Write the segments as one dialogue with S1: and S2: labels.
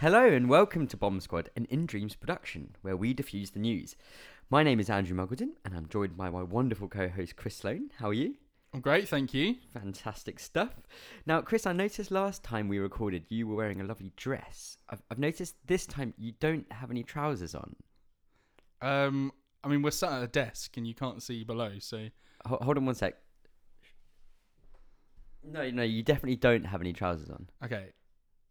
S1: Hello and welcome to Bomb Squad, an In Dreams production where we diffuse the news. My name is Andrew Muggleton and I'm joined by my wonderful co host Chris Sloan. How are you?
S2: I'm great, thank you.
S1: Fantastic stuff. Now, Chris, I noticed last time we recorded you were wearing a lovely dress. I've, I've noticed this time you don't have any trousers on.
S2: Um, I mean, we're sat at a desk and you can't see below, so
S1: Ho- hold on one sec. No, no, you definitely don't have any trousers on.
S2: okay.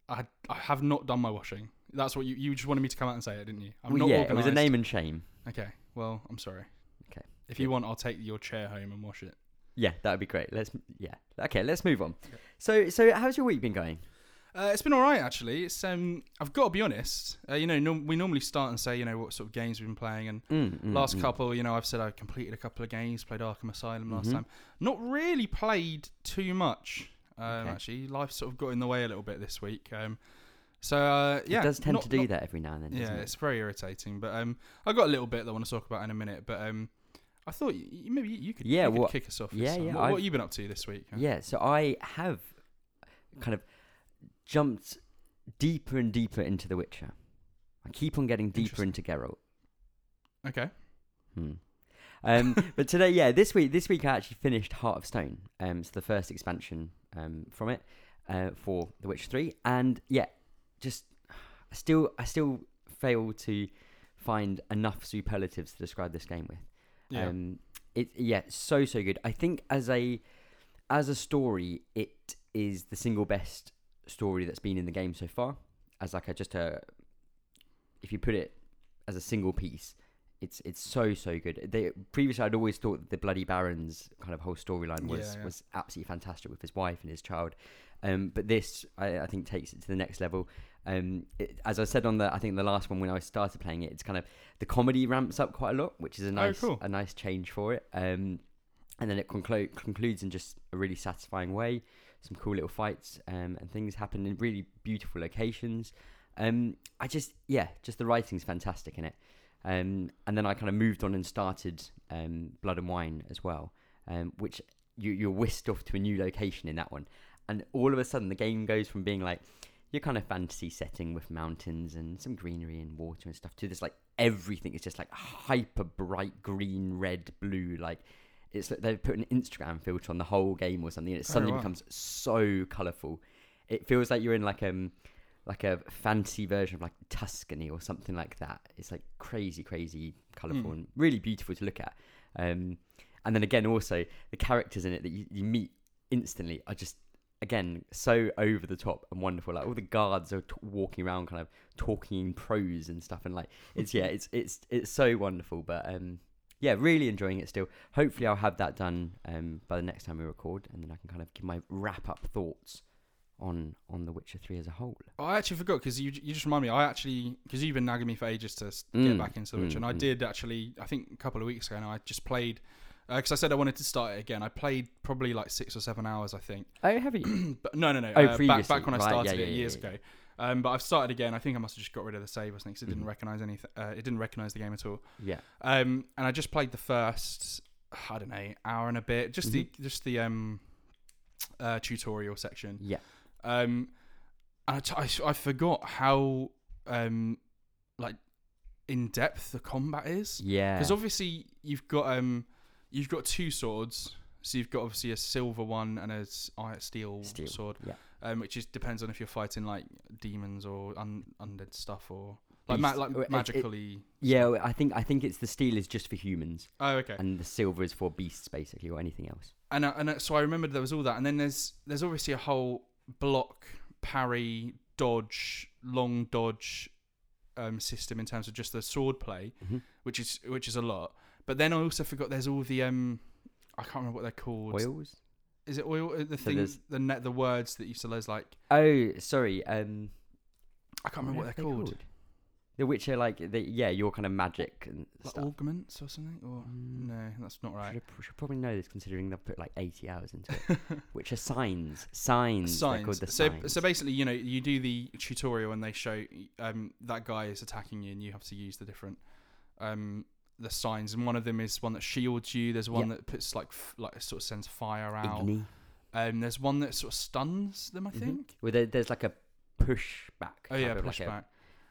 S2: I I have not done my washing. That's what you you just wanted me to come out and say it, didn't you? I'm
S1: Well,
S2: not
S1: yeah, it was
S2: organised.
S1: a name and shame.
S2: Okay, well, I'm sorry.
S1: Okay,
S2: If you want, I'll take your chair home and wash it.
S1: Yeah, that would be great. Let's yeah. Okay, let's move on. So, so how's your week been going?
S2: Uh, it's been all right actually. It's um, I've got to be honest. Uh, you know, no, we normally start and say you know what sort of games we've been playing, and
S1: Mm, mm,
S2: last
S1: mm.
S2: couple, you know, I've said I completed a couple of games, played Arkham Asylum last
S1: Mhm.
S2: time. Not really played too much. Um,
S1: Okay.
S2: Actually, life sort of got in the way a little bit this week. Um, so uh, yeah,
S1: it does tend
S2: not-
S1: to do
S2: not-
S1: that every now and then.
S2: Yeah,
S1: doesn't
S2: it's very irritating. But um, I got a little bit that I want to talk about in a minute. But um, I thought y- y- maybe you could
S1: Yeah,
S2: you could
S1: what-
S2: kick us off.
S1: yeah,
S2: this time.
S1: yeah,
S2: What, what
S1: I've-
S2: have you been up to this week?
S1: it? yeah. So I have kind of jumped deeper and deeper into The Witcher. I keep on getting deeper into Geralt.
S2: Okay.
S1: Hmm. Um, but today, yeah, this week, this week I actually finished Heart of Stone. Um, it's the first expansion um, from it uh, for The Witcher Three, and yeah, just I still, I still fail to find enough superlatives to describe this game with.
S2: Yeah.
S1: Um, it yeah, it's so so good. I think as a as a story, it is the single best story that's been in the game so far. As like a just a if you put it as a single piece, it's it's so so good. They, previously, I'd always thought that the Bloody Baron's kind of whole storyline was
S2: Yeah, yeah.
S1: was absolutely fantastic with his wife and his child, um, but this I, I think takes it to the next level. Um, it, as I said on the I think the last one when I started playing it, it's kind of the comedy ramps up quite a lot, which is a nice
S2: cool.
S1: a nice change for it. Um, and then it conclu- concludes in just a really satisfying way. Some cool little fights um, and things happen in really beautiful locations. Um, I just yeah, just the writing's fantastic in it. Um, and then I kind of moved on and started um, Blood and Wine as well, um, which you, you're whisked off to a new location in that one. And all of a sudden, the game goes from being like your kind of fantasy setting with mountains and some greenery and water and stuff to this like everything is just like hyper bright green, red, blue. Like it's like they've put an Instagram filter on the whole game or something, and it
S2: Oh,
S1: suddenly
S2: wow.
S1: becomes so colourful. It feels like you're in like um like a fancy version of like Tuscany or something like that. It's like crazy, crazy colourful
S2: Mm.
S1: and really beautiful to look at. Um, and then again, also the characters in it that you, you meet instantly are just again so over the top and wonderful. Like all the guards are t- walking around, kind of talking in prose and stuff, and like it's yeah, it's it's it's so wonderful. But um, yeah, really enjoying it still. Hopefully, I'll have that done um, by the next time we record, and then I can kind of give my wrap up thoughts on on The Witcher Three as a whole.
S2: I actually forgot because you you just remind me. I actually because you've been nagging me for ages to s
S1: Mm,
S2: get back into The Witcher,
S1: mm,
S2: and I
S1: mm.
S2: did actually. I think a couple of weeks ago, and I just played because I said I wanted to start it again. I played probably like six or seven hours, I think.
S1: Oh, have you?
S2: but no, no, no.
S1: Oh,
S2: uh, back,
S1: previously,
S2: back when I
S1: right,
S2: started
S1: yeah,
S2: it
S1: yeah,
S2: years
S1: yeah, yeah.
S2: ago. Um, but I've started again. I think I must have just got rid of the save or something because it didn't
S1: Mhm.
S2: recognize anything. Uh, it didn't recognize the game at all.
S1: yeah.
S2: Um, and I just played the first, I don't know, hour and a bit. Just
S1: Mm-hmm.
S2: the just the um, uh, tutorial section.
S1: Yeah.
S2: Um, and I, t- I, s- I forgot how um, like in depth the combat is
S1: Yeah.
S2: because obviously you've got um, you've got two swords. So you've got obviously a silver one and a s- i- steel,
S1: Steel,
S2: sword,
S1: yeah.
S2: um, which is depends on if you're fighting like demons or un- undead stuff or like ma-
S1: Beast-
S2: like
S1: or Oh, it- it-
S2: magically.
S1: yeah, I think I think it's the steel is just for humans,
S2: Oh, okay.
S1: and the silver is for beasts, basically, or anything else.
S2: and I, and I- so I remembered there was all that, and then there's there's obviously a whole block parry dodge long dodge um, system in terms of just the sword play,
S1: Mhm.
S2: which is which is a lot. But then I also forgot there's all the um I can't remember what they're called.
S1: Oils.
S2: Is it oil? uh, The
S1: So
S2: things
S1: there's-
S2: the net the words that you still there's like
S1: Oh, sorry. Um,
S2: I can't remember
S1: are
S2: what
S1: they
S2: they're called.
S1: The Witcher, like, the, yeah, your kind of magic and
S2: Like
S1: stuff.
S2: augments or something or
S1: Mm.
S2: no, that's not right.
S1: Should, should probably know this considering they've put like 80 hours into it. Which are signs. Signs. They're Mm, called
S2: signs.
S1: the
S2: so,
S1: signs.
S2: so basically, you know, you do the tutorial and they show um, that guy is attacking you, and you have to use the different um, the signs. And one of them is one that shields you. There's one that puts like f- like sort of sends fire out.
S1: Igni.
S2: Um, there's one that sort of stuns them. I
S1: Mhm.
S2: think.
S1: Well, there, there's like a push back.
S2: Oh yeah,
S1: type of, like,
S2: push
S1: a,
S2: back.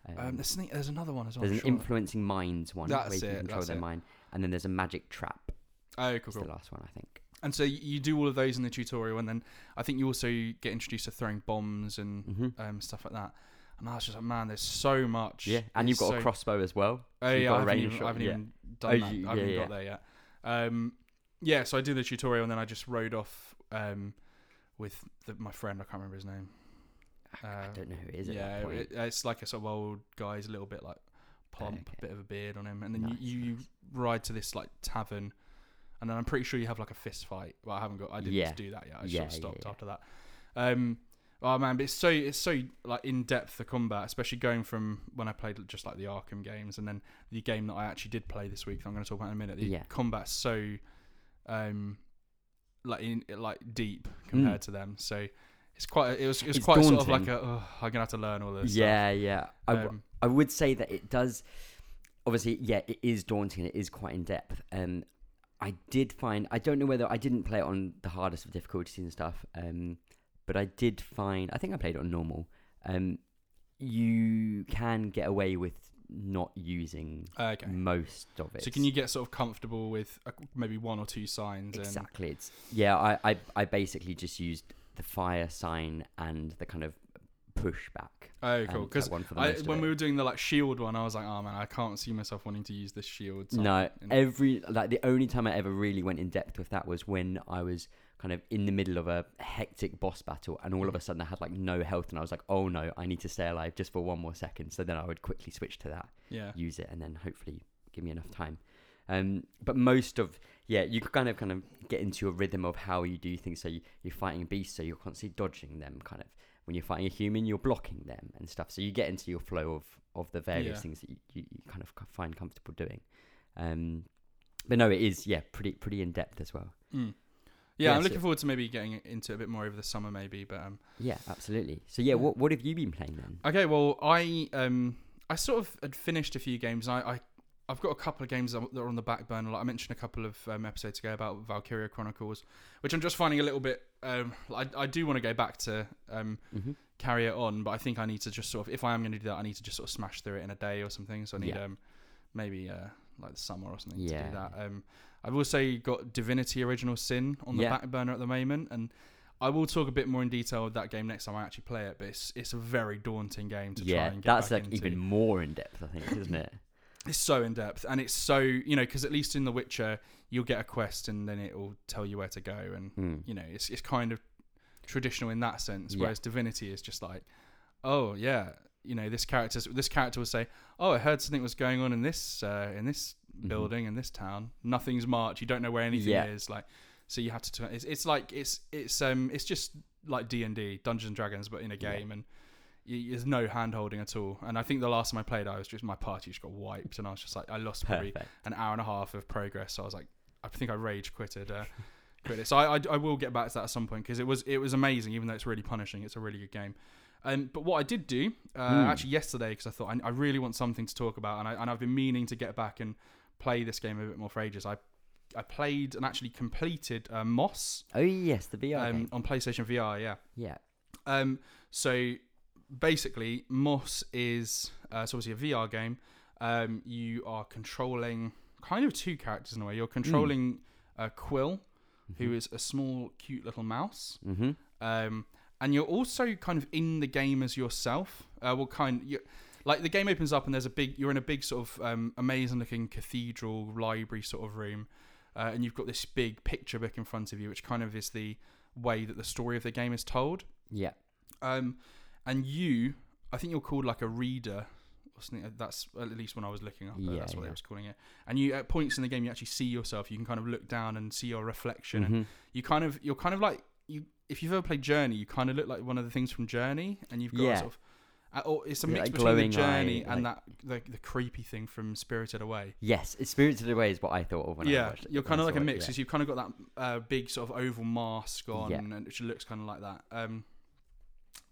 S1: um,
S2: Um, the sne- there's another one as well.
S1: there's an
S2: I'm sure.
S1: influencing minds one where
S2: That's
S1: you can
S2: it,
S1: control
S2: that's
S1: their
S2: it.
S1: mind, and then there's a magic trap.
S2: oh, cool,
S1: Is
S2: cool.
S1: the last one I think.
S2: And so you- you do all of those in the tutorial, and then I think you also get introduced to throwing bombs and
S1: hmm
S2: um, stuff like that. And I was just like, man, there's so much.
S1: Yeah, and you've
S2: It's
S1: got
S2: so-
S1: a crossbow as well.
S2: Oh
S1: you've
S2: yeah,
S1: got
S2: I
S1: a
S2: haven't,
S1: range
S2: even,
S1: shot,
S2: I haven't
S1: yeah.
S2: even
S1: Oh,
S2: done that.
S1: you-
S2: I haven't
S1: yeah,
S2: got there yet. Um, yeah, so I do the tutorial, and then I just rode off um, with the, my friend. I can't remember his name.
S1: I
S2: Uh,
S1: don't know who it is at
S2: yeah,
S1: that point.
S2: it- it's like a sort of old guy. He's a little bit like plump,
S1: Okay.
S2: bit of a beard on him, and then
S1: Nice,
S2: you, you
S1: nice.
S2: ride to this like tavern, and then I'm pretty sure you have like a fist fight. Well, I haven't got. I didn't
S1: Yeah.
S2: do that yet.
S1: Yeah,
S2: I sort
S1: yeah,
S2: of stopped
S1: yeah.
S2: after that. Um, oh man, but it's so it's so like in depth the combat, especially going from when I played just like the Arkham games, and then the game that I actually did play this week. That I'm going to talk about in a minute. The
S1: Yeah.
S2: combat's so, um, like in like deep compared to them. So. It's quite. It was. It was
S1: Hmm. It's
S2: quite sort of like
S1: daunting.
S2: a. Oh, I'm gonna have to learn all this. stuff."
S1: yeah, yeah. I, w-
S2: Um,
S1: I would say that it does. Obviously, yeah, it is daunting. It is quite in depth. Um, I did find. I don't know whether I didn't play it on the hardest of difficulties and stuff. Um, but I did find. I think I played it on normal. Um, you can get away with not using
S2: okay.
S1: most of it.
S2: So can you get sort of comfortable with uh, maybe one or two signs? And,
S1: Exactly. It's yeah. I, I I basically just used the fire sign and the kind of pushback.
S2: oh,
S1: um,
S2: cool.
S1: type
S2: Because
S1: one for the most of
S2: when
S1: it.
S2: we were doing the like shield one, I was like, oh man, I can't see myself wanting to use this shield. sign
S1: No,
S2: in-
S1: every like the only time I ever really went in depth with that was when I was kind of in the middle of a hectic boss battle, and all of a sudden I had like no health, and I was like, "Oh no, I need to stay alive just for one more second. So then I would quickly switch to that,
S2: yeah.
S1: use it, and then hopefully give me enough time. Um, but most of yeah, you could kind of kind of get into a rhythm of how you do things. So you, you're fighting a beast, so you're constantly dodging them. Kind of when you're fighting a human, you're blocking them and stuff. So you get into your flow of of the various
S2: Yeah.
S1: things that you, you, you kind of c- find comfortable doing. Um, but no, it is yeah, pretty pretty in depth as well.
S2: Mm. Yeah,
S1: Yeah,
S2: I'm
S1: so-
S2: looking forward to maybe getting into it a bit more over the summer, maybe. But um,
S1: Yeah, absolutely. So yeah, what what have you been playing then?
S2: okay. Well, I um, I sort of had finished a few games. And I, I I've got a couple of games that are on the back burner. Like I mentioned a couple of um, episodes ago about Valkyria Chronicles, which I'm just finding a little bit. Um, I, I do want to go back to um,
S1: Mm-hmm.
S2: carry it on. But I think I need to just sort of, if I am going to do that, I need to just sort of smash through it in a day or something. So I need
S1: Yeah.
S2: um, maybe uh, like the summer or something to
S1: Yeah.
S2: do that. Um, I've also got Divinity Original Sin on the
S1: Yeah.
S2: back burner at the moment, and I will talk a bit more in detail of that game next time I actually play it. But it's it's a very daunting game to try
S1: Yeah,
S2: and get
S1: that's like
S2: back into.
S1: even more in depth, I think, isn't it?
S2: It's so in depth, and it's so you know because at least in The Witcher you'll get a quest and then it will tell you where to go, and
S1: Mm.
S2: you know it's it's kind of traditional in that sense.
S1: Yeah.
S2: Whereas Divinity is just like, oh yeah, you know this character this character will say, oh I heard something was going on in this uh, in this
S1: Mhm.
S2: building in this town. Nothing's marked. You don't know where anything
S1: Yeah.
S2: is. Like so you have to. Turn, it's it's like it's it's um it's just like D and D Dungeons and Dragons but in a
S1: Yeah.
S2: game and. y- There's no hand holding at all, and I think the last time I played, I was just my party just got wiped, and I was just like, I lost probably
S1: Perfect.
S2: an hour and a half of progress. So I was like, I think I rage quitted. Uh, quit it. So I, I, I will get back to that at some point because it was it was amazing. Even though it's really punishing, it's a really good game. Um, but what I did do uh,
S1: Hmm.
S2: actually yesterday because I thought I, I really want something to talk about, and I and I've been meaning to get back and play this game a bit more for ages. I I played and actually completed uh, Moss
S1: Oh yes, the VR
S2: um,
S1: game.
S2: on PlayStation VR. Yeah.
S1: Yeah.
S2: Um, so basically, Moss is uh, it's obviously a VR game. Um, you are controlling kind of two characters in a way. You're controlling uh, Quill, who is a small, cute little mouse,
S1: Mm-hmm.
S2: um, and you're also kind of in the game as yourself. Uh, well, kind you like the game opens up and there's a big. You're in a big sort of um, amazing-looking cathedral library sort of room, uh, and you've got this big picture book in front of you, which kind of is the way that the story of the game is told.
S1: Yeah.
S2: Um, and you, I think you're called like a reader. or something. uh, That's at least when I was looking up. uh,
S1: Yeah,
S2: that's what
S1: yeah.
S2: they was calling it. And you at points in the game, you actually see yourself. You can kind of look down and see your reflection. And
S1: Mhm.
S2: you kind of, you're kind of like you. If you've ever played Journey, you kind of look like one of the things from Journey, and you've got a
S1: Yeah.
S2: sort of. uh, Or it's a
S1: Yeah,
S2: mix
S1: like
S2: between the
S1: glowing
S2: journey
S1: eye,
S2: and that the, the creepy thing from Spirited Away
S1: Yes, it's Spirited Away is what I thought of when I
S2: yeah,
S1: watched it.
S2: you're
S1: when
S2: kind
S1: I
S2: of like
S1: saw
S2: a
S1: it,
S2: mix.
S1: yeah.
S2: 'cause You've kind of got that uh, big sort of oval mask on,
S1: Yeah.
S2: and which looks kind of like that. Um,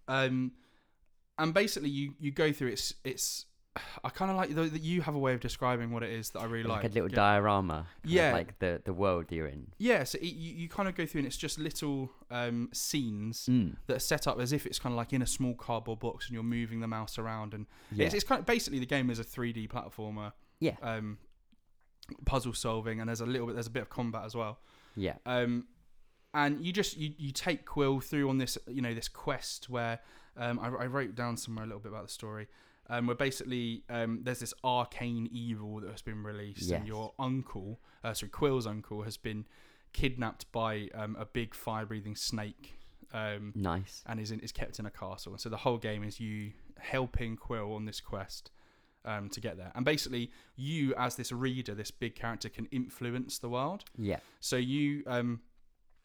S2: um, and basically, you you go through it's it's I kind of like that you have a way of describing what it is that I really like.
S1: like, a little
S2: yeah.
S1: diorama. kind of
S2: Yeah.
S1: like the the world you're in.
S2: Yeah, so it, you, you kind of go through and it's just little um, scenes
S1: Mm.
S2: that are set up as if it's kind of like in a small cardboard box and you're moving the mouse around and
S1: Yeah.
S2: it's, it's kind of basically the game is a 3D platformer.
S1: Yeah.
S2: Um, puzzle solving and there's a little bit there's a bit of combat as well.
S1: yeah.
S2: Um, and you just you, you take Quill through on this you know this quest where um, I, I wrote down somewhere a little bit about the story. Um, where basically um, there's this arcane evil that has been released,
S1: Yes.
S2: and your uncle, uh, sorry, Quill's uncle, has been kidnapped by um, a big fire-breathing snake, um,
S1: Nice.
S2: and is in, is kept in a castle. And so the whole game is you helping Quill on this quest um, to get there. And basically, you as this reader, this big character, can influence the world.
S1: Yeah.
S2: So you, um,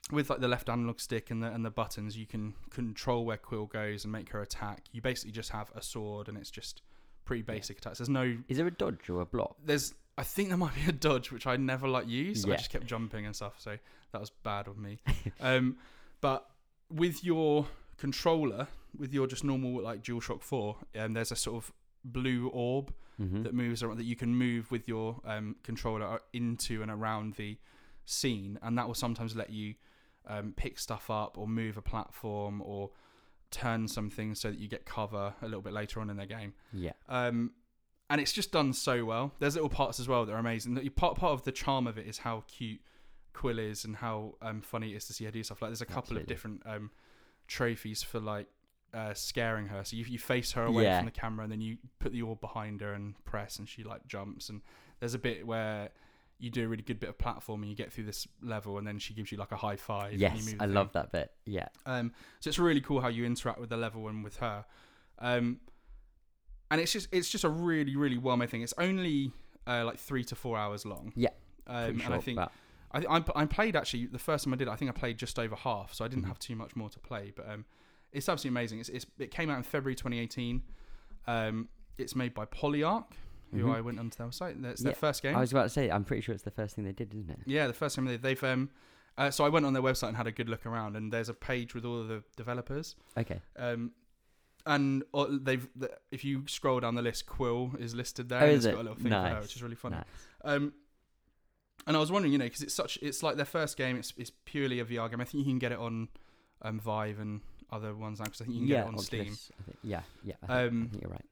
S2: with like the left analog stick and the and the buttons, you can control where Quill goes and make her attack. You basically just have a sword, and it's just pretty basic attacks. There's no,
S1: Is there a dodge or a block?
S2: there's. I think there might be a dodge, which I never like used. I
S1: Yeah.
S2: just kept jumping and stuff, so that was bad of me. um, but with your controller, with your just normal like DualShock Four, um, there's a sort of blue orb
S1: Mm-hmm.
S2: that moves around that you can move with your um, controller into and around the scene, and that will sometimes let you um, pick stuff up or move a platform or turn something so that you get cover a little bit later on in the game.
S1: yeah.
S2: Um, and it's just done so well. There's little parts as well that are amazing. That you- Part part of the charm of it is how cute Quill is and how um, funny it is to see her do stuff. Like there's a couple of
S1: Absolutely.
S2: different um, trophies for like uh, scaring her. So you, you face her away
S1: Yeah.
S2: from the camera and then you put the orb behind her and press and she like jumps. And there's a bit where you do a really good bit of platform and you get through this level and then she gives you like a high five. and you
S1: Yes,
S2: move
S1: I
S2: the
S1: love that bit. Yeah.
S2: um, so it's really cool how you interact with the level and with her. Um, and it's just it's just a really really well made thing. It's only uh, like three to four hours long.
S1: Yeah,
S2: um,
S1: Pretty
S2: and I
S1: short,
S2: think
S1: but-
S2: I, I I played actually the first time I did it. I think I played just over half, so I didn't
S1: Mhm.
S2: have too much more to play. But um, it's absolutely amazing. It's, it's it came out in February 2018. Um, it's made by Polyarch, who
S1: Mhm.
S2: I went onto their site. That's their
S1: Yeah,
S2: first game.
S1: I was about to say, I'm pretty sure it's the first thing they did, isn't it?
S2: Yeah, the first time they, they've um, uh, so I went on their website and had a good look around, and there's a page with all of the developers.
S1: Okay.
S2: Um, and uh, they've the, if you scroll down the list, Quill is listed there.
S1: Oh,
S2: and
S1: is
S2: it's
S1: it?
S2: got a little thing for her,
S1: Nice.
S2: which is really funny.
S1: Nice.
S2: Um, and I was wondering, you know, because it's such it's like their first game. It's it's purely a VR game. I think you can get it on um, Vive and other ones now because I think you can get it on Steam.
S1: Oculus, I think. Yeah, yeah. I think,
S2: Um,
S1: I think you're right.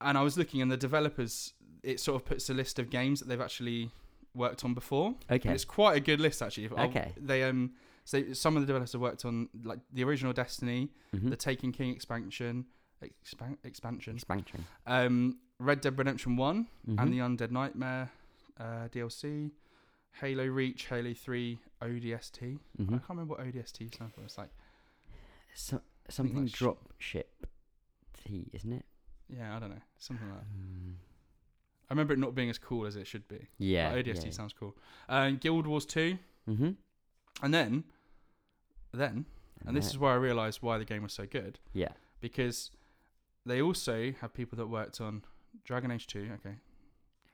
S2: And I was looking, and the developers it sort of puts a list of games that they've actually worked on before. And
S1: Okay.
S2: It's quite a good list actually. If I'll-
S1: Okay.
S2: They um so some of the developers have worked on like the original Destiny,
S1: Mhm.
S2: the Taken King expansion, expan- expansion,
S1: Expansion.
S2: um, Red Dead Redemption One,
S1: Mhm.
S2: and the Undead Nightmare uh, DLC, Halo Reach, Halo Three, ODST. I
S1: Mhm.
S2: can't remember what ODST stands for. It's like
S1: So, something
S2: like sh-
S1: drop ship T, isn't it?
S2: yeah, I don't know, something like that.
S1: Mm.
S2: I remember it not being as cool as it should be.
S1: Yeah.
S2: but ODST sounds cool. Um, Guild Wars Two,
S1: Mm-hmm.
S2: and then, then, and this is where I realised why the game was so good.
S1: Uh-huh. yeah.
S2: because they also have people that worked on Dragon Age 2, okay,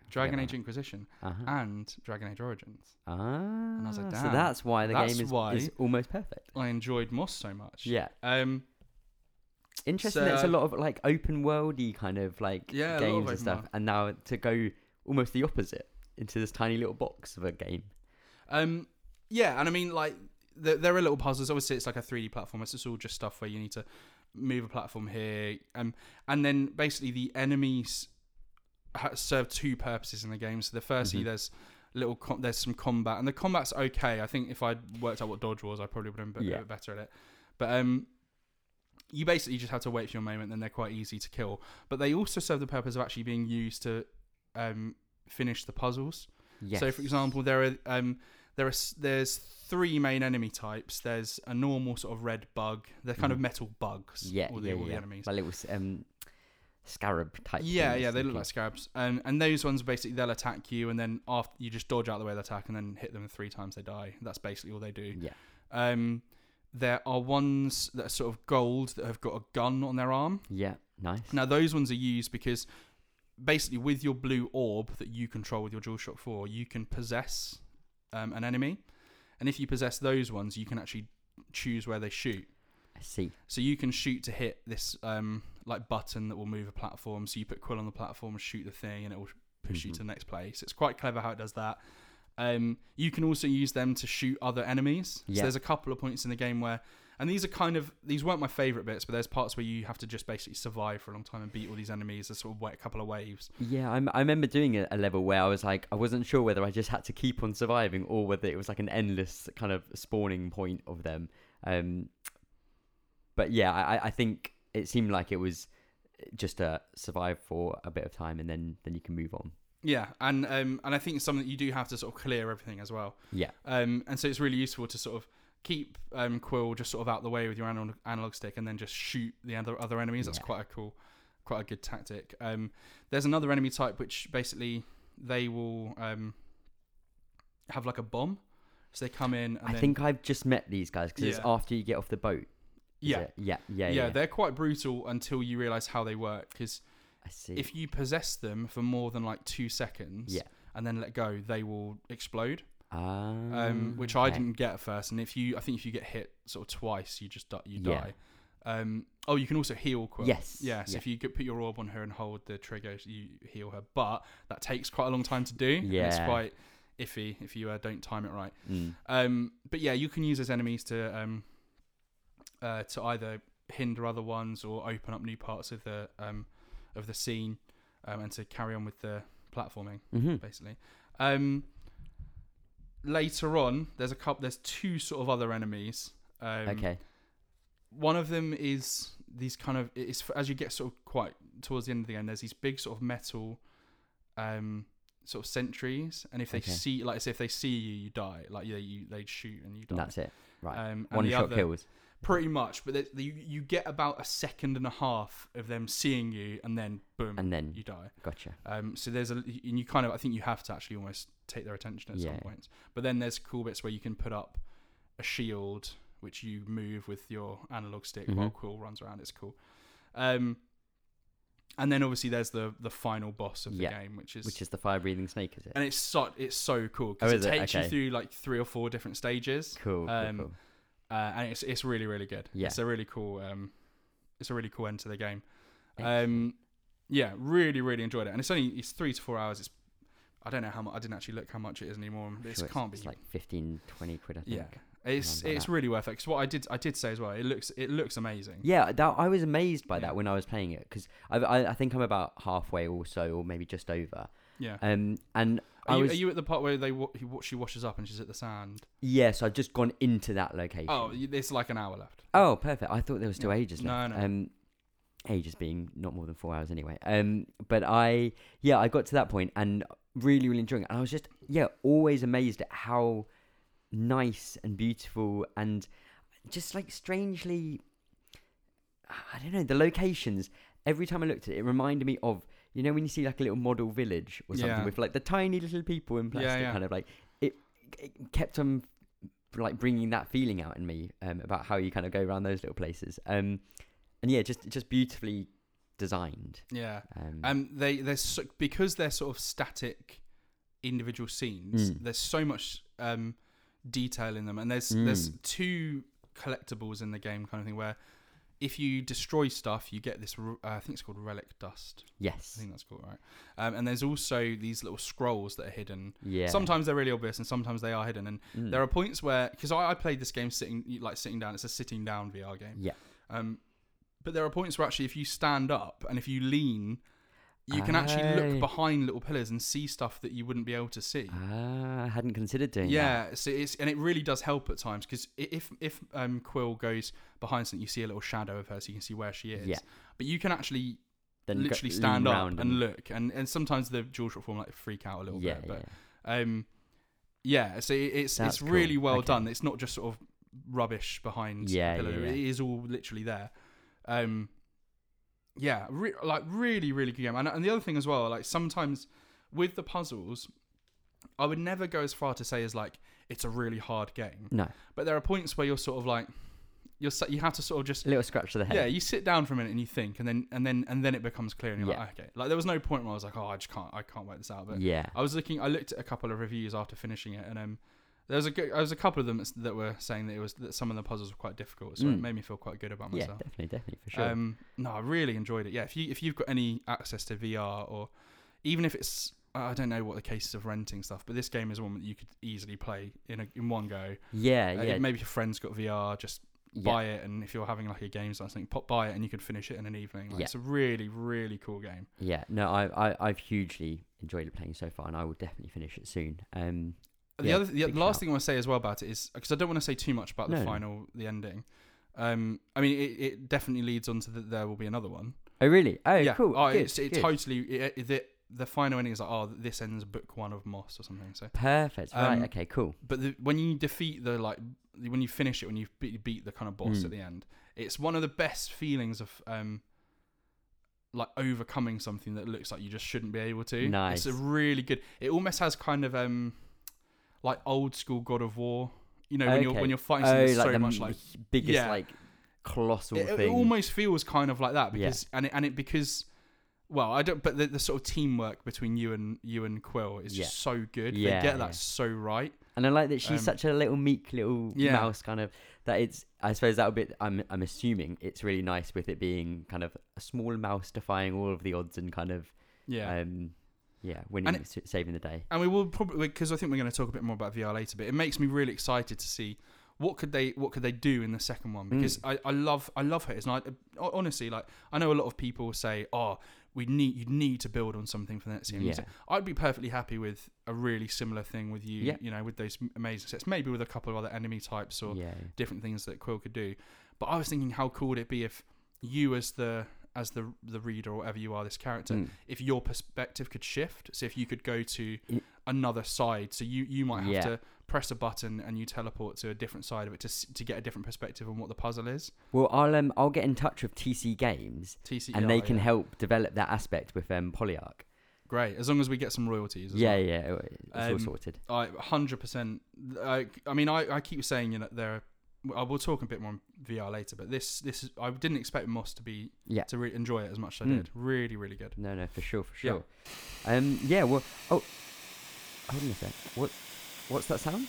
S2: Dragon
S1: Yeah.
S2: Age Inquisition,
S1: Uh-huh.
S2: and Dragon Age Origins.
S1: Ah,
S2: I was like,
S1: so
S2: "Damn,
S1: that's why the
S2: that's
S1: game is,
S2: why-
S1: is almost perfect.
S2: I enjoyed Moss so much.
S1: Yeah,
S2: Um,
S1: interesting. that it's a
S2: So-
S1: lot of like open worldy kind of like
S2: Yeah, a lot of
S1: games
S2: open
S1: and stuff,
S2: world.
S1: and now to go almost the opposite into this tiny little box of a game.
S2: um, yeah, and I mean, like, there, there are little puzzles. Obviously, it's like a 3D platform. It's just all just stuff where you need to move a platform here. Um, and then basically the enemies ha- serve two purposes in the game. So the 1st
S1: Mhm.
S2: there's little com- there's some combat, and the combat's okay. I think if I worked out what dodge was, I probably would have been a
S1: Yeah.
S2: bit better at it. But um, you basically just have to wait for your moment, and they're quite easy to kill. But they also serve the purpose of actually being used to um, finish the puzzles.
S1: Yes.
S2: So, for example, there are um, there are s- there's three main enemy types. There's a normal sort of red bug. They're kind of
S1: Mhm.
S2: metal bugs.
S1: yeah,
S2: all the,
S1: yeah,
S2: all the
S1: yeah.
S2: enemies.
S1: Like little um, scarab type.
S2: yeah,
S1: things
S2: yeah, they look
S1: looking-
S2: like scarabs. Um, and those ones basically they'll attack you, and then after you just dodge out the way they attack, and then hit them three times. They die. That's basically all they do.
S1: Yeah.
S2: Um, there are ones that are sort of gold that have got a gun on their arm.
S1: Yeah. Nice.
S2: Now those ones are used because basically with your blue orb that you control with your DualShock 4, you can possess um, an enemy, and if you possess those ones, you can actually choose where they shoot.
S1: I see.
S2: So you can shoot to hit this um, like button that will move a platform. So you put Quill on the platform, shoot the thing, and it will push you
S1: Mhm.
S2: to the next place. It's quite clever how it does that. Um, you can also use them to shoot other enemies. So
S1: Yeah.
S2: there's a couple of points in the game where, and these are kind of these weren't my favorite bits, but there's parts where you have to just basically survive for a long time and beat all these enemies. There's sort of wet couple of waves.
S1: Yeah, I'm, I remember doing a, a level where I was like, I wasn't sure whether I just had to keep on surviving or whether it was like an endless kind of spawning point of them. Um, but yeah, I, I- I think it seemed like it was eh, just a survive for a bit of time and then then you can move on.
S2: Yeah, and um, and I think it's something that you do have to sort of clear everything as well.
S1: Yeah.
S2: Um, and so it's really useful to sort of keep um, Quill just sort of out the way with your analog, analog stick, and then just shoot the other other enemies. That's
S1: Yeah.
S2: quite a cool, quite a good tactic. Um, there's another enemy type which basically they will um, have like a bomb, so they come in. And
S1: I
S2: then,
S1: think I've just met these guys because it's
S2: Yeah.
S1: after you get off the boat. is
S2: yeah,
S1: it? yeah, yeah,
S2: yeah,
S1: yeah.
S2: they're quite brutal until you realize how they work. Because
S1: I see.
S2: if you possess them for more than like two seconds,
S1: Yeah.
S2: and then let go, they will explode. um,
S1: um,
S2: which I
S1: okay.
S2: didn't get at first. And if you, I think if you get hit sort of twice, you just di- you
S1: Yeah.
S2: die. Um, oh, you can also heal Quill.
S1: Yes.
S2: Yeah, so if you could put your orb on her and hold the trigger, you heal her. But that takes quite a long time to do. and it's
S1: Yeah.
S2: quite iffy if you uh, don't time it right.
S1: Mm.
S2: Um, but yeah, you can use as enemies to um, uh, to either hinder other ones or open up new parts of the um, of the scene, um, and to carry on with the platforming
S1: Mhm.
S2: basically. Um, later on, there's a couple. There's two sort of other enemies. Um,
S1: okay.
S2: One of them is these kind of. It's as you get sort of quite towards the end of the game. There's these big sort of metal, um, sort of sentries, and if they
S1: Okay.
S2: see, like, say, if they see you, you die. Like, yeah, you they shoot and you die.
S1: And that's it. right.
S2: Um, and
S1: One
S2: the
S1: shot
S2: other-
S1: kills.
S2: Pretty much, but the, you you get about a second and a half of them seeing you, and then boom,
S1: And then-
S2: you die.
S1: Gotcha.
S2: Um, so there's a and you kind of I think you have to actually almost take their attention at some
S1: Yeah.
S2: points. But then there's cool bits where you can put up a shield which you move with your analog stick while
S1: Mhm.
S2: Quill runs around. It's cool. Um, and then obviously there's the the final boss of the
S1: Yeah.
S2: game, which is
S1: Which is the fire breathing snake, is it?
S2: and it's so it's so cool because
S1: Oh,
S2: it
S1: is it?
S2: takes you
S1: Okay.
S2: through like three or four different stages,
S1: Cool. cool,
S2: um,
S1: cool.
S2: uh, and it's it's really really good.
S1: Yeah.
S2: It's a really cool um, it's a really cool end to the game.
S1: Excellent.
S2: Um, yeah, really, really enjoyed it, and it's only it's three to four hours. It's I don't know how much. I didn't actually look how much it is anymore.
S1: I'm
S2: It
S1: sure
S2: can't
S1: it's
S2: be.
S1: like 15 20 quid i think
S2: yeah, it's
S1: around
S2: it's
S1: that.
S2: really worth it. Because what I did I did say as well, it looks it looks amazing.
S1: yeah that i was amazed by
S2: Yeah.
S1: that when i was playing it because I, I i think i'm about halfway or so or maybe just over
S2: Yeah.
S1: um and i
S2: Are you,
S1: was
S2: are you at the part where they wa- he wa- she washes up and she's at the sand?
S1: yeah so i've just gone into that location
S2: Oh, you- there's like an hour left.
S1: Oh, perfect. I thought there was still
S2: No,
S1: ages
S2: no,
S1: left.
S2: no.
S1: Um, ages being not more than four hours anyway. Um, but I, yeah, I got to that point and really, really enjoying it. And I was just, yeah, always amazed at how nice and beautiful and just like strangely, I don't know, the locations. Every time I looked at it, it reminded me of you know when you see like a little model village or something
S2: Yeah.
S1: with like the tiny little people in
S2: Yeah,
S1: plastic,
S2: yeah.
S1: kind of like it, it kept on like bringing that feeling out in me um, about how you kind of go around those little places. Um, and yeah, just just beautifully designed.
S2: Yeah.
S1: Um,
S2: Um, they they're so, because they're sort of static individual scenes.
S1: Mm.
S2: There's so much um, detail in them, and there's there's
S1: Mm.
S2: two collectibles in the game kind of thing where if you destroy stuff, you get this. r- Uh, I think it's called relic dust. I
S1: yes.
S2: think that's called right. Um, and there's also these little scrolls that are hidden.
S1: Yeah.
S2: Sometimes they're really obvious, and sometimes they are hidden. And
S1: Mm.
S2: there are points where because I, I played this game sitting like sitting down. It's a sitting down VR game.
S1: Yeah.
S2: Um, but there are points where actually if you stand up and if you lean, you can actually
S1: Oh.
S2: look behind little pillars and see stuff that you wouldn't be able to see.
S1: Ah, I hadn't considered doing that.
S2: yeah, so it's and it really does help at times because if if um, Quill goes behind something, you see a little shadow of her, so you can see where she is.
S1: Yeah.
S2: But you can actually
S1: go-
S2: literally
S1: lean
S2: stand up
S1: round
S2: and, look, and and sometimes the DualShock form like freak out a little
S1: yeah,
S2: bit. But um, yeah, so it- it's
S1: That's
S2: it's really
S1: cool.
S2: well
S1: Okay.
S2: done. It's not just sort of rubbish behind
S1: Yeah,
S2: the pillar.
S1: yeah, yeah.
S2: It is all literally there. Um, yeah, re- like really, really good game. And, and the other thing as well, like sometimes with the puzzles, I would never go as far to say as like it's a really hard game.
S1: No.
S2: but there are points where you're sort of like you're so- you have to sort of just
S1: yeah. A little scratch to the head.
S2: yeah, you sit down for a minute and you think, and then and then and then it becomes clear, and you're
S1: Yeah.
S2: like, okay. Like there was no point where I was like, oh, I just can't, I can't work this out. But
S1: Yeah.
S2: I was looking, I looked at a couple of reviews after finishing it, and um, There was a good, there was a couple of them that's- that were saying that it was that some of the puzzles were quite difficult, so it
S1: Mm.
S2: made me feel quite good about
S1: Yeah,
S2: myself.
S1: definitely, definitely for sure.
S2: Um, no, I really enjoyed it. Yeah, if you if you've got any access to VR or even if it's I don't know what the cases of renting stuff, but this game is one that you could easily play in a, in one go.
S1: yeah,
S2: Uh,
S1: yeah,
S2: maybe your friend's got VR, just
S1: yeah.
S2: buy it, and if you're having like a games night or something, pop buy it, and you could finish it in an evening. Like,
S1: Yeah.
S2: It's a really really cool game.
S1: Yeah, no, I, I, I've hugely enjoyed it playing so far, and I will definitely finish it soon. Um,
S2: The
S1: Yeah,
S2: other, the
S1: big
S2: last
S1: shout.
S2: thing I want to say as well about it is because I don't want to say too much about the
S1: No, no.
S2: final, the ending. Um, I mean, it, it definitely leads on to that there will be another one.
S1: oh really? Oh, cool.
S2: Oh,
S1: good,
S2: it's, it
S1: good.
S2: totally. It, it, the, the final ending is like, oh, this ends book one of Moss or something. So,
S1: perfect. Right.
S2: Um,
S1: okay. Cool.
S2: but the, when you defeat the like, when you finish it, when you beat, beat the kind of boss
S1: Mm.
S2: at the end, it's one of the best feelings of um, like overcoming something that looks like you just shouldn't be able to.
S1: Nice.
S2: It's a really good. It almost has kind of um, like old school God of War. You know, when you're
S1: Okay.
S2: when you're fighting
S1: oh,
S2: something
S1: like
S2: so
S1: the
S2: much
S1: m-
S2: like
S1: biggest
S2: yeah.
S1: like colossal
S2: it,
S1: thing.
S2: it almost feels kind of like that
S1: Yeah.
S2: because and it, and it because well I don't but the, the sort of teamwork between you and you and Quill is
S1: Yeah.
S2: just so good
S1: Yeah,
S2: they get
S1: yeah.
S2: that so right
S1: and I like that she's
S2: um,
S1: such a little meek little
S2: Yeah.
S1: mouse kind of that. It's I suppose that'll be. I'm I'm assuming it's really nice with it being kind of a small mouse defying all of the odds and kind of
S2: yeah
S1: um yeah winning
S2: it-
S1: s- saving the day.
S2: and we will probably because I think we're going to talk a bit more about VR later but it makes me really excited to see what could they what could they do in the second one because
S1: Mm.
S2: I, I love I love hers and I uh, honestly like I know a lot of people say oh we need you need to build on something for the next year.
S1: Yeah.
S2: I'd be perfectly happy with a really similar thing with you
S1: Yeah.
S2: you know with those amazing sets maybe with a couple of other enemy types or
S1: Yeah.
S2: different things that Quill could do. But I was thinking, how cool would it be if you, as the as the the reader or whatever you are, this character,
S1: Mm.
S2: if your perspective could shift? So if you could go to
S1: Y-
S2: another side, so you you might have
S1: Yeah.
S2: to press a button and you teleport to a different side of it to s- to get a different perspective on what the puzzle is.
S1: Well, I'll um I'll get in touch with TC Games
S2: TCR,
S1: and they can
S2: E yeah.
S1: help develop that aspect with um, Polyarch.
S2: Great, as long as we get some royalties. as
S1: Yeah,
S2: well.
S1: yeah, it- it's all
S2: Um,
S1: sorted.
S2: I hundred percent. I I mean, I, I keep saying you know there. Are, I will talk a bit more on VR later, but this this is, I didn't expect Moss to be
S1: Yeah.
S2: to really enjoy it as much as I
S1: Mm.
S2: did. Really, really good.
S1: No, no, for sure, for
S2: Yeah.
S1: sure. Um, yeah. Well, oh, hold on a sec. What, what's that sound?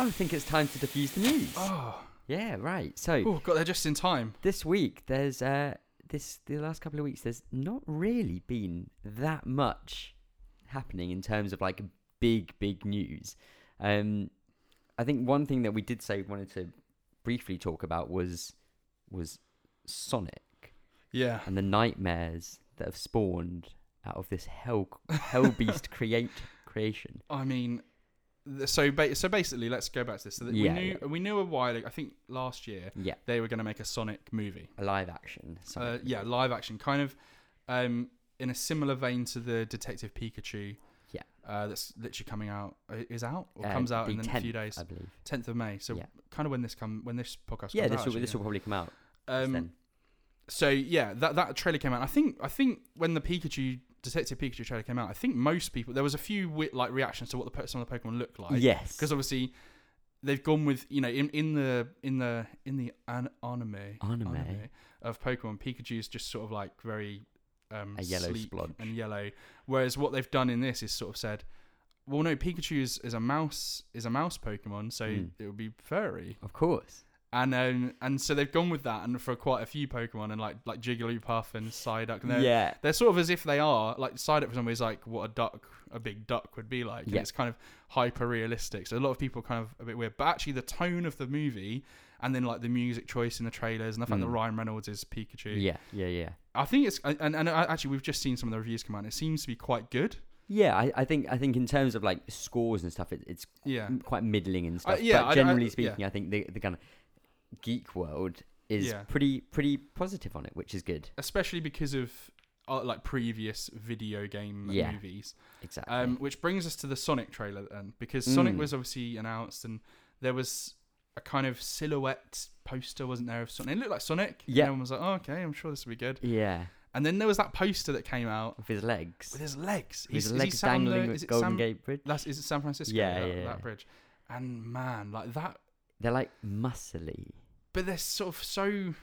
S1: Oh, I think it's time to diffuse the news.
S2: Oh,
S1: Yeah, right. So
S2: oh, got there just in time.
S1: this week, there's uh, this the last couple of weeks, there's not really been that much happening in terms of like big, big news. Um, I think one thing that we did say we wanted to briefly talk about was was Sonic.
S2: Yeah.
S1: and the nightmares that have spawned out of this hell hell beast create creation.
S2: I mean, th- so ba- so basically, let's go back to this. So that
S1: Yeah,
S2: we knew we knew a while. ago, I think last year
S1: Yeah,
S2: they were going to make a Sonic movie.
S1: a live action.
S2: Uh,
S1: Sonic
S2: yeah,
S1: movie.
S2: live action, kind of um, in a similar vein to the Detective Pikachu.
S1: Yeah.
S2: Uh, that's literally coming out. i- Is out or
S1: Uh,
S2: comes out
S1: the
S2: in a few
S1: 10th,
S2: days.
S1: I believe.
S2: Tenth of May. So
S1: Yeah.
S2: kind of when this come when this podcast.
S1: Yeah, this
S2: comes out,
S1: will
S2: actually,
S1: this will probably come out.
S2: yeah. Um,
S1: then.
S2: so yeah, that that trailer came out. I think I think when the Pikachu Detective Pikachu trailer came out, I think most people there was a few wi- like reactions to what the po- some of the Pokemon looked like.
S1: yes,
S2: because obviously they've gone with you know in, in the in the in the an- anime,
S1: anime.
S2: of Pokemon, Pikachu's just sort of like very um,
S1: A yellow
S2: sleek
S1: splodge.
S2: and yellow. Whereas what they've done in this is sort of said, well, no, Pikachu is, is a mouse is a mouse Pokemon, so
S1: Mm.
S2: it would be furry.
S1: Of course.
S2: And um, and so they've gone with that, and for quite a few Pokemon, and like like Jigglypuff and Psyduck, and they're,
S1: yeah,
S2: they're sort of as if they are like Psyduck for somebody is like what a duck, a big duck would be like. and
S1: Yeah.
S2: it's kind of hyper realistic. So a lot of people kind of a bit weird. But actually, the tone of the movie and then like the music choice in the trailers and the fact that
S1: Mm.
S2: Ryan Reynolds is Pikachu.
S1: yeah, yeah, yeah.
S2: I think it's and, and and actually we've just seen some of the reviews come out. and It seems to be quite good.
S1: Yeah, I, I think I think in terms of like scores and stuff, it, it's
S2: Yeah.
S1: m- quite middling and stuff.
S2: yeah, I- I-
S1: but generally
S2: yeah.
S1: speaking, I think the the kind of geek world is
S2: Yeah.
S1: pretty pretty positive on it, which is good.
S2: Especially because of uh, like previous video game
S1: Yeah.
S2: movies.
S1: Exactly.
S2: Um, which brings us to the Sonic trailer then, because Sonic
S1: Mm.
S2: was obviously announced, and there was a kind of silhouette poster, wasn't there, of Sonic? It looked like Sonic. and
S1: Yeah.
S2: Everyone was like, "Oh, okay, I'm sure this will be good."
S1: yeah,
S2: And then there was that poster that came out
S1: with his legs.
S2: with his legs.
S1: With
S2: Is-
S1: his
S2: is he
S1: legs
S2: Sam Lo-
S1: dangling
S2: is
S1: at
S2: it
S1: Golden
S2: Sam-
S1: Gate Bridge.
S2: That's is it San Francisco?
S1: Yeah,
S2: that,
S1: yeah, yeah.
S2: that bridge. And man, like that,
S1: They're like muscly.
S2: but they're sort of so,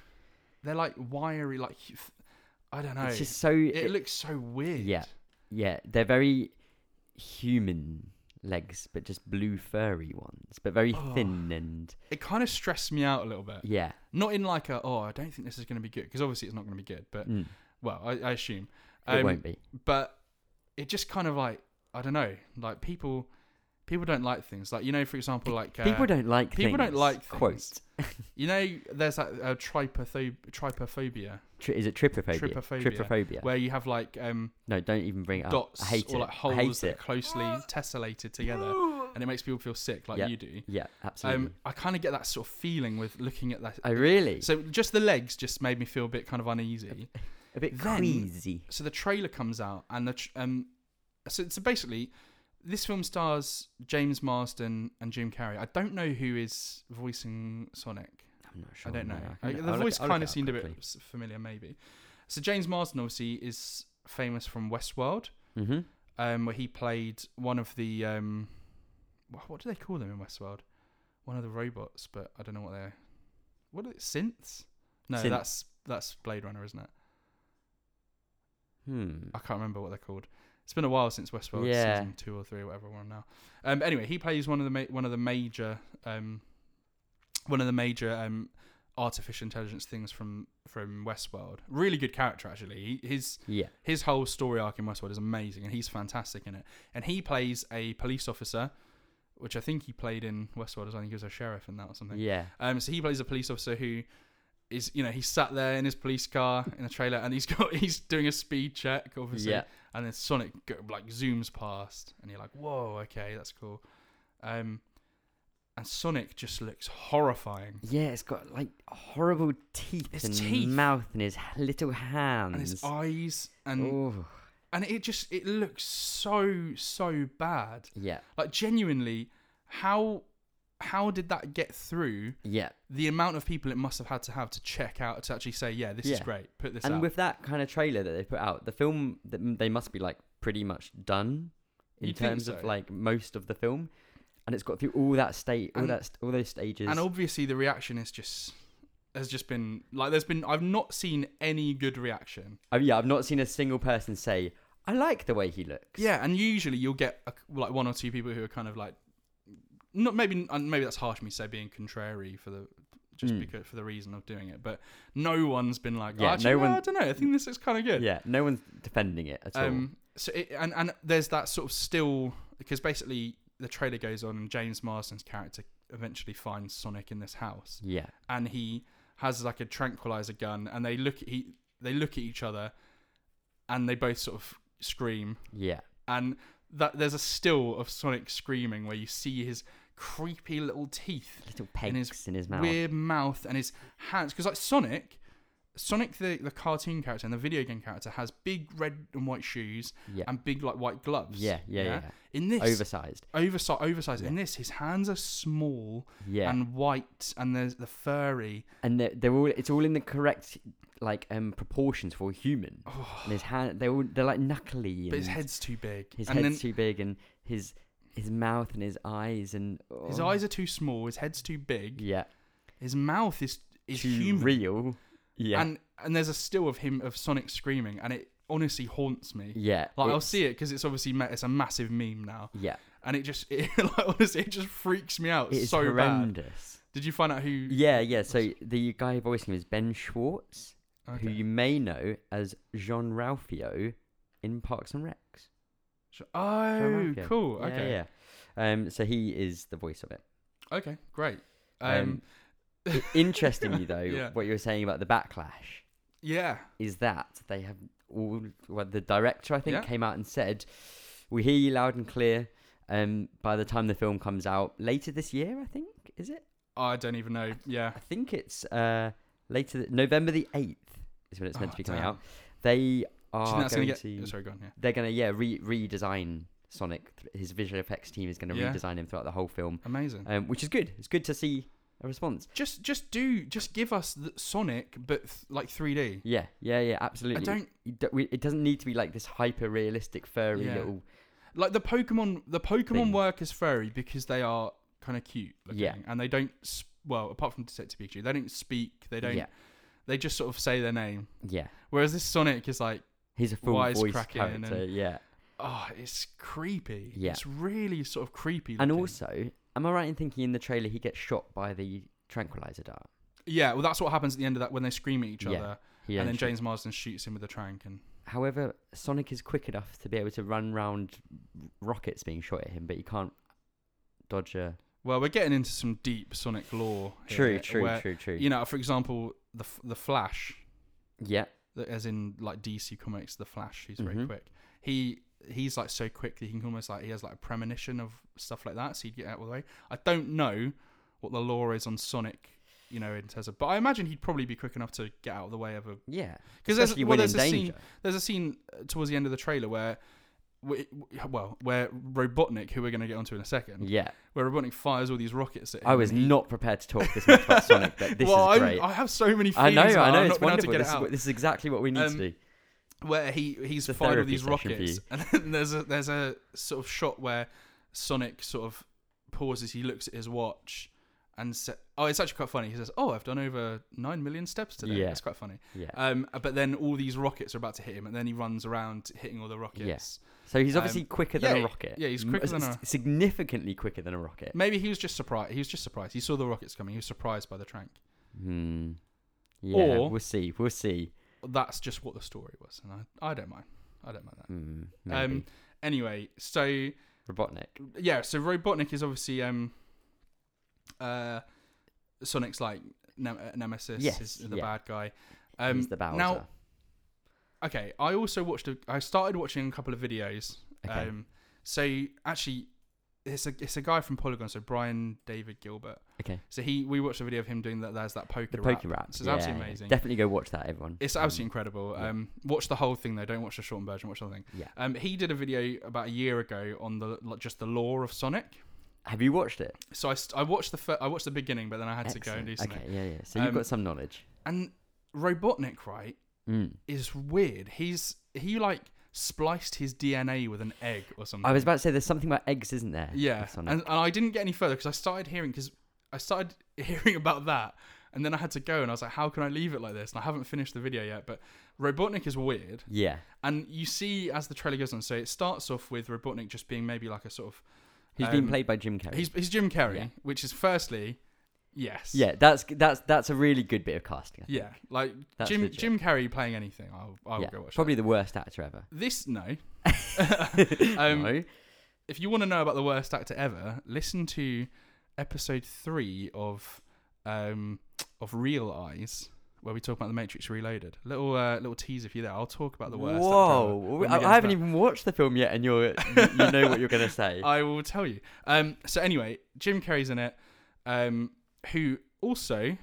S2: they're like wiry, like I don't know.
S1: It's just so.
S2: it,
S1: it-
S2: looks so weird.
S1: yeah. yeah, they're very human legs, but just blue furry ones, but very
S2: Oh. Uh,
S1: thin and
S2: It kind of stressed me out a little bit.
S1: yeah.
S2: Not in like a oh I don't think this is going to be good because obviously it's not going to be good. But
S1: Mm.
S2: well, I, I assume
S1: It
S2: Um,
S1: won't be.
S2: But it just kind of like I don't know. Like people, people don't like things. Like you know, for example, like uh,
S1: people don't like
S2: people don't
S1: things,
S2: like things.
S1: quote.
S2: You know, there's that uh, tripotho- trypophobia
S1: Tri- is it trypophobia?
S2: Trypophobia.
S1: Trypophobia.
S2: where you have like um,
S1: no, don't even bring it up.
S2: dots
S1: Oh, I hate
S2: or
S1: it.
S2: like
S1: I hate
S2: holes that are
S1: it.
S2: closely tessellated together, and it makes people feel sick, like
S1: Yeah.
S2: you do.
S1: Yeah, absolutely.
S2: Um, I kind of get that sort of feeling with looking at that.
S1: I really
S2: So just the legs just made me feel a bit kind of uneasy.
S1: a bit
S2: then-
S1: queasy.
S2: So the trailer comes out, and the tr- um, so, so basically, this film stars James Marsden and Jim Carrey. I don't know who is voicing Sonic.
S1: I'm not sure.
S2: I don't know.
S1: I
S2: I-
S1: can-
S2: the
S1: I'll look
S2: voice
S1: it- I'll look
S2: kind
S1: it
S2: of
S1: up
S2: seemed a
S1: quickly.
S2: bit s- familiar, maybe. So James Marsden obviously is famous from Westworld,
S1: Mhm.
S2: um, where he played one of the um, wha- what do they call them in Westworld? One of the robots, but I don't know what they're. What are they, synths? No,
S1: Synth.
S2: that's that's Blade Runner, isn't it?
S1: Hmm.
S2: I can't remember what they're called. It's been a while since Westworld
S1: Yeah.
S2: season two or three or whatever we're on now. Um, but anyway, he plays one of the ma- one of the major um, one of the major um, artificial intelligence things from from Westworld. Really good character actually. He, his
S1: Yeah.
S2: his whole story arc in Westworld is amazing, and he's fantastic in it. And he plays a police officer, which I think he played in Westworld. as well. I think he was a sheriff in that or something.
S1: Yeah.
S2: Um, so he plays a police officer who is, you know, he's sat there in his police car in a trailer, and he's got he's doing a speed check, obviously.
S1: Yeah.
S2: And then Sonic go, like zooms past, and you're like, "Whoa, okay, that's cool." Um, and Sonic just looks horrifying,
S1: Yeah, it's got like horrible teeth
S2: His
S1: and
S2: teeth.
S1: mouth and his h- little
S2: and
S1: hands.
S2: his eyes, and
S1: oh,
S2: and it just it looks so so bad.
S1: yeah,
S2: Like genuinely, how how did that get through?
S1: yeah.
S2: The amount of people it must have had to have to check out to actually say, "Yeah, this is
S1: Yeah.
S2: great. Put this
S1: and
S2: out."
S1: with that kind of trailer that they put out, the film th- m- they must be like pretty much done in
S2: You'd think
S1: terms of
S2: so.
S1: like most of the film, and it's got through all that state, all
S2: And-
S1: that, st- all those stages.
S2: and obviously the reaction is just has just been like there's been I've not seen any good reaction.
S1: Oh, yeah, I've not seen a single person say I like the way he looks.
S2: Yeah, and usually you'll get a, like one or two people who are kind of like not maybe and maybe that's harsh me to say being contrary for the just
S1: Mm.
S2: because for the reason of doing it, but no one's been like
S1: Yeah,
S2: yeah,
S1: no
S2: actually, no
S1: one-
S2: I don't know, I think this is kind of good.
S1: yeah. No one's defending it at all.
S2: Um, so it, and and there's that sort of still because basically the trailer goes on and James Marsden's character eventually finds Sonic in this house.
S1: yeah,
S2: and he has like a tranquilizer gun and they look at he they look at each other and they both sort of scream
S1: yeah,
S2: and that there's a still of Sonic screaming where you see his creepy little teeth
S1: little
S2: And his
S1: pegs in his mouth.
S2: weird mouth and his hands because like Sonic Sonic the, the cartoon character and the video game character has big red and white shoes
S1: yeah.
S2: and big like white gloves
S1: yeah, yeah, yeah,
S2: in this
S1: yeah. Oversized.
S2: oversized oversized in
S1: Yeah.
S2: this his hands are small
S1: Yeah.
S2: and white and there's the furry
S1: and they're, they're all it's all in the correct like um proportions for a human
S2: Oh.
S1: and his hand they're all they're like knuckly
S2: But his
S1: and
S2: head's too big.
S1: his
S2: and
S1: head's
S2: then
S1: too big and his his mouth and his eyes and
S2: his
S1: oh,
S2: eyes are too small. His head's too big.
S1: yeah
S2: His mouth is is
S1: too
S2: human.
S1: real yeah
S2: And and there's a still of him of Sonic screaming, and it honestly haunts me.
S1: yeah
S2: Like I'll
S1: it's-
S2: see it because it's obviously ma- it's a massive meme now,
S1: yeah
S2: and it just it, like honestly it just freaks me out
S1: it's
S2: so bad.
S1: horrendous
S2: Did you find out who?
S1: yeah yeah so the guy voicing him is Ben Schwartz
S2: Okay.
S1: who you may know as Jean Ralphio in Parks and Recs
S2: oh,
S1: Jean Ralphio.
S2: cool.
S1: Yeah,
S2: Okay.
S1: yeah, um so he is the voice of it
S2: Okay. Great.
S1: Um,
S2: Um,
S1: I- interestingly though
S2: Yeah.
S1: what you were saying about the backlash
S2: yeah.
S1: is that they have all well, the director I think
S2: Yeah.
S1: came out and said, "We hear you loud and clear." Um, by the time the film comes out later this year, I think is it?
S2: I don't even know. Yeah.
S1: I think it's uh later th- November the eighth is when it's meant
S2: Oh,
S1: to be coming
S2: damn.
S1: out. They
S2: Do you think
S1: are
S2: that's
S1: going
S2: gonna
S1: to
S2: get. Sorry, go on. Yeah.
S1: they're going to yeah re- redesign Sonic. Th- His visual effects team is going to
S2: Yeah.
S1: redesign him throughout the whole film,
S2: Amazing.
S1: um, which is good. It's good to see a response.
S2: just just do just give us the Sonic but th- like 3D.
S1: Yeah, yeah, yeah,
S2: I
S1: absolutely.
S2: don't
S1: You don't- we- it doesn't need to be like this hyper realistic furry
S2: Yeah.
S1: little
S2: like the Pokemon the Pokemon
S1: Thing.
S2: work as furry because they are kind of cute looking
S1: Yeah.
S2: and they don't s- well apart from Detective Pikachu they don't speak they don't
S1: yeah
S2: they just sort of say their name
S1: yeah
S2: whereas this Sonic is like
S1: He's a full voice
S2: wisecracking and-
S1: character, yeah.
S2: oh, it's creepy.
S1: Yeah.
S2: It's really sort of creepy.
S1: And
S2: looking.
S1: also, am I right in thinking in the trailer he gets shot by the tranquilizer dart?
S2: yeah, well, that's what happens at the end of that when they scream at each
S1: Yeah.
S2: other,
S1: He
S2: and then
S1: ends up-
S2: James Marsden shoots him with a trank, and
S1: However, Sonic is quick enough to be able to run round rockets being shot at him, but he can't dodge a.
S2: well, we're getting into some deep Sonic lore.
S1: True,
S2: here,
S1: true,
S2: where,
S1: true, true.
S2: You know, for example, the F- the Flash,
S1: yeah,
S2: that- as in like DC Comics, the Flash, who's very
S1: Mhm.
S2: quick. He he's like so quick that he can almost like he has like a premonition of stuff like that, so he'd get out of the way. I don't know what the law is on Sonic, you know, in terms of, but I imagine he'd probably be quick enough to get out of the way of a
S1: yeah.
S2: because there's,
S1: Especially
S2: well,
S1: when
S2: there's
S1: in
S2: a scene
S1: danger.
S2: there's a scene uh, towards the end of the trailer where w- well where Robotnik, who we're going to get onto in a second,
S1: Yeah,
S2: where Robotnik fires all these rockets at him.
S1: I was
S2: and he-
S1: not prepared to talk this much about Sonic, but this
S2: well,
S1: is
S2: I'm-
S1: great.
S2: I have so many.
S1: I
S2: Feelings
S1: know,
S2: about it,
S1: I know.
S2: I've
S1: It's
S2: not been able to
S1: wonderful.
S2: get it
S1: This is,
S2: out.
S1: what- this is exactly what we need
S2: Um,
S1: to do.
S2: where he he's
S1: a
S2: fired all
S1: therapy
S2: these
S1: session for
S2: rockets,
S1: you.
S2: and then there's a there's a sort of shot where Sonic sort of pauses. He looks at his watch and sa- "Oh, it's actually quite funny." He says, "Oh, I've done over nine million steps today."
S1: Yeah.
S2: That's quite funny.
S1: Yeah.
S2: Um, but then all these rockets are about to hit him, and then he runs around hitting all the rockets.
S1: so he's obviously quicker than
S2: Um, yeah,
S1: a rocket.
S2: yeah, he's
S1: M-
S2: quicker than
S1: s-
S2: a-
S1: significantly quicker than a rocket.
S2: Maybe he was just surprised. He was just surprised. He saw the rockets coming. He was surprised by the trank.
S1: Hmm. Yeah,
S2: Mm. Or-
S1: we'll see. We'll see.
S2: That's just what the story was, and I, I don't mind. I don't mind that.
S1: Hmm,
S2: Um,
S1: maybe.
S2: anyway, so
S1: Robotnik.
S2: yeah, so Robotnik is obviously um, uh, Sonic's like ne- uh, nemesis.
S1: Yes,
S2: is the
S1: yeah.
S2: bad guy. Um,
S1: he's the Bowser.
S2: now, okay, I also watched. A, I started watching a couple of videos.
S1: Okay.
S2: Um, so actually, it's a it's a guy from Polygon. So Brian David Gilbert.
S1: okay.
S2: So he we watched a video of him doing that. There's that poker.
S1: The
S2: rap.
S1: Poke Rap.
S2: So it's
S1: yeah,
S2: absolutely
S1: yeah.
S2: amazing.
S1: Definitely go watch that, everyone.
S2: It's
S1: Um,
S2: absolutely incredible.
S1: yeah.
S2: Um, watch the whole thing though. Don't watch the shortened version. Watch the whole thing.
S1: Yeah.
S2: Um, he did a video about a year ago on the like, just the lore of Sonic.
S1: Have you watched it?
S2: So I, st- I watched the fir- I watched the beginning, but then I had to go
S1: Excellent.
S2: and do something.
S1: Okay, yeah, yeah. So you've
S2: Um,
S1: got some knowledge.
S2: And Robotnik, right,
S1: Mm.
S2: is weird. He's he like spliced his DNA with an egg or something.
S1: I was about to say there's something about eggs, isn't there?
S2: Mm. yeah,
S1: with
S2: and,
S1: Sonic?
S2: and I didn't get any further because I started hearing because I started hearing about that, and then I had to go and I was like, how can I leave it like this? And I haven't finished the video yet, but Robotnik is weird.
S1: yeah.
S2: And you see as the trailer goes on, so it starts off with Robotnik just being maybe like a sort of
S1: Who's being
S2: um,
S1: played by Jim Carrey?
S2: he's he's Jim Carrey,
S1: Yeah.
S2: which is firstly, yes,
S1: Yeah, that's that's that's a really good bit of casting. I think.
S2: Yeah, like
S1: That's
S2: Jim
S1: legit.
S2: Jim Carrey playing anything, I'll I'll
S1: Yeah,
S2: go watch.
S1: probably the worst actor ever.
S2: that. this no. um,
S1: no?
S2: If you want to know about the worst actor ever, listen to episode three of um of Real Eyes, where we talk about the Matrix Reloaded. Little uh, little teaser for you there. I'll talk about the worst. actor ever when
S1: Whoa,
S2: we
S1: I,
S2: get to
S1: I haven't
S2: that.
S1: even watched the film yet, and you're you, you know what you're gonna say.
S2: I will tell you. Um. So anyway, Jim Carrey's in it. Um. Who also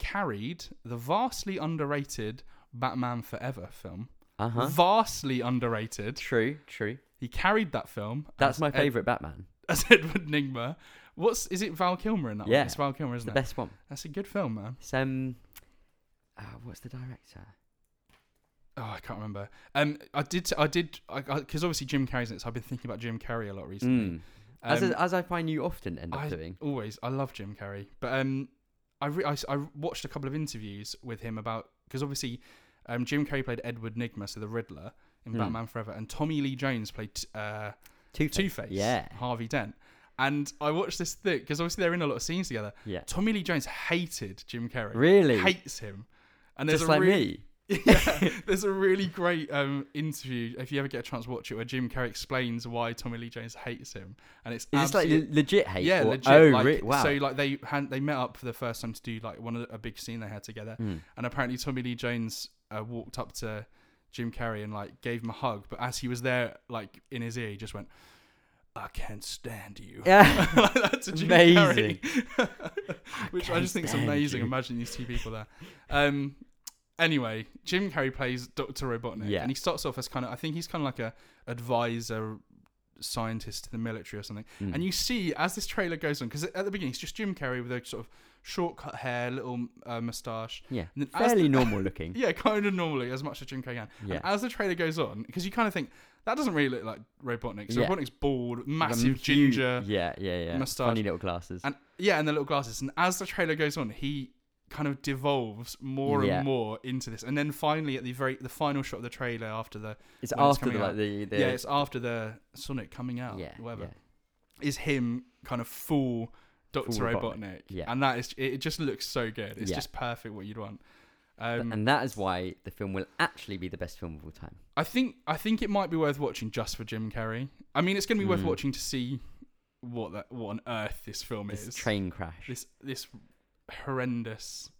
S2: carried the vastly underrated Batman Forever film.
S1: Uh huh.
S2: Vastly underrated.
S1: True, true.
S2: He carried that film.
S1: That's
S2: as
S1: my
S2: Ed-
S1: favorite Batman.
S2: as Edward Nigma. What's is it Val Kilmer in that
S1: Yeah.
S2: one? It's Val Kilmer,
S1: It's
S2: isn't
S1: the
S2: it?
S1: best one.
S2: That's a good film, man.
S1: It's, um, uh, what's the director?
S2: Oh, I can't remember. Um, I did, I did, because obviously Jim Carrey's in it, so I've been thinking about Jim Carrey a lot recently.
S1: Mm. As,
S2: Um,
S1: as I find you often end up
S2: I-
S1: doing.
S2: always, I love Jim Carrey, but um, I, re- I s- I watched a couple of interviews with him about because obviously, um, Jim Carrey played Edward Nigma, so the Riddler in
S1: Mm.
S2: Batman Forever, and Tommy Lee Jones played uh,
S1: Two
S2: Two Face,
S1: Yeah,
S2: Harvey Dent. And I watched this thing because obviously they're in a lot of scenes together.
S1: yeah.
S2: Tommy Lee Jones hated Jim Carrey.
S1: Really?
S2: hates him. And there's
S1: Just
S2: a
S1: like
S2: really,
S1: me.
S2: Yeah, there's a really great um, interview if you ever get a chance to watch it where Jim Carrey explains why Tommy Lee Jones hates him, and it's
S1: Is this like
S2: absolute-
S1: le- legit hate?
S2: yeah
S1: or-
S2: legit
S1: Oh,
S2: like,
S1: re- wow.
S2: so like they had they met up for the first time to do like one of the, a big scene they had together,
S1: Mm.
S2: and apparently Tommy Lee Jones uh, walked up to Jim Carrey and like gave him a hug, but as he was there like in his ear, he just went, "I can't stand you."
S1: Yeah.
S2: like that to Jim
S1: Amazing.
S2: Carrey. Which I
S1: can't
S2: just think is
S1: stand
S2: amazing.
S1: you.
S2: Imagine these two people there. Um, anyway, Jim Carrey plays Doctor Robotnik,
S1: Yeah.
S2: and he starts off as kind of I think he's kind of like a advisor scientist to the military or something.
S1: Mm.
S2: Hmm. And you see as this trailer goes on, because at the beginning it's just Jim Carrey with a sort of shortcut hair, little uh, moustache.
S1: Hmm. yeah,
S2: and then as
S1: fairly
S2: the-
S1: normal looking.
S2: Yeah, kind of normally as much as Jim Carrey can.
S1: Yeah.
S2: And as the trailer goes on, because you kind of think that doesn't really look like Robotnik. So
S1: Yeah.
S2: Robotnik's bald,
S1: Like a
S2: massive
S1: huge-
S2: ginger,
S1: Yeah, yeah, yeah.
S2: moustache.
S1: Funny little glasses.
S2: and yeah, and the little glasses. And as the trailer goes on, he kind of devolves more
S1: Yeah.
S2: and more into this, and then finally at the very the final shot of the trailer after the
S1: It's
S2: when it's
S1: after the,
S2: coming
S1: like
S2: out.
S1: the, the
S2: yeah, it's after the Sonic coming out,
S1: yeah,
S2: whatever,
S1: yeah.
S2: is him kind of full Doctor
S1: Full
S2: Robotnik,
S1: Robotnik, yeah.
S2: and that is it. it Just looks so good. It's
S1: Yeah.
S2: just perfect what you'd want.
S1: Th-
S2: Um,
S1: and that is why the film will actually be the best film of all time.
S2: I think I think it might be worth watching just for Jim Carrey. I mean, it's going to be worth
S1: Mm.
S2: watching to see what that what on earth this film
S1: This
S2: is.
S1: train crash.
S2: this this horrendous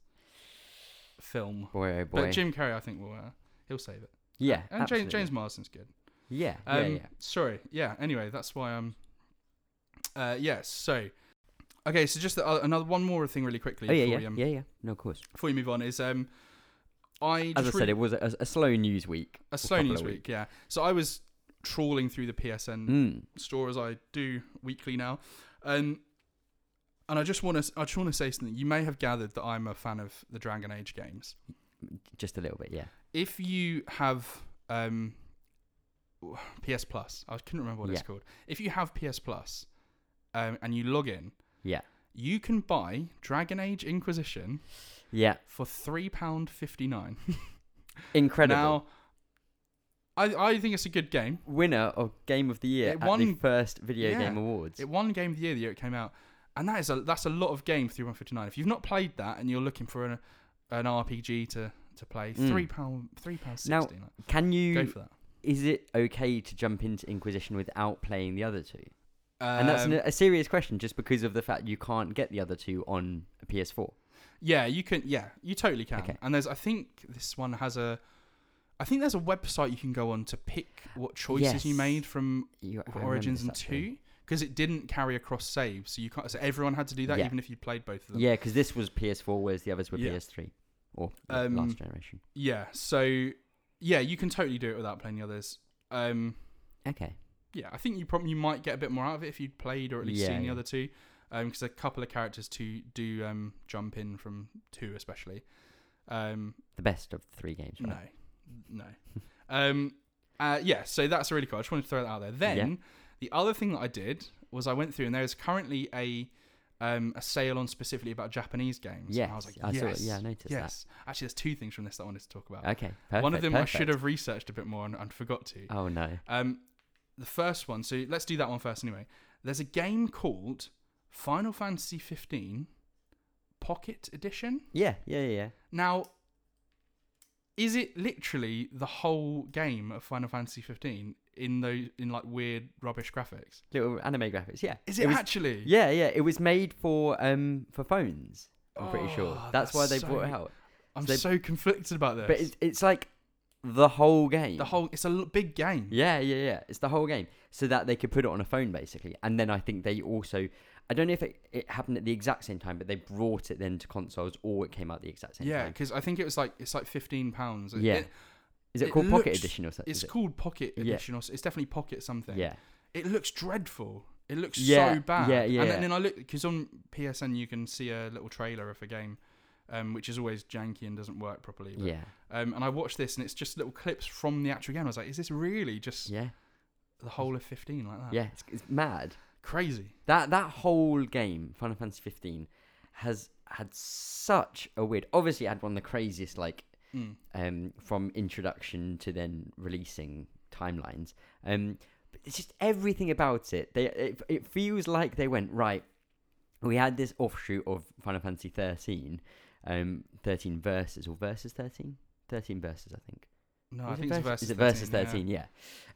S2: film.
S1: boy, oh boy.
S2: But Jim Carrey, I think will uh, he'll save it.
S1: yeah,
S2: And James,
S1: absolutely.
S2: James Marsden's good.
S1: Yeah, yeah,
S2: Um,
S1: yeah.
S2: Sorry, yeah. Anyway, that's why I'm. Uh, yes. so, okay. So just the, uh, another one more thing, really quickly,
S1: Oh yeah,
S2: before,
S1: yeah,
S2: we, um,
S1: yeah, yeah. No, of course.
S2: before you move on, is um, I
S1: As
S2: just
S1: I
S2: really-
S1: said, it was a, a slow news week.
S2: a
S1: or
S2: slow
S1: couple
S2: news
S1: of
S2: week,
S1: weeks.
S2: yeah. So I was trawling through the PSN
S1: Mm.
S2: store as I do weekly now, um, and I just want to I just want to say something. You may have gathered that I'm a fan of the Dragon Age games.
S1: Just a little bit, yeah.
S2: If you have um, PS Plus, I couldn't remember what it's
S1: Yeah.
S2: called. If you have PS Plus, um, and you log in,
S1: Yeah.
S2: you can buy Dragon Age Inquisition
S1: Yeah.
S2: for three pound fifty nine.
S1: Incredible.
S2: Now, I I think it's a good game.
S1: Winner of Game of the Year
S2: It
S1: at the
S2: won-
S1: first Video
S2: yeah.
S1: Game Awards.
S2: It won Game of the Year the year it came out, and that is a that's a lot of game for 159. If you've not played that and you're looking for an an RPG to to play,
S1: Mm.
S2: three pound three pound
S1: Now,
S2: sixty. like,
S1: Can
S2: go
S1: you?
S2: for that.
S1: Is it okay to jump into Inquisition without playing the other two? and that's
S2: Um,
S1: an, a serious question, just because of the fact you can't get the other two on a PS4.
S2: yeah, you can. Yeah, you totally can.
S1: Okay.
S2: And there's I think this one has a. I think there's a website you can go on to pick what choices you
S1: Yes.
S2: made from
S1: You, I remember
S2: Origins
S1: this
S2: and
S1: actually.
S2: two because it didn't carry across save, so you can't. So everyone had to do that,
S1: Yeah.
S2: even if you played both of them.
S1: Yeah, because this was PS4, whereas the others were
S2: Yeah.
S1: PS3 or the
S2: Um,
S1: last generation.
S2: Yeah, So yeah, you can totally do it without playing the others. Um,
S1: Okay.
S2: yeah, I think you probably you might get a bit more out of it if you'd played or at least
S1: Yeah,
S2: seen the
S1: yeah.
S2: other two, because a couple of characters to do um, jump in from two especially. Um,
S1: The best of the three games, right?
S2: no, no. um, uh, yeah, so that's really cool. I just wanted to throw that out there. Then the other thing that I did was I went through and there is currently a um, a sale on specifically about Japanese games.
S1: Yes,
S2: and I was like,
S1: I
S2: yes,
S1: saw it. Yeah, I noticed
S2: yes. Actually, there's two things from this that I wanted to talk about.
S1: that. Okay, perfect.
S2: One of them I should
S1: perfect.
S2: have researched a bit more and, and forgot to.
S1: Oh no.
S2: Um, the first one. So let's do that one first, anyway. There's a game called Final Fantasy 15 Pocket Edition.
S1: Yeah, yeah, yeah. yeah.
S2: Now, is it literally the whole game of Final Fantasy 15 in those in like weird rubbish graphics?
S1: Little anime graphics. Yeah.
S2: Is it,
S1: was,
S2: actually?
S1: Yeah, yeah. It was made for um for phones. I'm pretty sure.
S2: Oh,
S1: That's, why
S2: that's
S1: they
S2: so
S1: brought it out.
S2: I'm
S1: They-
S2: so conflicted about this.
S1: But it's, it's like the whole game.
S2: the whole it's a l- big game.
S1: Yeah, yeah, yeah. It's the whole game, so that they could put it on a phone basically. And then I think they also, I don't know if it, it happened at the exact same time, but they brought it then to consoles, or it came out at the exact same
S2: Yeah,
S1: time.
S2: because I think it was like it's like 15 pounds. It-
S1: Yeah.
S2: it-
S1: Is it,
S2: it
S1: called Pocket
S2: looks-
S1: Edition or something?
S2: it's called Pocket
S1: Yeah.
S2: Edition, or s- it's definitely Pocket something.
S1: Yeah,
S2: it looks dreadful. It looks
S1: Yeah,
S2: so bad.
S1: yeah,
S2: And
S1: yeah.
S2: then, then I look because on PSN you can see a little trailer of a game, um, which is always janky and doesn't work properly. but-
S1: yeah,
S2: Um, and I watched this and it's just little clips from the actual game. I was like, is this really just
S1: yeah,
S2: the whole of 15 like that?
S1: yeah. It's, it's mad.
S2: Crazy.
S1: That that whole game, Final Fantasy 15, has had such a weird. Obviously, it had one of the craziest like
S2: Mm.
S1: um, from introduction to then releasing timelines. Um, but it's just everything about it. They it, it feels like they went right. We had this offshoot of Final Fantasy 13, um, 13 verses or verses 13, 13 verses, I think.
S2: No,
S1: Is
S2: I
S1: it
S2: think it's
S1: verse-
S2: versus
S1: Is it versus
S2: 13. yeah.
S1: 13? Yeah.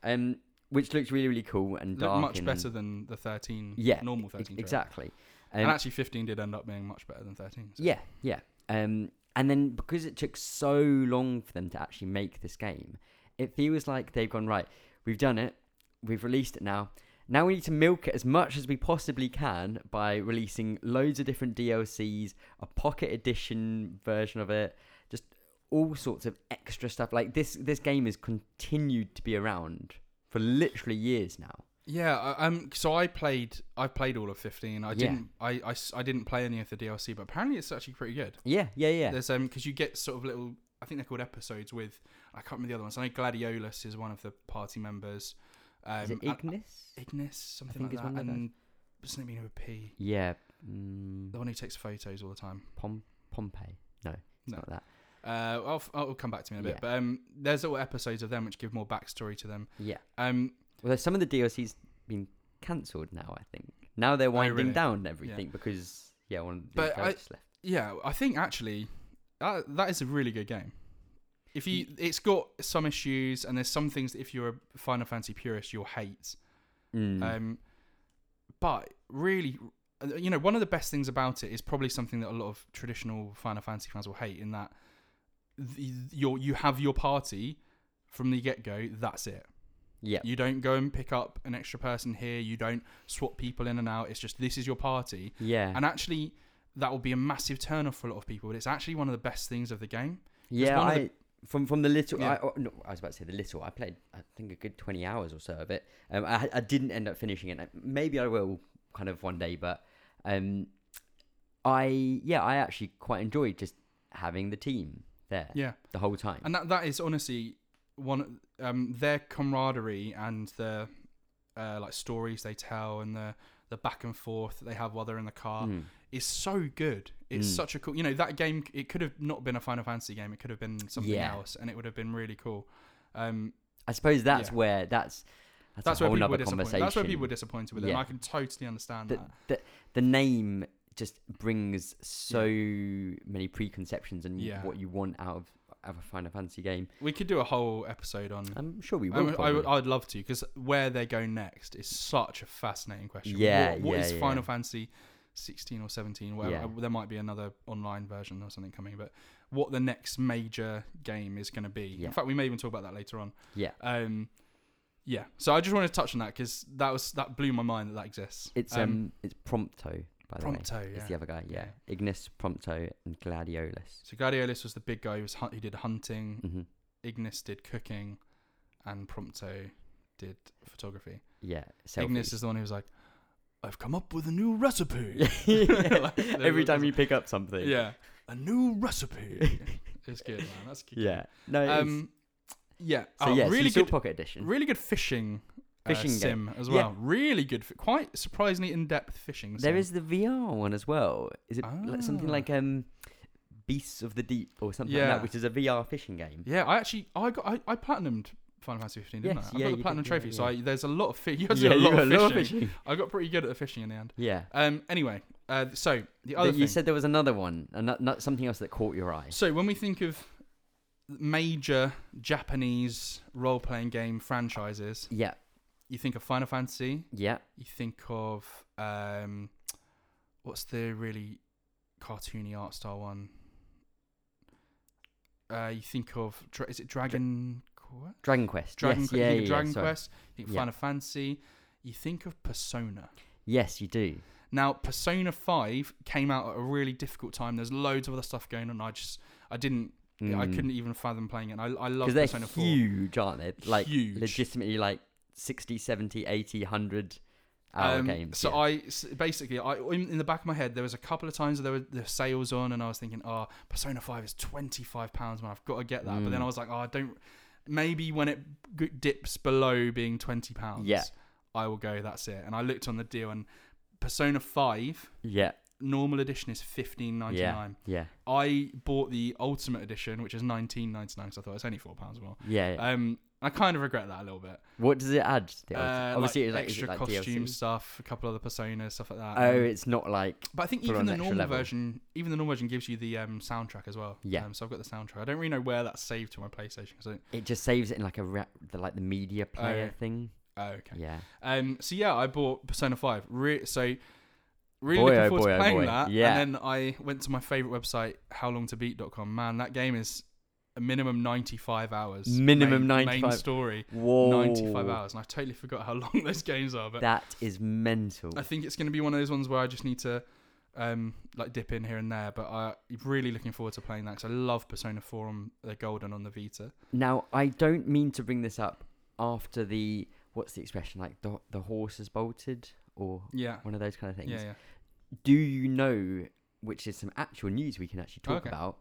S1: Um, which looked really really cool and
S2: Looked
S1: dark.
S2: much
S1: and,
S2: better than the 13,
S1: Yeah,
S2: normal
S1: e-
S2: 13. trailer.
S1: Exactly.
S2: and
S1: Um,
S2: actually, 15 did end up being much better than 13. so-
S1: Yeah, yeah. Um, and then because it took so long for them to actually make this game, it feels like they've gone right. We've done it. We've released it now. Now we need to milk it as much as we possibly can by releasing loads of different DLCs, a pocket edition version of it, just all sorts of extra stuff. Like this, this game has continued to be around for literally years now.
S2: Yeah, I, um, so I played, I played all of fifteen. I
S1: Yeah.
S2: didn't, I, I s- I didn't play any of the DLC, but apparently it's actually pretty good.
S1: Yeah, yeah, yeah.
S2: There's um, because you get sort of little, I think they're called episodes with, I can't remember the other ones. I know Gladiolus is one of the party members. Um,
S1: Is it
S2: and-
S1: Ignis?
S2: Ignis, something
S1: think
S2: like
S1: it's one
S2: that,
S1: of those.
S2: and something with a P.
S1: yeah. Mm,
S2: The one who takes photos all the time.
S1: Pom- Pompeii. No, it's
S2: No.
S1: not that.
S2: Uh, I'll, f- I'll come back to me in a bit.
S1: Yeah.
S2: But um, there's little episodes of them which give more backstory to them.
S1: Yeah.
S2: Um,
S1: Well, some of the DLC's been cancelled now. I think now they're winding
S2: Oh, really?
S1: down everything because yeah, one of the
S2: But I-
S1: developers left.
S2: yeah, I think actually that that is a really good game. If you, it's got some issues, and there's some things that if you're a Final Fantasy purist, you'll hate.
S1: Mm.
S2: Um, but really, uh, you know, one of the best things about it is probably something that a lot of traditional Final Fantasy fans will hate in that the, your you have your party from the get go. That's it.
S1: yeah,
S2: You don't go and pick up an extra person here. You don't swap people in and out. It's just this is your party.
S1: yeah,
S2: And actually, that will be a massive turn off for a lot of people. But it's actually one of the best things of the game.
S1: yeah.
S2: one
S1: I
S2: of the-
S1: from from the little
S2: Yeah.
S1: I, oh, no, I was about to say the little I played I think a good twenty hours or so of it. Um, I I didn't end up finishing it. Maybe I will kind of one day, but um, I yeah, I actually quite enjoyed just having the team there
S2: Yeah.
S1: the whole time.
S2: And that that is honestly one um their camaraderie and the uh, like stories they tell and the the back and forth that they have while they're in the car
S1: Mm.
S2: is so good. It's
S1: Mm.
S2: such a cool. You know that game. It could have not been a Final Fantasy game. It could have been something
S1: Yeah.
S2: else, and it would have been really cool. Um,
S1: I suppose that's
S2: Yeah.
S1: where that's that's,
S2: that's
S1: a
S2: where
S1: whole
S2: people were
S1: other
S2: disappointed.
S1: conversation.
S2: That's where people were disappointed with it. And
S1: Yeah.
S2: I can totally understand
S1: the,
S2: that.
S1: the the name just brings so many preconceptions and
S2: Yeah.
S1: what you want out of, out of a Final Fantasy game.
S2: We could do a whole episode on.
S1: I'm sure we
S2: Mm-hmm. I
S1: will.
S2: would, I would,
S1: probably.
S2: I'd love to because where they go next is such a fascinating question.
S1: Yeah,
S2: what, what
S1: yeah,
S2: is
S1: yeah.
S2: Final Fantasy 16 or 17? Whatever.
S1: Yeah.
S2: Uh, There might be another online version or something coming, but what the next major game is going to be.
S1: Yeah.
S2: In fact, we may even talk about that later on.
S1: Yeah.
S2: Um, yeah. So I just wanted to touch on that because that was that blew my mind that that exists.
S1: It's um, it's Prompto by the way.
S2: Prompto.
S1: It's
S2: Yeah.
S1: the other guy, yeah.
S2: Yeah.
S1: Ignis, Prompto, and Gladiolus.
S2: so Gladiolus was the big guy who was hunt- who did hunting.
S1: hmm
S2: Ignis did cooking, and Prompto did photography.
S1: Yeah, selfies.
S2: Ignis is the one who's like, I've come up with a new recipe.
S1: Yeah.
S2: Like, there
S1: Every
S2: was-
S1: time you pick up something.
S2: yeah. A new recipe. it's good, man. That's good.
S1: Yeah. No. it is.
S2: Um, yeah.
S1: so
S2: oh,
S1: yeah,
S2: really
S1: Steel
S2: good.
S1: Pocket Edition.
S2: Really good fishing. uh,
S1: Fishing game.
S2: sim as
S1: Yeah.
S2: well. Really good. fi- Quite surprisingly in-depth fishing.
S1: There
S2: sim.
S1: is the VR one as well. Is it like something
S2: Ah.
S1: like um, Beasts of the Deep or something like
S2: Yeah.
S1: that, which is a VR fishing game?
S2: Yeah. I actually. I got. I, I platinumed. Final Fantasy 15, didn't
S1: Yes,
S2: I? I
S1: yeah,
S2: got
S1: you
S2: the
S1: did,
S2: platinum
S1: yeah,
S2: trophy, so
S1: yeah.
S2: I, there's a lot of fish. You had to do a, lot,
S1: you
S2: of
S1: got a lot of
S2: fishing.
S1: fishing.
S2: I got pretty good at the fishing in the end.
S1: Yeah.
S2: Um. Anyway, uh, so the
S1: But
S2: other
S1: you
S2: thing.
S1: said there was another one, and not, not something else that caught your eye.
S2: So when we think of major Japanese role-playing game franchises,
S1: Yeah,
S2: you think of Final Fantasy,
S1: yeah,
S2: you think of um, what's the really cartoony art style one? Uh, you think of Dra- is it Dragon Quest?
S1: Dragon Quest.
S2: Dragon,
S1: yes,
S2: Que-
S1: yeah,
S2: you think
S1: yeah,
S2: of Dragon
S1: sorry.
S2: Quest. You think of
S1: Yeah.
S2: Final Fantasy. You think of Persona.
S1: Yes, you do.
S2: Now, Persona Five came out at a really difficult time. There's loads of other stuff going on. I just I didn't I couldn't even fathom playing it. And I, I
S1: because Mm.
S2: love
S1: Hmm. they're
S2: Persona 4.
S1: huge, aren't they? Like
S2: Huge.
S1: legitimately, like 60, 70, 80, 100 hour
S2: Um,
S1: games.
S2: So
S1: yeah.
S2: I s I basically I in, in the back of my head there was a couple of times there were the sales on and I was thinking, oh, Persona Five is twenty five pounds, man. I've got to get that. But then
S1: Mm.
S2: I was like, oh, I don't. Maybe when it g- dips below being twenty pounds,
S1: Yeah.
S2: I will go. That's it. And I looked on the deal and Persona Five
S1: yeah,
S2: normal edition is fifteen ninety nine.
S1: yeah,
S2: I bought the ultimate edition, which is nineteen ninety nine, because I thought it's only four pounds more.
S1: yeah. yeah.
S2: Um, I kind of regret that a little bit.
S1: what does it add? to the ulti-
S2: Uh,
S1: Obviously,
S2: like
S1: it's
S2: extra
S1: like, is it like
S2: costume
S1: DLC?
S2: stuff, a couple other personas, stuff like that.
S1: Oh,
S2: Um,
S1: it's not like
S2: but I think
S1: full
S2: even
S1: on
S2: the
S1: extra
S2: normal
S1: level.
S2: version, even the normal version gives you the um, soundtrack as well.
S1: Yeah.
S2: Um, so I've got the soundtrack. I don't really know where that's saved to my PlayStation. 'cause I don't-
S1: it just saves it in like a ra- the, like the media player thing.
S2: oh, okay.
S1: Yeah.
S2: Um, so yeah, I bought Persona Five. Re- so really
S1: Boy,
S2: looking
S1: oh
S2: forward
S1: boy,
S2: to
S1: oh
S2: playing
S1: boy.
S2: that.
S1: Yeah.
S2: And then I went to my favorite website, howlongtobeat.com. Man, that game is a minimum ninety-five hours.
S1: Minimum Oh.
S2: main, Main
S1: 95
S2: story,
S1: Whoa.
S2: ninety-five hours, and I totally forgot how long those games are. But
S1: That is mental.
S2: I think it's going to be one of those ones where I just need to um, like dip in here and there. But I'm really looking forward to playing that because I love Persona 4 on the Golden on the Vita.
S1: Now, I don't mean to bring this up after the what's the expression like the the horse has bolted or
S2: Yeah.
S1: one of those kind of things.
S2: Yeah, yeah.
S1: Do you know which is some actual news we can actually talk
S2: Okay.
S1: about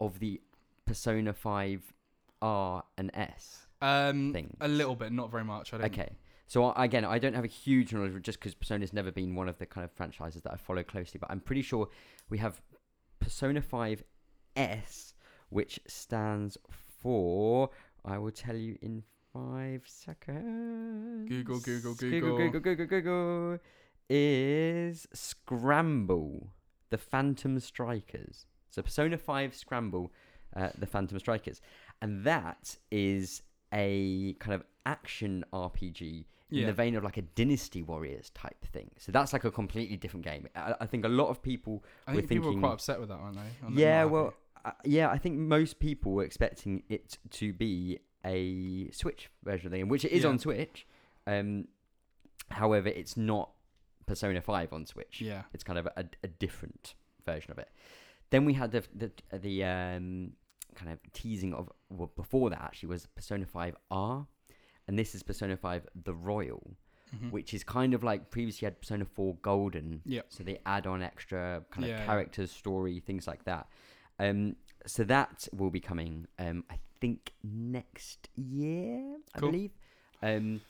S1: of the Persona Five R and S?
S2: Um,
S1: Things.
S2: A little bit, not very much. I don't.
S1: Okay. So I- again, I don't have a huge knowledge just because Persona's never been one of the kind of franchises that I follow closely, but I'm pretty sure we have Persona 5 S, which stands for. I will tell you in five seconds.
S2: Google, Google,
S1: Google,
S2: Google.
S1: Google, Google, Google. Is Scramble the Phantom Strikers? So Persona Five Scramble, uh, the Phantom Strikers, and that is a kind of action RPG in
S2: Yeah.
S1: the vein of like a Dynasty Warriors type thing. So that's like a completely different game. I, I think a lot of people
S2: I
S1: We're
S2: think people
S1: thinking-
S2: are quite upset with that, aren't they? I'm
S1: yeah,
S2: Oh, not
S1: well,
S2: happy.
S1: uh, yeah, I think most people were expecting it to be a Switch version of the game, which it is
S2: Yeah.
S1: on Switch. Um, however, it's not Persona Five on Switch.
S2: yeah,
S1: It's kind of a, a different version of it. Then we had the the, the um, kind of teasing of well, before that actually was Persona Five R, and this is Persona Five the Royal
S2: Mhm.
S1: which is kind of like previously had Persona 4 Golden.
S2: Yep.
S1: So they add on extra kind
S2: Yeah,
S1: of
S2: yeah.
S1: characters, story, things like that. Um, so that will be coming, um, I think, next year, I
S2: Cool.
S1: believe. Um,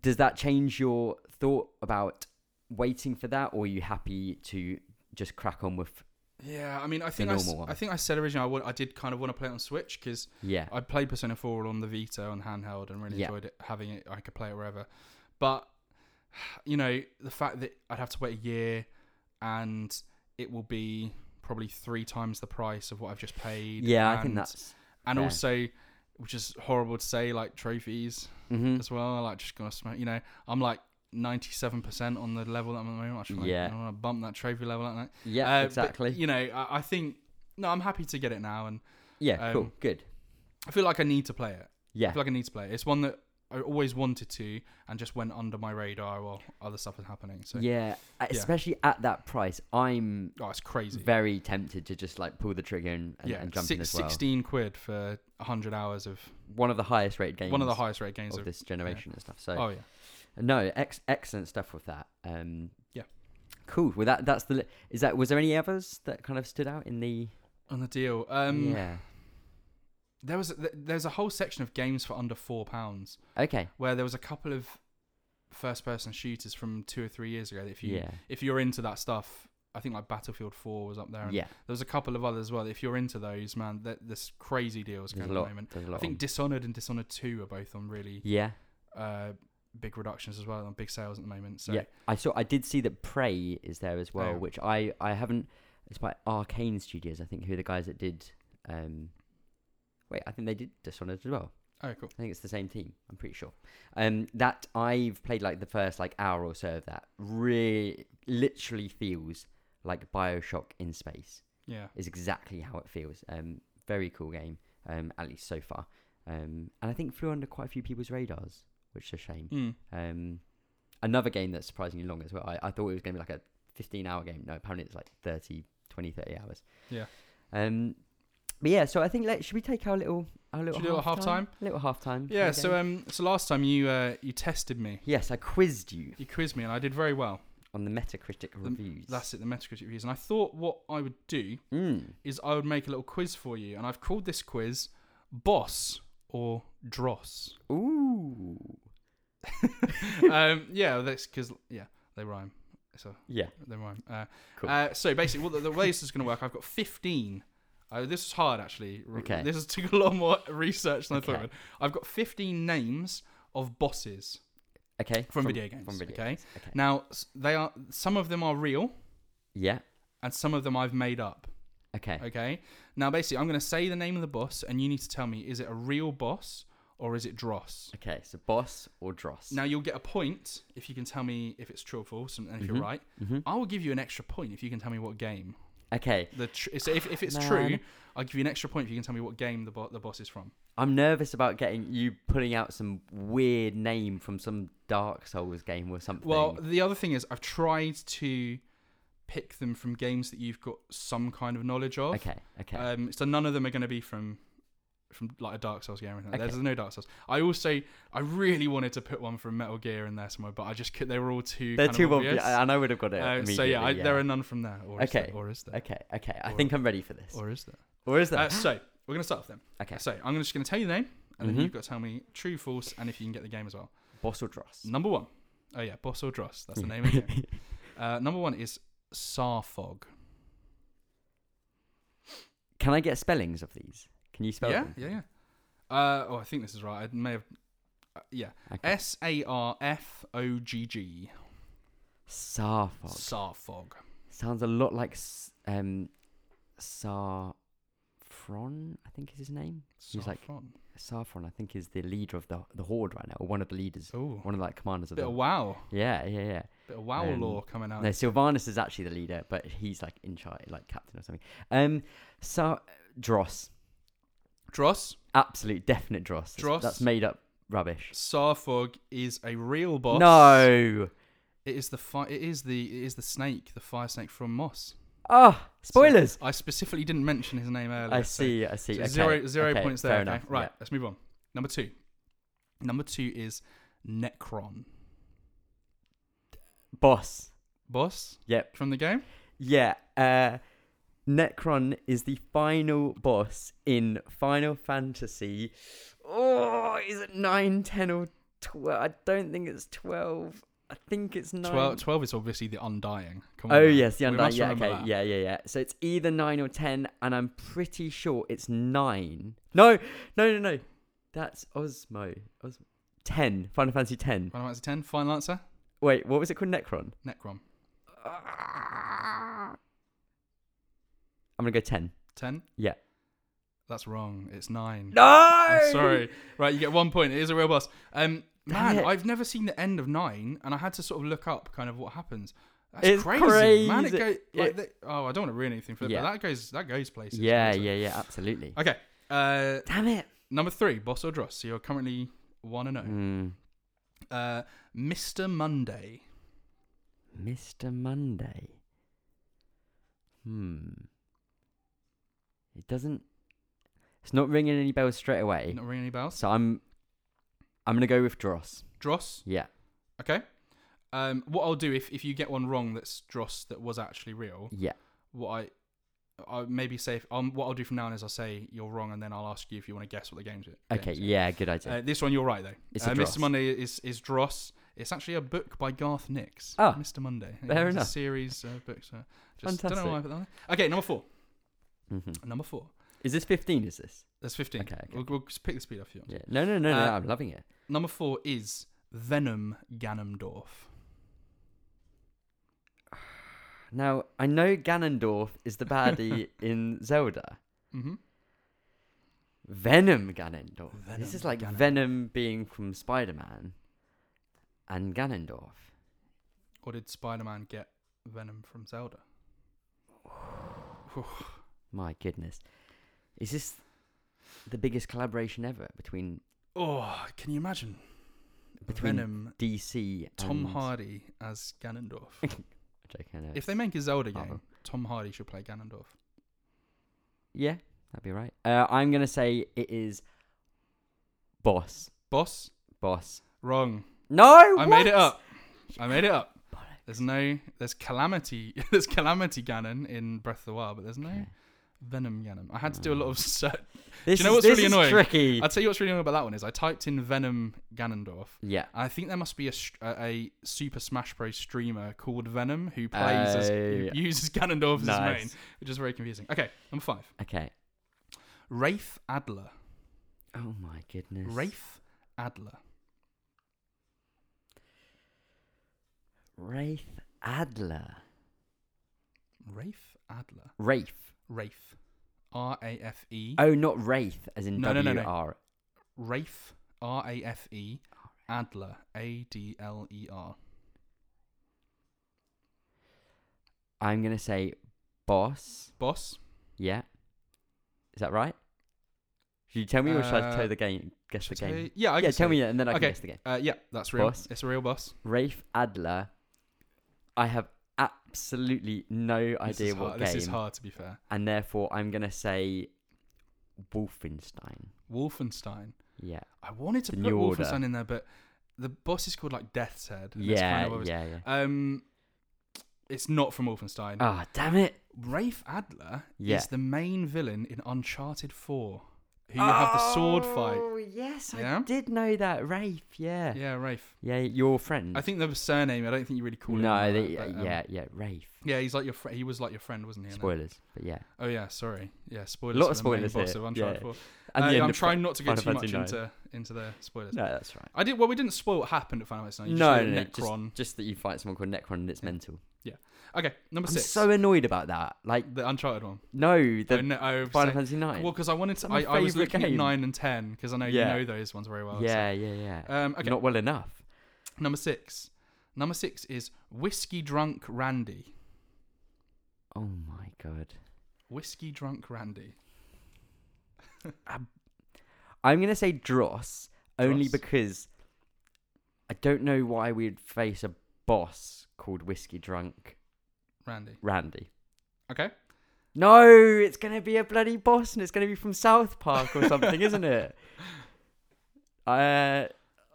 S1: does that change your thought about waiting for that, or are you happy to just crack on with,
S2: yeah. I mean, I think I, s-
S1: normal one.
S2: I think I said originally I, would, I did kind of want to play it on Switch because
S1: yeah,
S2: I played Persona 4 on the Vita on handheld and really
S1: Yeah.
S2: enjoyed it, having it. I could play it wherever. But, you know, the fact that I'd have to wait a year and it will be probably three times the price of what I've just paid.
S1: yeah,
S2: and,
S1: I think that's
S2: And
S1: fair.
S2: also, which is horrible to say, like trophies
S1: mhm.
S2: as well. Like, just gonna smoke, you know, I'm like 97% on the level that I'm at the moment. I just wanna-
S1: Yeah.
S2: I want to bump that trophy level up.
S1: yeah,
S2: Uh, but,
S1: exactly,
S2: you know, I, I think, no, I'm happy to get it now. And
S1: yeah,
S2: um,
S1: cool, good,
S2: I feel like I need to play it. I
S1: yeah,
S2: feel like I need to play. it. It's one that I always wanted to, and just went under my radar while other stuff was happening. So
S1: yeah, especially at that price, I'm
S2: oh, it's crazy.
S1: very tempted to just like pull the trigger and, and,
S2: yeah,
S1: and jump
S2: six,
S1: in as well.
S2: sixteen quid for hundred hours of
S1: One of the highest rated games.
S2: one of the highest rate games
S1: of,
S2: of.
S1: this generation and stuff. So
S2: oh yeah,
S1: no, ex- excellent stuff with that. Um,
S2: Yeah.
S1: cool. Well, that that's the li- is that was there any others that kind of stood out in the
S2: on the deal. Um,
S1: yeah
S2: there was th- there's a whole section of games for under four pounds
S1: okay
S2: where there was a couple of first person shooters from two or three years ago. That if you
S1: yeah
S2: if you're into that stuff, I think like Battlefield Four was up there. And
S1: yeah
S2: There was a couple of others as well. If you're into those, man, th- there's crazy deals
S1: there's
S2: going
S1: a
S2: at the
S1: lot
S2: moment.
S1: there's a
S2: I
S1: lot
S2: think
S1: on.
S2: Dishonored and Dishonored Two are both on really
S1: um, yeah
S2: uh, big reductions as well, on big sales at the moment. So
S1: yeah I saw I did see that Prey is there as well
S2: yeah.
S1: which I I haven't it's by Arcane Studios I think who are the guys that did um wait I think they did Dishonored as well
S2: oh cool,
S1: I think it's the same team. I'm pretty sure. Um, that I've played like the first like hour or so of that. Really, literally feels like Bioshock in space.
S2: yeah,
S1: Is exactly how it feels. Um, very cool game. Um, at least so far. Um, and I think flew under quite a few people's radars, which is a shame.
S2: mm.
S1: Um, another game that's surprisingly long as well. I, I thought it was going to be like a 15 hour game. No, apparently it's like 30, 20, 30 hours.
S2: Yeah.
S1: Um, but yeah, so I think let should we take our little our little
S2: Should we do a
S1: half
S2: half-time?
S1: little half time?
S2: yeah. So um, so last time you uh, you tested me,
S1: yes, I quizzed you
S2: you quizzed me, and I did very well.
S1: on the Metacritic reviews.
S2: Um, That's it, the Metacritic reviews. And I thought what I would do
S1: Mm.
S2: is I would make a little quiz for you, and I've called this quiz "Boss" or "Dross."
S1: Ooh.
S2: um, yeah, that's because yeah, they rhyme. So
S1: Yeah.
S2: They rhyme. Uh,
S1: Cool.
S2: uh, so basically, what the, the way this is going to work, I've got 15. Uh, this is hard, actually. R-
S1: Okay.
S2: This has took a lot more research than I
S1: Okay.
S2: thought. it would. I've got 15 names of bosses
S1: Okay.
S2: from, video games.
S1: From video
S2: okay.
S1: games. Okay.
S2: Now s- they are. Some of them are real,
S1: yeah.
S2: and some of them I've made up.
S1: Okay.
S2: Okay. Now basically, I'm going to say the name of the boss, and you need to tell me is it a real boss or is it Dross.
S1: Okay. So boss or dross.
S2: Now you'll get a point if you can tell me if it's true or false, and and if
S1: Mhm.
S2: you're right.
S1: Mhm.
S2: I will give you an extra point if you can tell me what game.
S1: Okay.
S2: The tr- so if, if it's
S1: Man.
S2: true, I'll give you an extra point if you can tell me what game the, bo- the boss is from.
S1: I'm nervous about getting you pulling out some weird name from some Dark Souls game or something.
S2: Well, the other thing is, I've tried to pick them from games that you've got some kind of knowledge of.
S1: okay. Okay.
S2: Um, so none of them are going to be from from like a Dark Souls game or anything.
S1: Okay.
S2: There's no Dark Souls. I also I really wanted to put one from Metal Gear in there somewhere, but I just could. They were all too.
S1: They're
S2: kind
S1: too
S2: of
S1: obvious,
S2: obvious.
S1: and I would have got it.
S2: Uh, so
S1: immediately,
S2: yeah, I, there are none from there. Or Is
S1: Okay.
S2: there, or is there?
S1: Okay. Okay. I
S2: Or-
S1: think I'm ready for this. Or,
S2: Or is there?
S1: is there?
S2: Uh, so we're gonna start off then.
S1: okay.
S2: So I'm just gonna tell you the name, and
S1: Mhm.
S2: then you've got to tell me true, false, and if you can get the game as well.
S1: Boss or dross.
S2: Number one. Oh yeah, Boss or Dross. That's the name of the game. Uh, number one is Sarfog.
S1: Can I get spellings of these? Can you spell
S2: yeah,
S1: them?
S2: yeah, yeah. Uh, oh, I think this is right. I may have. Uh, yeah.
S1: Okay.
S2: S A R F O G G.
S1: Sarfog.
S2: Sarfog.
S1: Sounds a lot like s- um, Sarfron, I think is his name. He's like- Sarfron, I think, is the leader of the the Horde right now, or one of the leaders,
S2: Oh,
S1: one of like commanders of
S2: bit
S1: the.
S2: of wow.
S1: yeah, yeah, yeah.
S2: Bit of wow
S1: Um,
S2: lore coming out.
S1: No, Sylvanus is actually the leader, but he's like in charge, like captain or something. Um, Sar Dross,
S2: Dross.
S1: absolute definite Dross. That's-
S2: Dross?
S1: That's made up rubbish.
S2: Sarfog is a real boss.
S1: No.
S2: It is the fi- It is the. It is the snake. The fire snake from Moss.
S1: Ah,
S2: So
S1: spoilers.
S2: I specifically didn't mention his name earlier.
S1: I
S2: so-
S1: see. I see.
S2: So
S1: okay,
S2: zero zero
S1: okay,
S2: points
S1: fair
S2: there. okay.
S1: enough,
S2: Right,
S1: yeah.
S2: let's move on. Number two. Number two is Necron.
S1: Boss.
S2: Boss?
S1: Yep.
S2: From the game?
S1: Yeah. Uh, Necron is the final boss in Final Fantasy. Oh, is it 9, 10, or 12? I don't think it's 12. I think it's 9.
S2: 12, 12 is obviously the Undying. Come on
S1: Oh
S2: now.
S1: yes, the
S2: We
S1: Undying.
S2: must
S1: Yeah,
S2: remember
S1: okay,
S2: that.
S1: yeah, yeah, yeah. So it's either nine or ten, and I'm pretty sure it's nine. No, no, no, no. That's Osmo. Osmo. Ten. Final Fantasy ten.
S2: Final Fantasy 10, final answer?
S1: Wait, what was it called? Necron.
S2: Necron.
S1: I'm gonna go ten.
S2: 10?
S1: Yeah.
S2: That's wrong. It's 9.
S1: No.
S2: I'm sorry. Right, you get one point. It is a real boss. Um,
S1: Damn
S2: man,
S1: it.
S2: I've never seen the end of 9, and I had to sort of look up kind of what happens. That's
S1: It's
S2: crazy. Man, it
S1: crazy.
S2: goes.
S1: It-
S2: Like, they- oh, I don't want to ruin anything for it,
S1: Yeah.
S2: but that goes, that goes places.
S1: Yeah,
S2: honestly.
S1: yeah, yeah. Absolutely.
S2: Okay. Uh,
S1: Damn it.
S2: Number three, Boss or Dross. So you're currently 1 and 0.
S1: Mm.
S2: Uh, Mr. Monday.
S1: Mr. Monday. Hmm. It doesn't. It's not ringing any bells straight away.
S2: Not ringing any bells.
S1: So I'm I'm gonna go with Dross.
S2: Dross.
S1: Yeah.
S2: Okay. Um, what I'll do if, if you get one wrong that's Dross that was actually real,
S1: Yeah.
S2: what I I maybe say if, um, what I'll do from now on is I'll say you're wrong and then I'll ask you if you want to guess what the game's.
S1: Okay,
S2: game's in.
S1: yeah, good idea.
S2: Uh, this one you're right though.
S1: It's a
S2: uh,
S1: Dross.
S2: Mr. Monday is is Dross. It's actually a book by Garth Nix.
S1: Ah,
S2: Mr. Monday.
S1: fair
S2: it's
S1: enough.
S2: A series of books. Uh, just Don't
S1: Fantastic.
S2: know why I put that. on there. Okay, number four.
S1: hmm
S2: Number four.
S1: Is this fifteen, is this?
S2: That's 15.
S1: Okay, okay.
S2: We'll, we'll just pick the speed off you.
S1: Yeah. No no no no,
S2: Uh,
S1: I'm loving it.
S2: Number four is Venom Ganondorf.
S1: Now I know Ganondorf is the baddie in Zelda.
S2: hmm
S1: Venom Ganondorf. this is
S2: Venom
S1: like
S2: Ganondorf.
S1: Venom being from Spider Man and Ganondorf.
S2: Or did Spider Man get Venom from Zelda?
S1: My goodness. Is this the biggest collaboration ever between
S2: Oh, can you imagine?
S1: Between
S2: Venom,
S1: DC and
S2: Tom Hardy as Ganondorf.
S1: Joking, I know
S2: if
S1: it's-
S2: they make a Zelda game,
S1: Marvel.
S2: Tom Hardy should play Ganondorf.
S1: Yeah, that'd be right. Uh, I'm gonna say it is boss.
S2: Boss?
S1: Boss.
S2: Wrong.
S1: No,
S2: I made it up. I made it up. There's no, there's Calamity, there's Calamity Ganon in Breath of the Wild, but there's no Venom Ganon. I had to
S1: Mm.
S2: do a lot of search.
S1: This
S2: you know
S1: is,
S2: what's
S1: this
S2: really
S1: is
S2: annoying?
S1: Tricky.
S2: I'll tell you what's really annoying about that one is I typed in Venom Ganondorf.
S1: yeah.
S2: I think there must be a, str- a, a Super Smash Bros. streamer called Venom who plays as, who
S1: Oh.
S2: uses Ganondorf as his main,
S1: Nice.
S2: which is very confusing. Okay, number five.
S1: Okay.
S2: Rafe Adler.
S1: Oh my goodness.
S2: Rafe Adler.
S1: Wraith Adler.
S2: Rafe Adler.
S1: Wraith.
S2: Rafe. R A F E.
S1: Oh, not Wraith, as in
S2: No, no, no, no.
S1: W R.
S2: Rafe. R A F E. Adler. A D L E R.
S1: I'm gonna say boss.
S2: Boss.
S1: Yeah. Is that right? Should you tell me, or should I
S2: Uh,
S1: tell the game? Guess the
S2: Should I tell
S1: game.
S2: you- Yeah, I
S1: yeah,
S2: can
S1: tell
S2: say.
S1: me, that, and then I
S2: Okay.
S1: can guess the game.
S2: Uh, yeah, that's real.
S1: Boss.
S2: It's a real boss.
S1: Rafe Adler. I have absolutely no
S2: This
S1: idea
S2: is
S1: what
S2: hard.
S1: game,
S2: This is hard to be fair.
S1: and therefore I'm gonna say Wolfenstein.
S2: Wolfenstein.
S1: Yeah,
S2: I wanted to
S1: The
S2: put
S1: New Order.
S2: Wolfenstein in there, but the boss is called like Death's Head. and it's
S1: yeah,
S2: kind of obvious.
S1: yeah, yeah.
S2: Um, it's not from Wolfenstein.
S1: Ah, damn it!
S2: Rafe Adler
S1: Yeah.
S2: is the main villain in Uncharted Four. who you have the sword fight.
S1: Oh, Yes, I
S2: Yeah?
S1: did know that, Rafe. Yeah, yeah,
S2: Yeah, Rafe.
S1: your friend.
S2: I think the surname. I don't think you really call him.
S1: Hmm. no,
S2: that,
S1: they,
S2: but, um,
S1: yeah, yeah, Rafe.
S2: yeah. He's like your. Fr- he was like your friend, wasn't he? in it?
S1: Spoilers, but yeah,
S2: Oh yeah, sorry. Yeah, spoilers.
S1: Lot of
S2: for the main
S1: spoilers
S2: boss
S1: here,
S2: of Uncharted
S1: yeah.
S2: 4.
S1: And
S2: Uh,
S1: the
S2: yeah,
S1: end
S2: I'm
S1: of-
S2: trying not to go
S1: Final
S2: too much
S1: Fantasy IX.
S2: into into the spoilers.
S1: No, that's right.
S2: I did. Well, we didn't spoil what happened at Final Fantasy. IX, you
S1: no,
S2: just
S1: no,
S2: did
S1: no,
S2: Necron.
S1: Just, just that you fight someone called Necron and it's mental.
S2: Okay, number
S1: I'm
S2: six.
S1: so annoyed about that. Like,
S2: the Uncharted one.
S1: no,
S2: The,
S1: the
S2: oh, no, oh,
S1: Final
S2: say-
S1: Fantasy Nine.
S2: well, because I wanted to.
S1: They're my
S2: I, I was
S1: favourite
S2: looking
S1: game.
S2: at nine and ten because I know
S1: Yeah.
S2: you know those ones very well. so-
S1: yeah, yeah, yeah.
S2: Um, okay.
S1: Not well enough.
S2: Number six. Number six is whiskey drunk Randy.
S1: Oh my god.
S2: Whiskey drunk Randy.
S1: I'm gonna say Dross only
S2: Dross.
S1: because I don't know why we'd face a boss called Whiskey Drunk
S2: Randy.
S1: Randy.
S2: Okay.
S1: No, it's gonna be a bloody boss, and it's gonna be from South Park or something, isn't it? Uh,
S2: I'm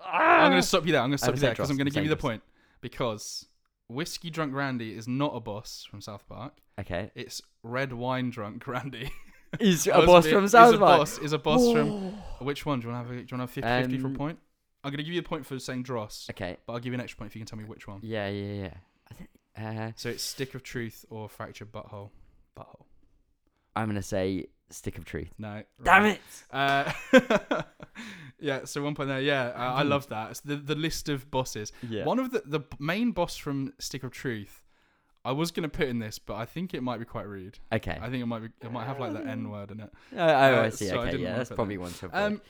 S1: ah!
S2: going to stop you there. I'm going to stop
S1: I'm
S2: you
S1: saying
S2: there because
S1: Dross,
S2: I'm going to
S1: I'm
S2: give you the
S1: saying
S2: point. Because whiskey drunk Randy is not a boss from South Park.
S1: Okay,
S2: It's red wine drunk Randy.
S1: is a
S2: Must
S1: boss
S2: be-
S1: from South
S2: is a
S1: Park.
S2: boss is a boss from
S1: Whoa.
S2: which one? Do you want to have a, do you want to have 50, 50 for
S1: Um,
S2: a point? I'm going to give you a point for saying Dross,
S1: Okay,
S2: but I'll give you an extra point if you can tell me which one.
S1: yeah, yeah, yeah. I think, uh,
S2: So it's stick of truth or fractured butthole. Butthole.
S1: I'm gonna say Stick of Truth.
S2: No. wrong.
S1: Damn it!
S2: Uh, yeah, so one point there. Yeah, I, I love that. It's the, the list of bosses.
S1: Yeah.
S2: One of the, the main boss from Stick of Truth, I was going to put in this, but I think it might be quite rude.
S1: Okay.
S2: I think it might be, it might have like the N word in it.
S1: Oh, oh, I
S2: Uh,
S1: see.
S2: so I
S1: okay,
S2: didn't
S1: yeah,
S2: wanna
S1: that's
S2: put that
S1: probably one to avoid.
S2: Um,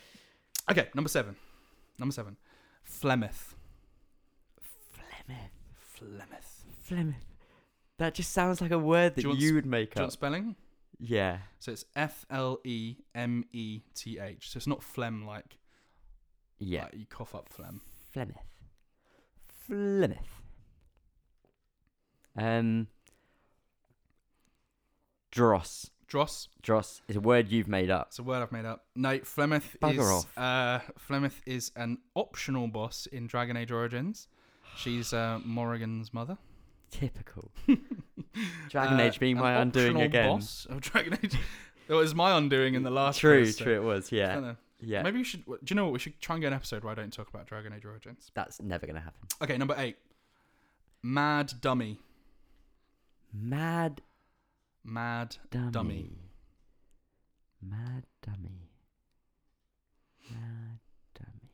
S2: okay, number seven. Number seven. Flemeth.
S1: Flemeth.
S2: Flemeth.
S1: Flemeth. That just sounds like a word that
S2: Do you
S1: you,
S2: want s-
S1: would make
S2: Do you
S1: up.
S2: want spelling?
S1: yeah.
S2: So it's F L E M E T H. So it's not phlegm like,
S1: Yeah.
S2: like you cough up phlegm.
S1: Flemeth. Flemeth. Um. Dross.
S2: Dross.
S1: Dross is a word you've made up.
S2: It's a word I've made up. No, Flemeth
S1: Bugger
S2: is
S1: off.
S2: Uh, Flemeth is an optional boss in Dragon Age Origins. She's uh, Morrigan's mother.
S1: Typical. Dragon
S2: Uh,
S1: Age being
S2: an
S1: my undoing
S2: optional
S1: again.
S2: Boss of Dragon Age. that was my undoing in the last.
S1: True,
S2: one, so-
S1: true, it was.
S2: I
S1: Yeah.
S2: don't know.
S1: Yeah.
S2: Maybe we should. Do you know what? We should try and get an episode where I don't talk about Dragon Age Origins.
S1: That's never going to happen.
S2: Okay, number eight. Mad Dummy.
S1: Mad
S2: Mad.
S1: dummy.
S2: Dummy.
S1: Mad dummy. Mad dummy.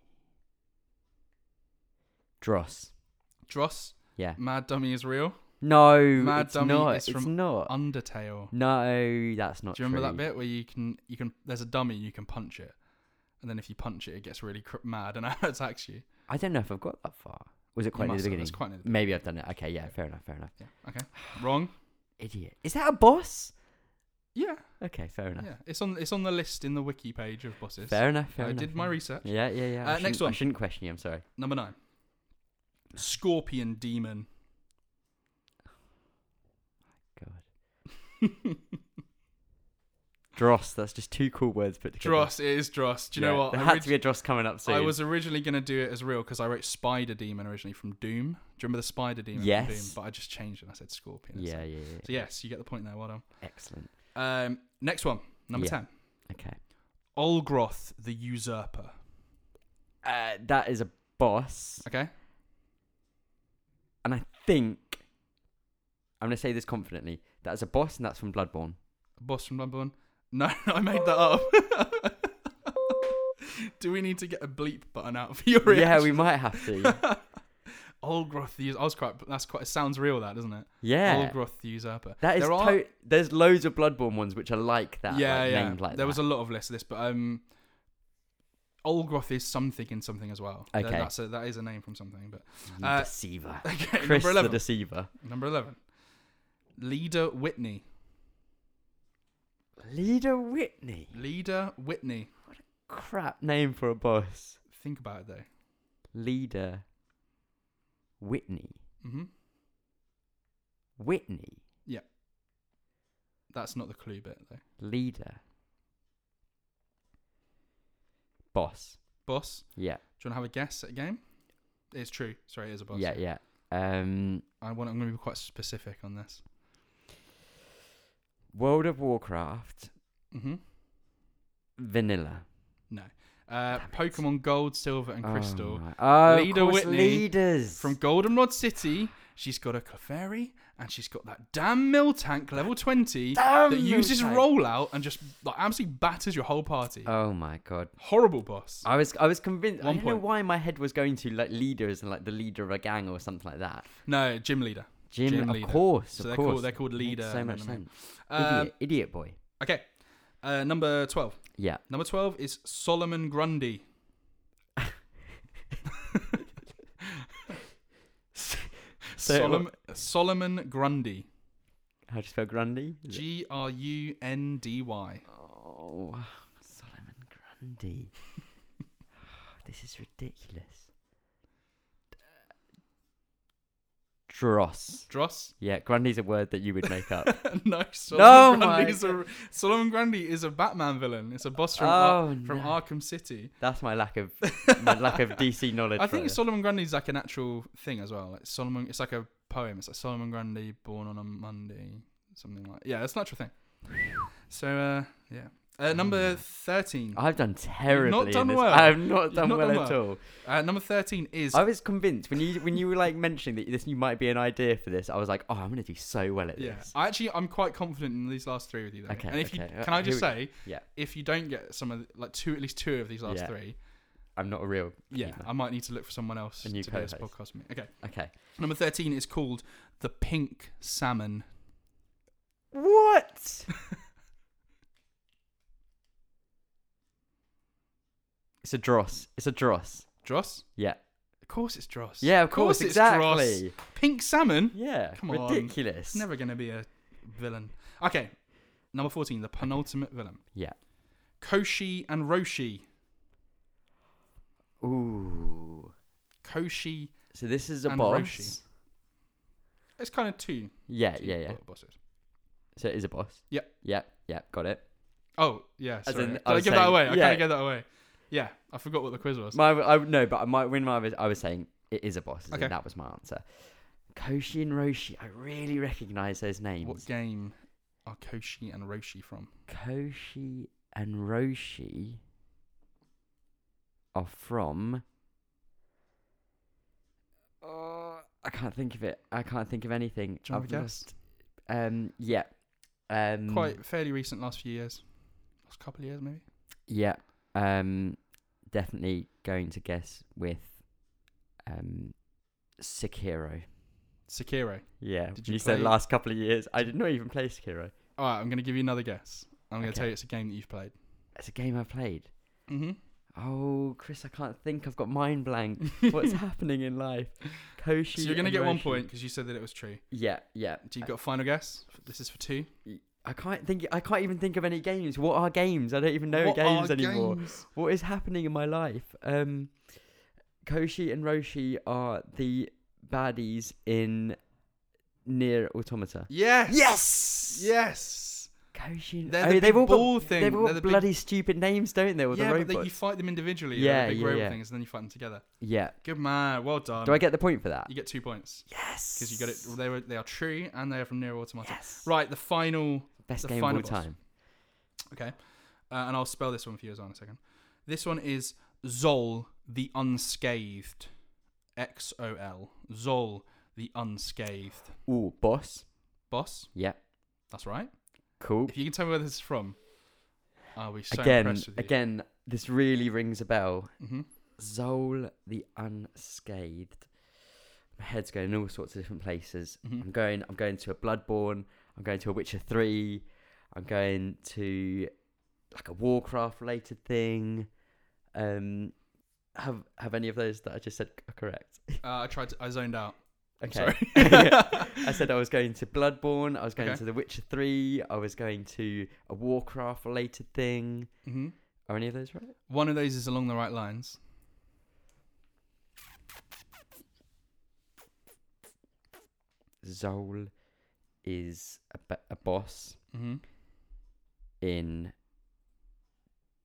S1: Dross.
S2: Dross.
S1: Yeah.
S2: Mad Dummy is real.
S1: No,
S2: Mad
S1: it's
S2: dummy
S1: not.
S2: is
S1: it's
S2: from
S1: not.
S2: Undertale.
S1: no, that's not.
S2: Do you remember that
S1: true.
S2: bit where you can you can there's a dummy you can punch it, and then if you punch it, it gets really cr- mad and attacks you.
S1: I don't know if I've got that far. Was it quite near
S2: must
S1: the
S2: have,
S1: beginning?
S2: it's quite near the
S1: Maybe I've done it. Okay, yeah, fair enough, fair enough.
S2: Yeah. Okay. Wrong.
S1: Idiot. Is that a boss?
S2: Yeah.
S1: Okay, fair enough.
S2: Yeah. It's on it's on the list in the wiki page of bosses.
S1: Fair enough. Fair
S2: I
S1: enough.
S2: did my
S1: yeah.
S2: research.
S1: Yeah, yeah, yeah. I
S2: Uh, next
S1: shouldn't- I
S2: one.
S1: shouldn't question you. I'm sorry.
S2: Number nine. Scorpion demon.
S1: Dross. That's just two cool words put together.
S2: Dross it is Dross. Do you know
S1: Yeah,
S2: what?
S1: There
S2: I
S1: had
S2: orig-
S1: to be a Dross coming up soon.
S2: I was originally gonna do it as real because I wrote Spider Demon originally from Doom. Do you remember the Spider Demon? from
S1: Yes.
S2: Doom? But I just changed it. and I said Scorpion.
S1: Yeah,
S2: instead.
S1: yeah, yeah.
S2: So yes, you get the point there. Well done.
S1: Excellent.
S2: Um, next one, number
S1: Yeah.
S2: ten.
S1: Okay.
S2: Olgroth the Usurper.
S1: Uh, that is a boss,
S2: Okay.
S1: and I think I'm gonna say this confidently. That is a boss, and that's from Bloodborne.
S2: Boss from Bloodborne. No, I made that up. Do we need to get a bleep button out for your
S1: Yeah, we
S2: reaction?
S1: might have to.
S2: Yeah, we. Olgroth the Usurper. I was quite. That's quite. It sounds real, that doesn't it?
S1: Yeah,
S2: Olgroth the Usurper.
S1: that is.
S2: There are-
S1: to- there's loads of Bloodborne ones which are like that.
S2: yeah,
S1: like,
S2: yeah.
S1: Named like
S2: there
S1: that.
S2: was a lot of lists of this, but um, Olgroth is something in something as well. Th-
S1: Okay.
S2: That's a, that is a name from something. But
S1: You
S2: uh,
S1: deceiver.
S2: okay,
S1: Chris
S2: number
S1: the
S2: eleven.
S1: deceiver.
S2: number eleven. Leader Whitney.
S1: Leader Whitney.
S2: Leader Whitney.
S1: Crap name for a boss.
S2: Think about it though.
S1: Leader Whitney.
S2: hmm
S1: Whitney.
S2: That's not the clue bit though.
S1: Leader. Boss.
S2: Boss,
S1: Yeah.
S2: do you want to have a guess at a game? It's true. Sorry, it is a boss.
S1: Yeah, yeah. Um,
S2: I want. I'm going to be quite specific on this.
S1: World of Warcraft.
S2: Mm-hmm.
S1: Vanilla.
S2: No. Uh, Pokemon Gold, Silver, and
S1: Oh,
S2: Crystal.
S1: right. Oh,
S2: Leader
S1: of course,
S2: Whitney
S1: leaders
S2: From Goldenrod City, she's got a Clefairy and she's got that damn mill tank level 20
S1: Damn
S2: that uses
S1: Miltank.
S2: rollout and just like absolutely batters your whole party.
S1: Oh my god.
S2: Horrible boss.
S1: I was I was convinced. I
S2: One
S1: don't know
S2: point.
S1: why my head was going to like leaders and like the leader of a gang or something like that.
S2: No, gym leader.
S1: Jim,
S2: Gym
S1: of
S2: leader.
S1: course,
S2: So
S1: of
S2: they're
S1: course.
S2: called, they're called
S1: Makes
S2: leader.
S1: so
S2: in
S1: much
S2: anime.
S1: sense.
S2: Um,
S1: idiot, idiot boy.
S2: okay. Uh, number 12.
S1: Yeah.
S2: Number 12 is Solomon Grundy. Solom- Solomon Grundy.
S1: How do you spell Grundy? Is it-
S2: G R U N D Y.
S1: Oh, Solomon Grundy. this is ridiculous. Dross.
S2: Dross?
S1: Yeah, Grundy's a word that you would make up.
S2: no, Solomon,
S1: my
S2: Grundy is a, Solomon Grundy is a Batman villain. It's a boss from, Ar-
S1: oh,
S2: from
S1: no.
S2: Arkham City.
S1: That's my lack of my lack of DC knowledge.
S2: I think
S1: right
S2: Solomon Grundy is like an actual thing as well. Like Solomon, it's like a poem. It's like Solomon Grundy born on a Monday, something like. Yeah, it's an actual thing. So uh, yeah, uh,
S1: Mm.
S2: number thirteen.
S1: there. I've done terribly. in
S2: done
S1: this.
S2: well.
S1: I've not
S2: You've
S1: done
S2: not
S1: well
S2: done
S1: at
S2: well.
S1: all.
S2: Uh, number thirteen is
S1: I was convinced when you when you were like mentioning that this you might be an idea for this. I was like, oh, I'm gonna do so well at
S2: yeah.
S1: this.
S2: I actually I'm quite confident in these last three with you. Though.
S1: Okay,
S2: And if
S1: okay.
S2: you
S1: Uh,
S2: can, I
S1: here
S2: just
S1: we-
S2: say
S1: yeah.
S2: If you don't get some of the, like two, at least two of these last
S1: Yeah.
S2: three,
S1: I'm not a real.
S2: yeah,
S1: keeper.
S2: I might need to look for someone else
S1: A new
S2: to do this
S1: co-host.
S2: podcast. with me. Okay,
S1: Okay.
S2: number thirteen is called the Pink Salmon.
S1: What? it's a dross. It's a dross.
S2: Dross.
S1: Yeah.
S2: Of course, it's Dross.
S1: Yeah, of course,
S2: it's Dross.
S1: exactly.
S2: Pink Salmon.
S1: Yeah.
S2: Come on.
S1: ridiculous.
S2: It's never going to be a villain. Okay, number 14, the penultimate villain.
S1: Yeah.
S2: Koshi and Roshi.
S1: Ooh.
S2: Koshi.
S1: So this is a
S2: And
S1: boss.
S2: Roshi. It's kind of two.
S1: Yeah,
S2: two
S1: Uh, yeah, yeah.
S2: bo- bosses.
S1: So it is a boss.
S2: Yep.
S1: Yep. Yep. Got it.
S2: Oh, yeah.
S1: As
S2: Sorry.
S1: in,
S2: Did
S1: I
S2: I,
S1: was
S2: give that
S1: saying-
S2: away? I
S1: yeah.
S2: kind of gave that away. Yeah, I forgot what the quiz was.
S1: My, I no, but my when my was, I was saying it is a boss. Okay.
S2: Okay.
S1: That was my answer. Koshi and Roshi. I really recognise those names.
S2: What game are Koshi and Roshi from?
S1: Koshi and Roshi are from. Oh, I can't think of it. I can't think of anything.
S2: Do you want to
S1: I've
S2: guess?
S1: lost- Um. Yeah. Um.
S2: Quite fairly recent, last few years. Last couple of years, maybe.
S1: Yeah. Um. Definitely going to guess with. Um. Sekiro.
S2: Sekiro.
S1: Yeah.
S2: Did
S1: you
S2: you
S1: said
S2: play-
S1: last couple of years. I did not even play Sekiro.
S2: All right, I'm going to give you another guess. I'm going to
S1: Okay.
S2: tell you it's a game that you've played.
S1: It's a game I played.
S2: Mm-hmm.
S1: Oh, Chris, I can't think. I've got mind blank. What's happening in life? Koshi.
S2: So you're going to
S1: and
S2: get one
S1: Roshi. Uh,
S2: point because you said that it was true.
S1: Yeah, yeah.
S2: Do you got a final guess? This is for two.
S1: I can't think. I can't even think of any games. What are games? I don't even know games anymore.
S2: games?
S1: What is happening in my life? Um, Koshi and Roshi are the baddies in Near Automata.
S2: Yes.
S1: Yes!
S2: Yes.
S1: Koshi. And...
S2: They're
S1: oh,
S2: the
S1: they've
S2: big
S1: all got
S2: ball thing.
S1: they've all
S2: They're
S1: got
S2: the big-
S1: bloody stupid names, don't they? With
S2: yeah,
S1: the
S2: but they,
S1: robots.
S2: you fight them individually. Yeah,
S1: Yeah,
S2: the big
S1: yeah,
S2: robot
S1: yeah.
S2: things, and then you fight them together.
S1: Yeah.
S2: Good man. Well done.
S1: Do I get the point for that?
S2: You get two points
S1: Yes.
S2: because you got it. They were they are true, and they are from near automata.
S1: Yes.
S2: Right. The final.
S1: Best
S2: the
S1: game of
S2: final
S1: all
S2: boss.
S1: time.
S2: Okay. Uh, and I'll spell this one for you as well in a second. This one is Zol the Unscathed. X O L. Zol the Unscathed.
S1: Ooh, boss.
S2: Boss.
S1: Yeah.
S2: That's right.
S1: Cool.
S2: If you can tell me where this is from, I'll be so
S1: again,
S2: impressed with you.
S1: again, this really rings a bell.
S2: hmm
S1: Zol the Unscathed. My head's going in all sorts of different places.
S2: Mhm.
S1: I'm going. I'm going to a Bloodborne. I'm going to a Witcher Three. I'm going to like a Warcraft related thing. Um, have have any of those that I just said are correct?
S2: Uh, I tried. To, I zoned out. I'm
S1: Okay.
S2: sorry.
S1: I said I was going to Bloodborne. I was going
S2: Okay.
S1: to The Witcher Three. I was going to a Warcraft related thing.
S2: hmm
S1: Are any of those right?
S2: One of those is along the right lines.
S1: Zol is a, b- a boss
S2: hmm
S1: in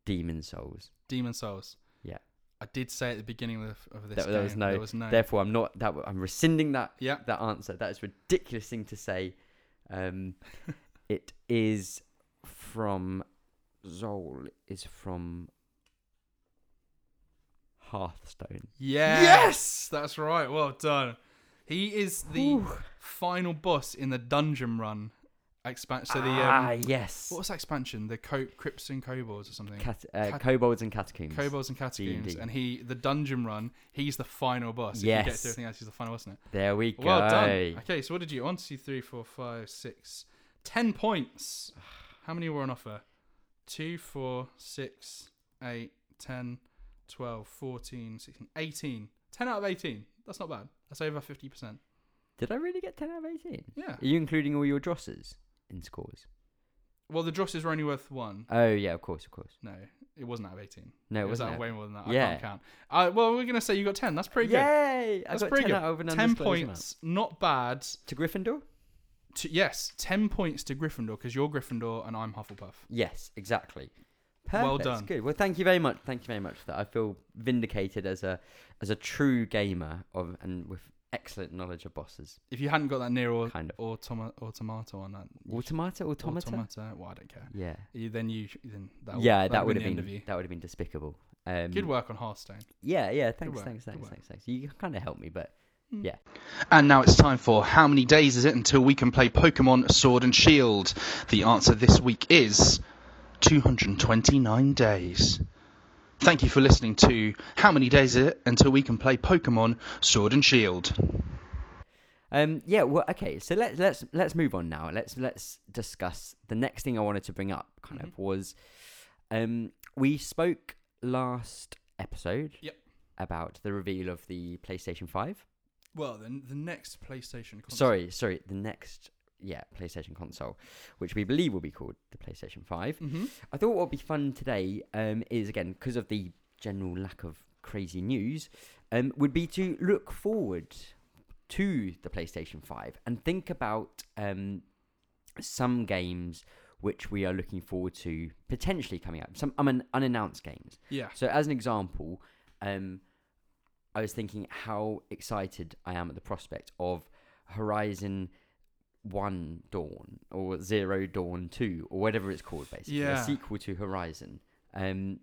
S1: Demon Souls.
S2: Demon Souls.
S1: Yeah.
S2: I did say at the beginning of, of this.
S1: There- there was
S2: game,
S1: no-
S2: There was no.
S1: Therefore, I'm not that. I'm rescinding that
S2: yeah.
S1: that answer. That is a ridiculous thing to say. Um, it is from Zol is from Hearthstone.
S2: Yeah. Yes, that's right. Well done. He is the final boss in the dungeon run expansion. So the
S1: ah
S2: um,
S1: yes,
S2: what was that expansion? The co- Crypts and Kobolds or something.
S1: Cat- uh,
S2: Cat-
S1: kobolds and catacombs.
S2: Kobolds and Catacombs,
S1: D&D.
S2: and he the dungeon run. He's the final boss. If you get
S1: Yes.
S2: to everything else, he's the final boss, isn't it?
S1: There we go.
S2: Well done. Okay, so what did you? One, two, three, four, five, six, ten points. How many were on offer? Two, four, six, eight, ten, twelve, fourteen, sixteen, eighteen. Ten out of eighteen. That's not bad. That's over fifty percent.
S1: Did I really get ten out of eighteen?
S2: Yeah.
S1: Are you including all your drosses in scores?
S2: Well, the drosses were only worth one.
S1: Oh yeah, of course, of course.
S2: No, it wasn't out of eighteen.
S1: No, it,
S2: it was
S1: wasn't.
S2: out of
S1: it?
S2: way more than that. I
S1: Yeah.
S2: can't count. Uh, well, we're gonna say you got ten. That's pretty good.
S1: Yay! I
S2: That's
S1: got
S2: pretty
S1: 10
S2: good.
S1: out of an
S2: ten
S1: undisclosed amount.
S2: points, not bad.
S1: to Gryffindor.
S2: To, yes, ten points to Gryffindor because you're Gryffindor and I'm Hufflepuff.
S1: Yes, exactly. Perfect.
S2: Well done.
S1: Good. Well, thank you very much. Thank you very much for that. I feel vindicated as a as a true gamer of and with excellent knowledge of bosses.
S2: If you hadn't got that near or
S1: Kind of.
S2: or toma- or tomato on that, you should-
S1: Automata, automata.
S2: automata. Well, I don't care.
S1: Yeah.
S2: You, then you, sh- then that. would-
S1: yeah,
S2: that,
S1: that
S2: would
S1: would have
S2: the end
S1: been,
S2: of you.
S1: that would have been despicable. Um,
S2: Good work on Hearthstone.
S1: Yeah, yeah. Thanks,
S2: work,
S1: thanks,
S2: good
S1: thanks,
S2: work.
S1: thanks, thanks. You kind of helped me, but yeah.
S3: And now it's time for how many days is it until we can play Pokemon Sword and Shield? The answer this week is 229 days. Thank you for listening to How Many Days Is It Until We Can Play Pokemon Sword and Shield?
S1: Um, yeah. Well, okay. So let's let's let's move on now. Let's let's discuss the next thing I wanted to bring up. Kind
S2: Mm-hmm.
S1: of was, um, we spoke last episode.
S2: Yep.
S1: About the reveal of the PlayStation Five.
S2: Well, then the next PlayStation. Console.
S1: Sorry, sorry. The next, yeah, PlayStation console, which we believe will be called the PlayStation Five.
S2: hmm
S1: I thought what would be fun today um, is again because of the general lack of crazy news, um, would be to look forward to the PlayStation Five and think about um, some games which we are looking forward to potentially coming out. Some um, unannounced games.
S2: Yeah.
S1: So, as an example, um, I was thinking how excited I am at the prospect of Horizon One Dawn or Zero Dawn Two or whatever it's called, basically
S2: Yeah.
S1: a sequel to Horizon. Um,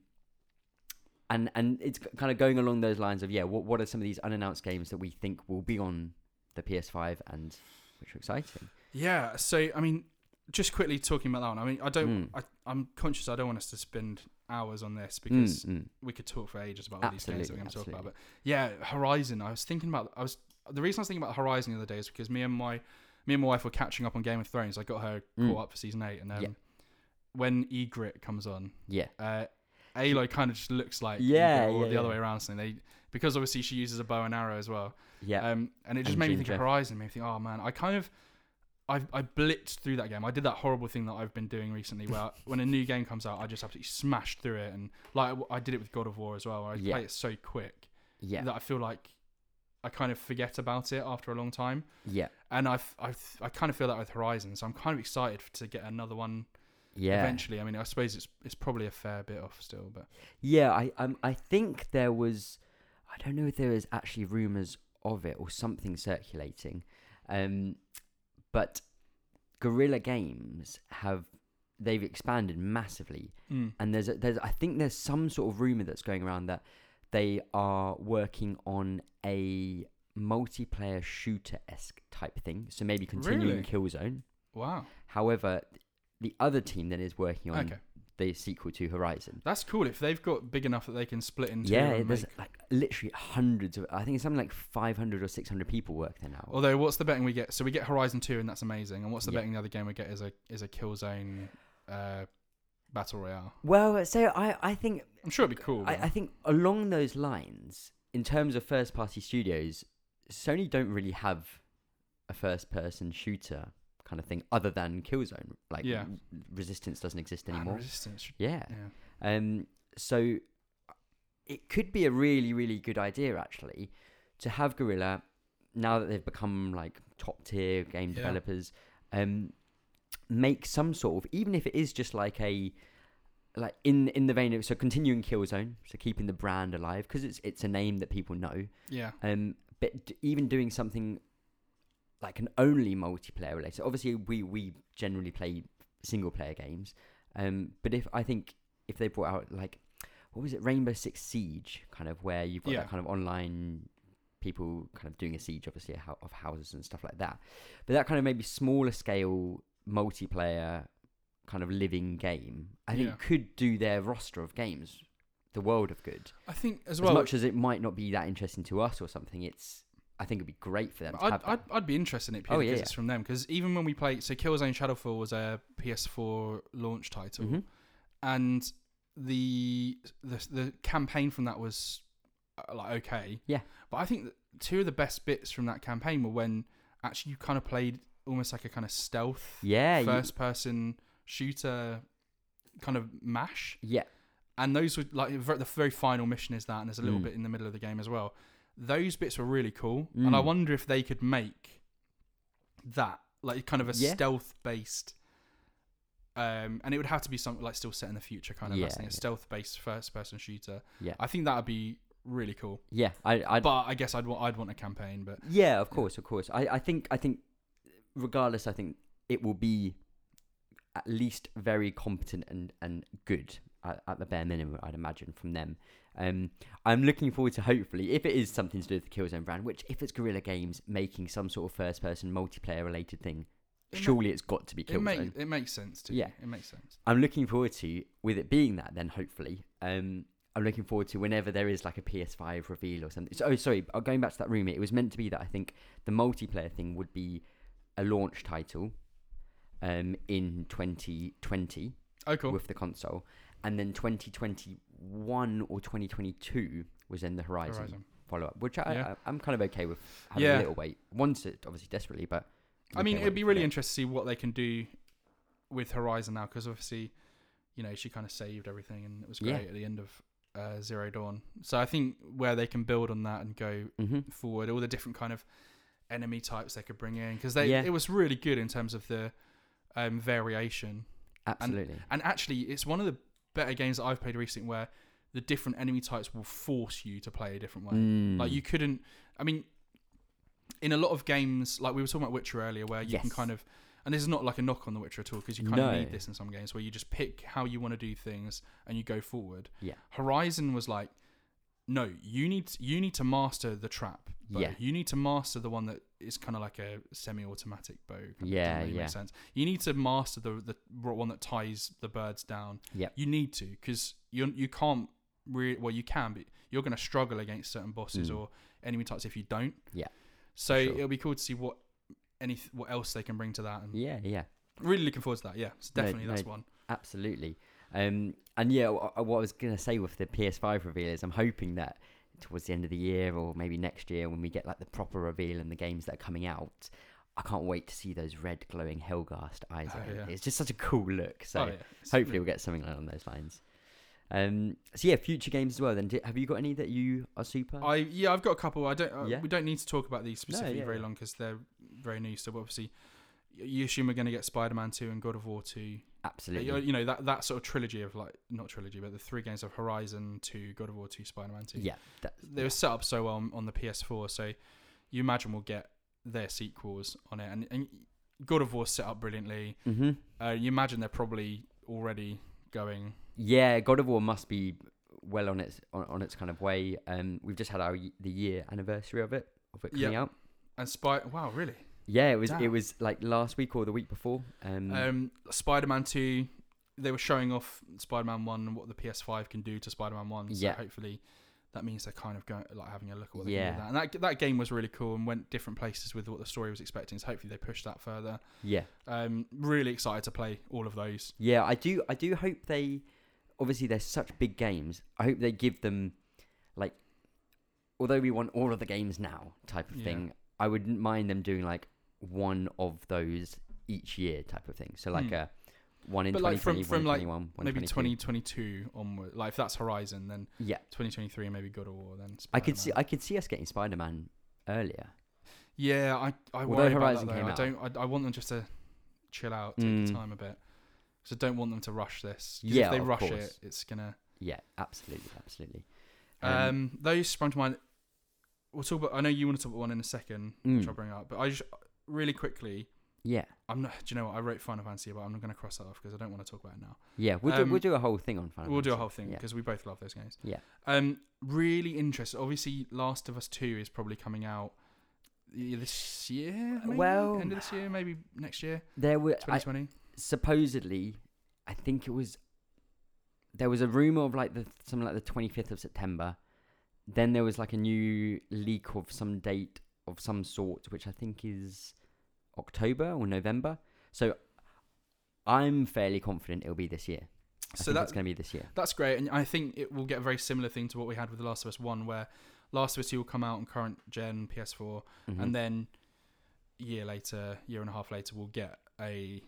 S1: and and it's kind of going along those lines of yeah, what what are some of these unannounced games that we think will be on the PS5 and which are exciting?
S2: Yeah. So I mean, just quickly talking about that one. I mean, I don't.
S1: Mm.
S2: I, I'm conscious. I don't want us to spend hours on this
S1: Mm,
S2: because
S1: mm.
S2: we could talk for ages about all these games that
S1: Absolutely,
S2: we're going to talk
S1: absolutely.
S2: about. But yeah, Horizon. I was thinking about. I was the reason I was thinking about Horizon the other day is because me and my me and my wife were catching up on Game of Thrones. I got her
S1: Mm.
S2: caught up for season eight, and um,
S1: Yeah.
S2: when Egret comes on,
S1: Yeah,
S2: uh, Aloy kind of just looks like
S1: Yeah,
S2: Ygritte, or
S1: yeah,
S2: the other
S1: yeah.
S2: way around. Something they because obviously she uses a bow and arrow as well.
S1: yeah,
S2: Um, and it just
S1: And
S2: made me think of
S1: ginger.
S2: Horizon. Made me think, oh man, I kind of, I I blitzed through that game. I did that horrible thing that I've been doing recently, where when a new game comes out, I just absolutely smashed through it. And like I did it with God of War as well. Where I
S1: Yeah.
S2: play it so quick
S1: yeah,
S2: that I feel like I kind of forget about it after a long time.
S1: yeah,
S2: And I've, I've I kind of feel that with Horizon, so I'm kind of excited to get another one
S1: yeah.
S2: eventually. I mean, I suppose it's it's probably a fair bit off still, but
S1: Yeah, I um, I think there was, I don't know if there was actually rumors of it or something circulating, um, but Guerrilla Games have they've expanded massively,
S2: Mm.
S1: and there's a, there's I think there's some sort of rumor that's going around that they are working on a multiplayer shooter esque type thing, so maybe continuing
S2: Really?
S1: Killzone.
S2: wow,
S1: However, the other team then is working on
S2: okay,
S1: the sequel to Horizon.
S2: that's cool. If they've got big enough that they can split into
S1: Yeah,
S2: and
S1: there's
S2: make-
S1: like literally hundreds of. I think it's something like 500 or 600 people work there now.
S2: Although, what's the betting we get? So we get Horizon Two, and that's amazing. And what's the
S1: Yeah.
S2: betting the other game we get is a is a Killzone uh, battle royale.
S1: Well, so I, I think
S2: I'm sure it'd be cool.
S1: I,
S2: though.
S1: I think along those lines, in terms of first party studios, Sony don't really have a first person shooter kind of thing other than Killzone. Like
S2: Yeah. Ah,
S1: r- Resistance doesn't exist
S2: Man,
S1: anymore.
S2: Resistance.
S1: yeah.
S2: Yeah.
S1: Um, so it could be a really, really good idea actually to have Gorilla now that they've become like top tier game
S2: Yeah.
S1: developers, um, make some sort of even if it is just like a like in in the vein of so continuing Killzone, so keeping the brand alive because it's it's a name that people know.
S2: Yeah.
S1: Um, but d- even doing something like an only multiplayer related. Obviously, we we generally play single player games, Um, but if I think if they brought out like what was it, Rainbow Six Siege, kind of where you've got
S2: Yeah.
S1: that kind of online people kind of doing a siege, obviously of hou- of houses and stuff like that. But that kind of maybe smaller scale multiplayer kind of living game, I think
S2: Yeah.
S1: could do their roster of games the world of good.
S2: I think as
S1: As,
S2: well.
S1: much as it might not be that interesting to us or something, it's I think it'd be great for them. To
S2: I'd,
S1: have that.
S2: I'd, I'd be interested in it
S1: Oh,
S2: purely
S1: yeah,
S2: because
S1: yeah.
S2: it's from them. Because even when we play, so Killzone Shadowfall was a PS4 launch title,
S1: Mhm.
S2: and the, the the campaign from that was uh, like okay,
S1: Yeah.
S2: But I think that two of the best bits from that campaign were when actually you kind of played almost like a kind of stealth
S1: Yeah, you-
S2: first person shooter kind of mash
S1: yeah,
S2: and those were like ver- the very final mission is that, and there's a little
S1: Mm.
S2: bit in the middle of the game as well. Those bits were really cool,
S1: Mm.
S2: and I wonder if they could make that like kind of a
S1: Yeah.
S2: stealth based. Um, and it would have to be something like still set in the future, kind of
S1: Yeah,
S2: that's the thing,
S1: yeah.
S2: a stealth based first person shooter.
S1: Yeah.
S2: I think that would be really cool.
S1: yeah. I, I'd,
S2: But I guess I'd want I'd want a campaign, but
S1: Yeah, of course, of course. I, I think I think regardless, I think it will be at least very competent and and good at, at the bare minimum, I'd imagine from them. Um, I'm looking forward to hopefully if it is something to do with the Killzone brand, which if it's Guerrilla Games making some sort of first person multiplayer related thing,
S2: It ma-
S1: surely it's got to be
S2: it
S1: Killzone.
S2: makes it makes sense to
S1: Yeah.
S2: it makes sense.
S1: I'm looking forward to with it being that then hopefully. Um, I'm looking forward to whenever there is like a PS5 reveal or something. So, oh, sorry, uh, going back to that rumor, it was meant to be that I think the multiplayer thing would be a launch title um, in 2020
S2: Oh, cool.
S1: with the console, and then 2021 or 2022 was then the Horizon,
S2: Horizon.
S1: follow up, which I,
S2: Yeah.
S1: I, I'm kind of okay with having
S2: Yeah.
S1: a little wait. Wants it obviously desperately, but
S2: I mean,
S1: okay
S2: it'd
S1: wait
S2: be
S1: for
S2: really
S1: it.
S2: interesting to see what they can do with Horizon now, because obviously, you know, she kind of saved everything, and it was
S1: Yeah.
S2: great at the end of uh, Zero Dawn. So I think where they can build on that and go
S1: Mhm.
S2: forward, all the different kind of enemy types they could bring in, because they
S1: Yeah.
S2: it was really good in terms of the um, variation,
S1: absolutely.
S2: and actually, it's one of the better games that I've played recently where the different enemy types will force you to play a different way. Like
S1: Mm.
S2: you couldn't. I mean, in a lot of games, like we were talking about Witcher earlier, where you can
S1: Yes.
S2: kind of, and this is not like a knock on the Witcher at all, because you kind of
S1: No.
S2: need this in some games where you just pick how you want to do things and you go forward.
S1: Yeah.
S2: Horizon was like, no, you need you need to master the trap. Bow.
S1: Yeah.
S2: You need to master the one that is kind of like a semi-automatic bow. kind of-
S1: Mm. Yeah,
S2: doesn't really make
S1: yeah.
S2: sense. You need to master the the one that ties the birds down.
S1: Yep.
S2: You need to because you you can't really well you can but you're going to struggle against certain bosses
S1: Mm.
S2: or enemy types if you don't.
S1: Yeah,
S2: So
S1: sure.
S2: it'll be cool to see what any what else they can bring to that, and
S1: yeah, yeah.
S2: really looking forward to that. Yeah, so
S1: No,
S2: definitely that's
S1: no.
S2: one. Oh,
S1: Absolutely. Um, and yeah, wh- uh, what I was going to say with the PS5 reveal is I'm hoping that towards the end of the year or maybe next year when we get like the proper reveal and the games that are coming out, I can't wait to see those red glowing Hellgast eyes.
S2: Oh,
S1: on it.
S2: yeah.
S1: It's just such a cool look. So
S2: Oh, yeah.
S1: hopefully we'll get something along those lines. Um, so yeah, future games as well. Then Do, have you got any that you are super?
S2: I yeah, I've got a couple. I don't. Uh,
S1: Yeah.
S2: We don't need to talk about these specifically
S1: yeah,
S2: very
S1: yeah.
S2: long because they're very new. So obviously, y- you assume we're going to get Spider-Man two and God of War two. Uh,
S1: Absolutely.
S2: You you know that that sort of trilogy of like not trilogy, but the three games of Horizon two, God of War two, Spider-Man two.
S1: yeah. That,
S2: they were set up so well on, on the PS4. So you imagine we'll get their sequels on it, and, and God of War's set up brilliantly.
S1: hmm
S2: Uh, you imagine they're probably already going.
S1: Yeah, God of War must be well on its on, on its kind of way. Um, we've just had our y- the year anniversary of it of it coming
S2: Yeah.
S1: out.
S2: And Spy, wow, really?
S1: Yeah, it was it
S2: Damn.
S1: was like last week or the week before. Um,
S2: Um, Spider-Man Two, they were showing off Spider-Man One and what the PS5 can do to Spider-Man One. So
S1: Yeah.
S2: hopefully, that means they're kind of going like having a look at what they
S1: Yeah.
S2: can do with that. And that that game was really cool and went different places with what the story was expecting. So hopefully, they push that further.
S1: yeah,
S2: Um, really excited to play all of those.
S1: yeah. I do I do hope they obviously they're such big games. I hope they give them like although we want all of the games now type of
S2: Yeah.
S1: thing. I wouldn't mind them doing like one of those each year type of thing. So like
S2: Hmm.
S1: a one in
S2: But, like, from-
S1: 2020,
S2: from,
S1: one
S2: like,
S1: in 21, one in
S2: maybe
S1: 22.
S2: 2022 onward. Like if that's Horizon, then
S1: Yeah.
S2: 2023 maybe God of War. Then
S1: I could see
S2: Spider-Man.
S1: I could see us getting Spider Man earlier.
S2: yeah, I I
S1: Although
S2: worry
S1: Horizon
S2: about that,
S1: came
S2: though.
S1: out.
S2: I don't. I, I want them just to chill out, take
S1: Mm.
S2: the time a bit. So don't want them to rush this. 'cause
S1: Yeah,
S2: if they
S1: of
S2: rush
S1: course.
S2: it, it's gonna.
S1: Yeah, absolutely, absolutely.
S2: Um,
S1: Um,
S2: those sprung to mind. We'll talk about. I know you want to talk about one in a second,
S1: Mm.
S2: which I'll bring up. But I just really quickly
S1: Yeah.
S2: I'm not. Do you know what? I wrote Final Fantasy, but I'm not going to cross that off because I don't want to talk about it now.
S1: Yeah, we'll,
S2: Um,
S1: do, we'll do a whole thing on Final
S2: We'll do a
S1: Fantasy.
S2: whole thing
S1: Yeah.
S2: because we both love those games.
S1: Yeah.
S2: Um, really interesting. Obviously, Last of Us Two is probably coming out y- this year. Maybe?
S1: Well-
S2: end of this year, maybe next year,
S1: There were I,
S2: 2020.
S1: supposedly, I think it was. There was a rumor of like the something like the 25th of September. Then there was like a new leak of some date of some sort, which I think is October or November. So I'm fairly confident it'll be this year. I
S2: so
S1: think
S2: that's
S1: it's going to be this year.
S2: That's great, and I think it will get a very similar thing to what we had with The Last of Us One, where Last of Us Two will come out on current gen PS4,
S1: Mhm.
S2: and then a year later, year and a half later, we'll get a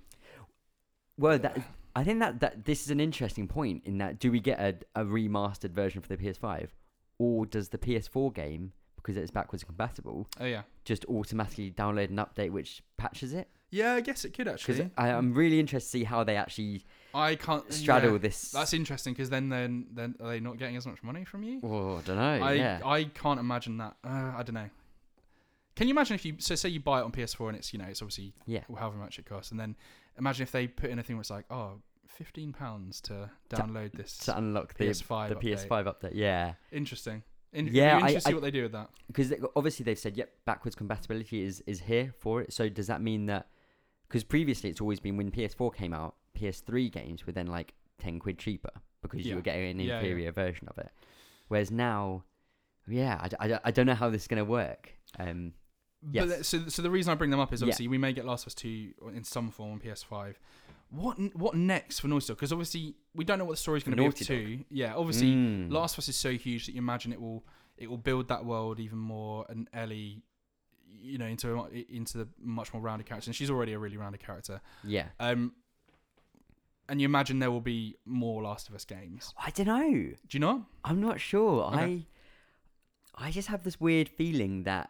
S1: well, that I think that, that this is an interesting point in that do we get a, a remastered version for the PS5 or does the PS4 game because it's backwards compatible
S2: oh yeah,
S1: just automatically download an update which patches it?
S2: yeah. I guess it could
S1: Because
S2: actually.
S1: I'm really interested to see how they actually
S2: I can't
S1: straddle
S2: yeah.
S1: this.
S2: That's interesting because then then then are they not getting as much money from you?
S1: oh, I don't know.
S2: I
S1: yeah.
S2: I can't imagine that. Uh, I don't know. Can you imagine if you so say you buy it on PS4 and it's you know it's obviously
S1: Yeah.
S2: however much it costs, and then imagine if they put in a thing where it's like oh. 15 pounds to
S1: To-
S2: download this
S1: to unlock the
S2: PS5
S1: the
S2: update.
S1: PS5 update. Yeah.
S2: Interesting. In-
S1: Yeah,
S2: yeah,
S1: I-
S2: interesting to see
S1: I-
S2: what they do with that.
S1: because obviously they've said yep backwards compatibility is is here for it so does that mean that because previously it's always been when ps4 came out ps3 games were then like 10 quid cheaper because
S2: Yeah.
S1: you were getting an
S2: Yeah, yeah.
S1: inferior version of it whereas now yeah I d- I, d- I don't know how this is going to work um
S2: But
S1: Yes.
S2: that- so, so the reason I bring them up is
S1: Yeah.
S2: obviously we may get Last of Us Two in some form on PS5. What n- what next for Naughty Dog? Because obviously we don't know what the story's
S1: For
S2: going to be up
S1: Naughty
S2: to. Yeah, obviously
S1: mm,
S2: Last of Us is so huge that you imagine it will it will build that world even more and Ellie, you know, into a, mu- into the much more rounded character. And she's already a really rounded character.
S1: yeah
S2: Um, and you imagine there will be more Last of Us games.
S1: i don't know
S2: Do you know?
S1: i'm not sure
S2: Okay.
S1: i i just have this weird feeling that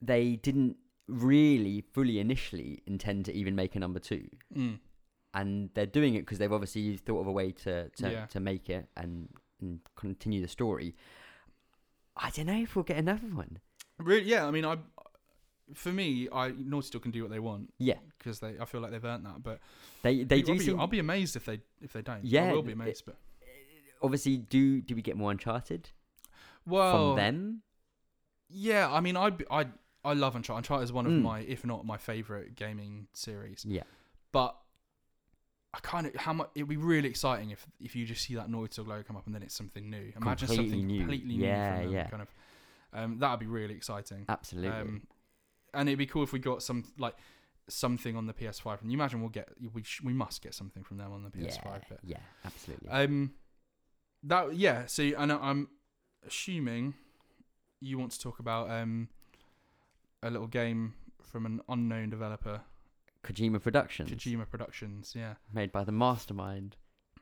S1: they didn't really fully initially intend to even make a number two
S2: Mm.
S1: and they're doing it because they've obviously thought of a way to to,
S2: Yeah.
S1: to make it and, and continue the story. I don't know if we'll get another one.
S2: Really, yeah. I mean, I for me, I Naughty Dog can do what they want.
S1: Yeah.
S2: because they, I feel like they've earned that. But
S1: They they
S2: I'll
S1: do
S2: be,
S1: seem,
S2: I'll be amazed if they if they don't. I
S1: Yeah,
S2: will be
S1: it-
S2: amazed. but
S1: obviously do do we get more Uncharted
S2: well,
S1: from them?
S2: yeah. I mean, I I I love Uncharted. Uncharted is one of
S1: Mm.
S2: my, if not my favorite gaming series.
S1: Yeah,
S2: But I kind of how much it'd be really exciting if if you just see that Naughty Dog logo come up and then it's something new. Imagine
S1: Completely
S2: something
S1: new.
S2: completely new.
S1: Yeah,
S2: From them,
S1: yeah.
S2: Kind of. Um, that'd be really exciting.
S1: absolutely.
S2: Um, and it'd be cool if we got some like something on the PS5. And you imagine we'll get we sh- we must get something from them on the
S1: yeah,
S2: PS5. But
S1: yeah, absolutely.
S2: um, that yeah. So and I- I'm assuming you want to talk about um a little game from an unknown developer,
S1: Kojima Productions,
S2: Kojima Productions. Yeah,
S1: made by the mastermind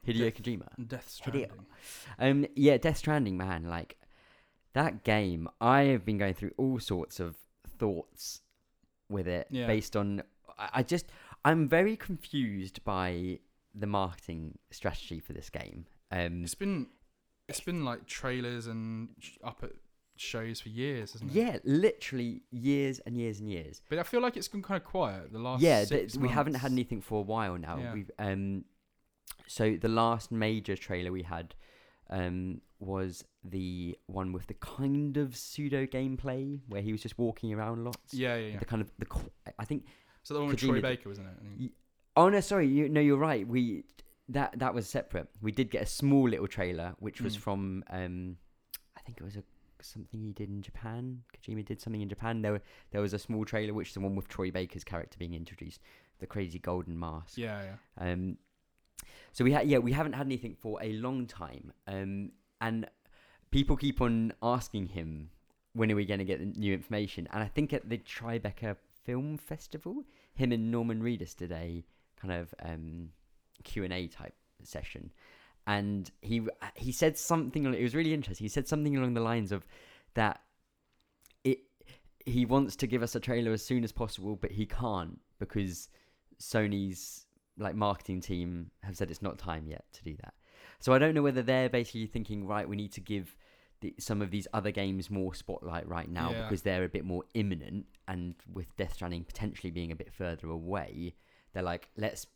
S1: Hideo Kojima.
S2: and Death Stranding.
S1: Hideo. Um, yeah, Death Stranding, man, like that game. I have been going through all sorts of thoughts with it,
S2: Yeah.
S1: based on. I I just, I'm very confused by the marketing strategy for this game. Um,
S2: It's been it's been like trailers and sh- up at shows for years, isn't it?
S1: yeah, literally years and years and years.
S2: But I feel like it's been kind of quiet the last.
S1: yeah,
S2: six
S1: th- we haven't
S2: months.
S1: had anything for a while now.
S2: Yeah.
S1: We've um, so the last major trailer we had um was the one with the kind of pseudo gameplay where he was just walking around lots.
S2: Yeah, yeah, yeah.
S1: the kind of the co- I think
S2: So the one with Troy
S1: Kojima did-
S2: Baker, wasn't it? I think.
S1: oh no sorry you no you're right we that that was separate we did get a small little trailer which was
S2: Mm.
S1: from um I think it was a something he did in Japan Kojima did something in Japan there were, there was a small trailer which is the one with Troy Baker's character being introduced the crazy golden mask
S2: Yeah, yeah.
S1: um, so we ha- yeah we haven't had anything for a long time, um, and people keep on asking him when are we going to get the new information. And I think at the Tribeca Film Festival, him and Norman Reedus did a kind of um, Q and A type session, and he he said something. It was really interesting. He said something along the lines of that it he wants to give us a trailer as soon as possible, but he can't because Sony's like marketing team have said it's not time yet to do that. So I don't know whether they're basically thinking, right, we need to give the, some of these other games more spotlight right now
S2: Yeah.
S1: because they're a bit more imminent, and with Death Stranding potentially being a bit further away, they're like, let's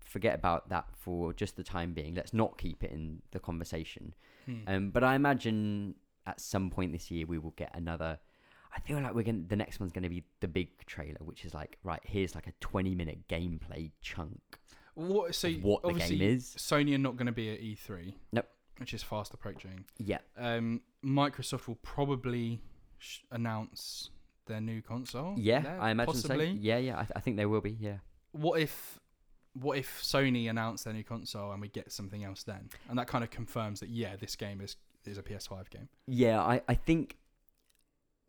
S1: forget about that for just the time being. Let's not keep it in the conversation.
S2: Hmm.
S1: Um, but I imagine at some point this year we will get another. I feel like we're gonna. The next one's gonna be the big trailer, which is like, right, here's like a twenty-minute gameplay chunk.
S2: What, so
S1: of what the
S2: obviously,
S1: game is.
S2: Sony are not going to be at E3.
S1: Nope.
S2: Which is fast approaching.
S1: Yeah,
S2: Um, Microsoft will probably sh- announce their new console.
S1: yeah,
S2: there,
S1: I imagine
S2: Oh, possibly.
S1: so. Yeah, yeah, I, th- I think there will be. Yeah,
S2: What if, what if Sony announced their new console and we get something else then, and that kind of confirms that yeah, this game is is a PS5 game.
S1: yeah. I, I think,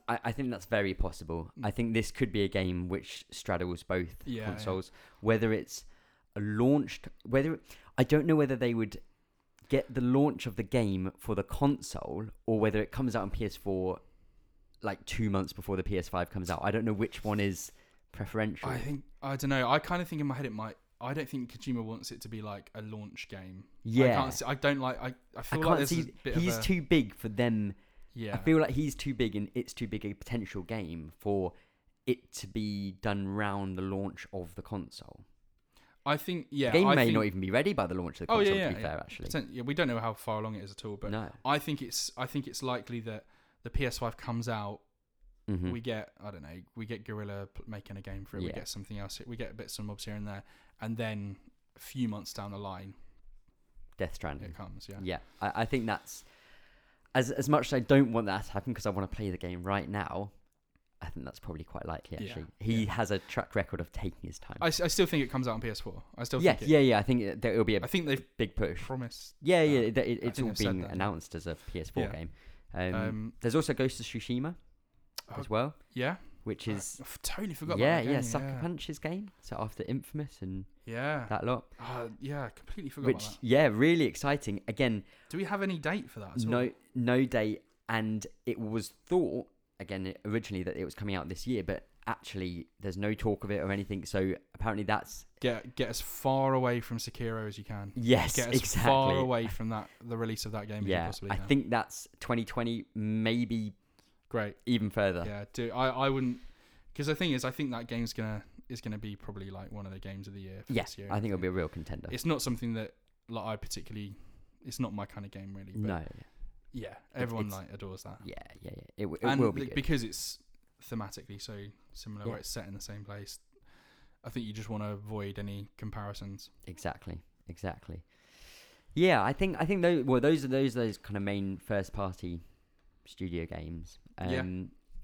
S1: I, I think that's very possible. I think this could be a game which straddles both
S2: Yeah, yeah.
S1: consoles. Whether it's a launched, whether I don't know whether they would get the launch of the game for the console or whether it comes out on PS4 like two months before the PS5 comes out. I don't know which one is preferential.
S2: I think I don't know. I kind of think in my head it might. I don't think Kojima wants it to be like a launch game. I,
S1: Yeah.
S2: can't see, I don't like. I, I
S1: I
S2: feel
S1: can't
S2: like there's
S1: see.
S2: a bit
S1: He's
S2: of a,
S1: too big for them
S2: yeah.
S1: I feel like he's too big and it's too big a potential game for it to be done round the launch of the console.
S2: I think yeah.
S1: the game
S2: I
S1: may
S2: think,
S1: not even be ready by the launch of the
S2: Oh, yeah,
S1: console.
S2: yeah,
S1: to be
S2: yeah.
S1: fair, actually,
S2: Potent- yeah, we don't know how far along it is at all, but
S1: no.
S2: I think it's I think it's likely that the PS5 comes out.
S1: Mhm.
S2: We get I don't know. We get Gorilla p- making a game for it. We
S1: Yeah.
S2: get something else. We get bits and mobs here and there, and then a few months down the line
S1: Death Stranding.
S2: it comes. Yeah.
S1: Hmm. Yeah, I, I think that's as as much as I don't want that to happen because I want to play the game right now. I think that's probably quite likely.
S2: Yeah,
S1: Actually, he
S2: yeah.
S1: has a track record of taking his time.
S2: I, s- I still think it comes out on PS4. I still
S1: yeah,
S2: think it,
S1: yeah, yeah. I think it, there will be a
S2: I think they've
S1: big push.
S2: promised.
S1: Yeah,
S2: that.
S1: yeah. It, it-
S2: I
S1: it's
S2: think
S1: all
S2: I've said
S1: being
S2: that.
S1: announced as a PS4
S2: Yeah.
S1: game. Um,
S2: Um,
S1: there's also Ghost of Tsushima
S2: Oh,
S1: as well,
S2: yeah.
S1: which is
S2: I f- totally forgot.
S1: yeah,
S2: about that
S1: yeah,
S2: game,
S1: Sucker
S2: yeah.
S1: Punch's game. So after Infamous and
S2: Yeah.
S1: that lot,
S2: Ah, yeah, I completely forgot
S1: which
S2: about that.
S1: yeah, really exciting. Again,
S2: Do we have any date for that? At all?
S1: no, no date, and it was thought again originally that it was coming out this year, but actually there's no talk of it or anything. So apparently that's
S2: Get get as far away from Sekiro as you can.
S1: yes,
S2: Get as
S1: exactly.
S2: far away from that the release of that game as you
S1: yeah,
S2: possibly
S1: I
S2: can.
S1: think that's 2020, maybe
S2: Great.
S1: even further.
S2: Yeah. Do I I wouldn't because the thing is I think that game's gonna is gonna be probably like one of the games of the year. For
S1: Yeah,
S2: this year.
S1: I think it'll be a real contender.
S2: It's not something that like I particularly. It's not my kind of game really. But
S1: no,
S2: Yeah. Everyone
S1: it's-
S2: like adores that.
S1: yeah, yeah, yeah. It, w- it
S2: and
S1: will be
S2: the-
S1: good.
S2: because it's thematically so similar,
S1: Yeah.
S2: where it's set in the same place. I think you just want to avoid any comparisons.
S1: Exactly. Exactly. Yeah, I think I think those well those are those those kind of main first party studio games. Um
S2: Yeah.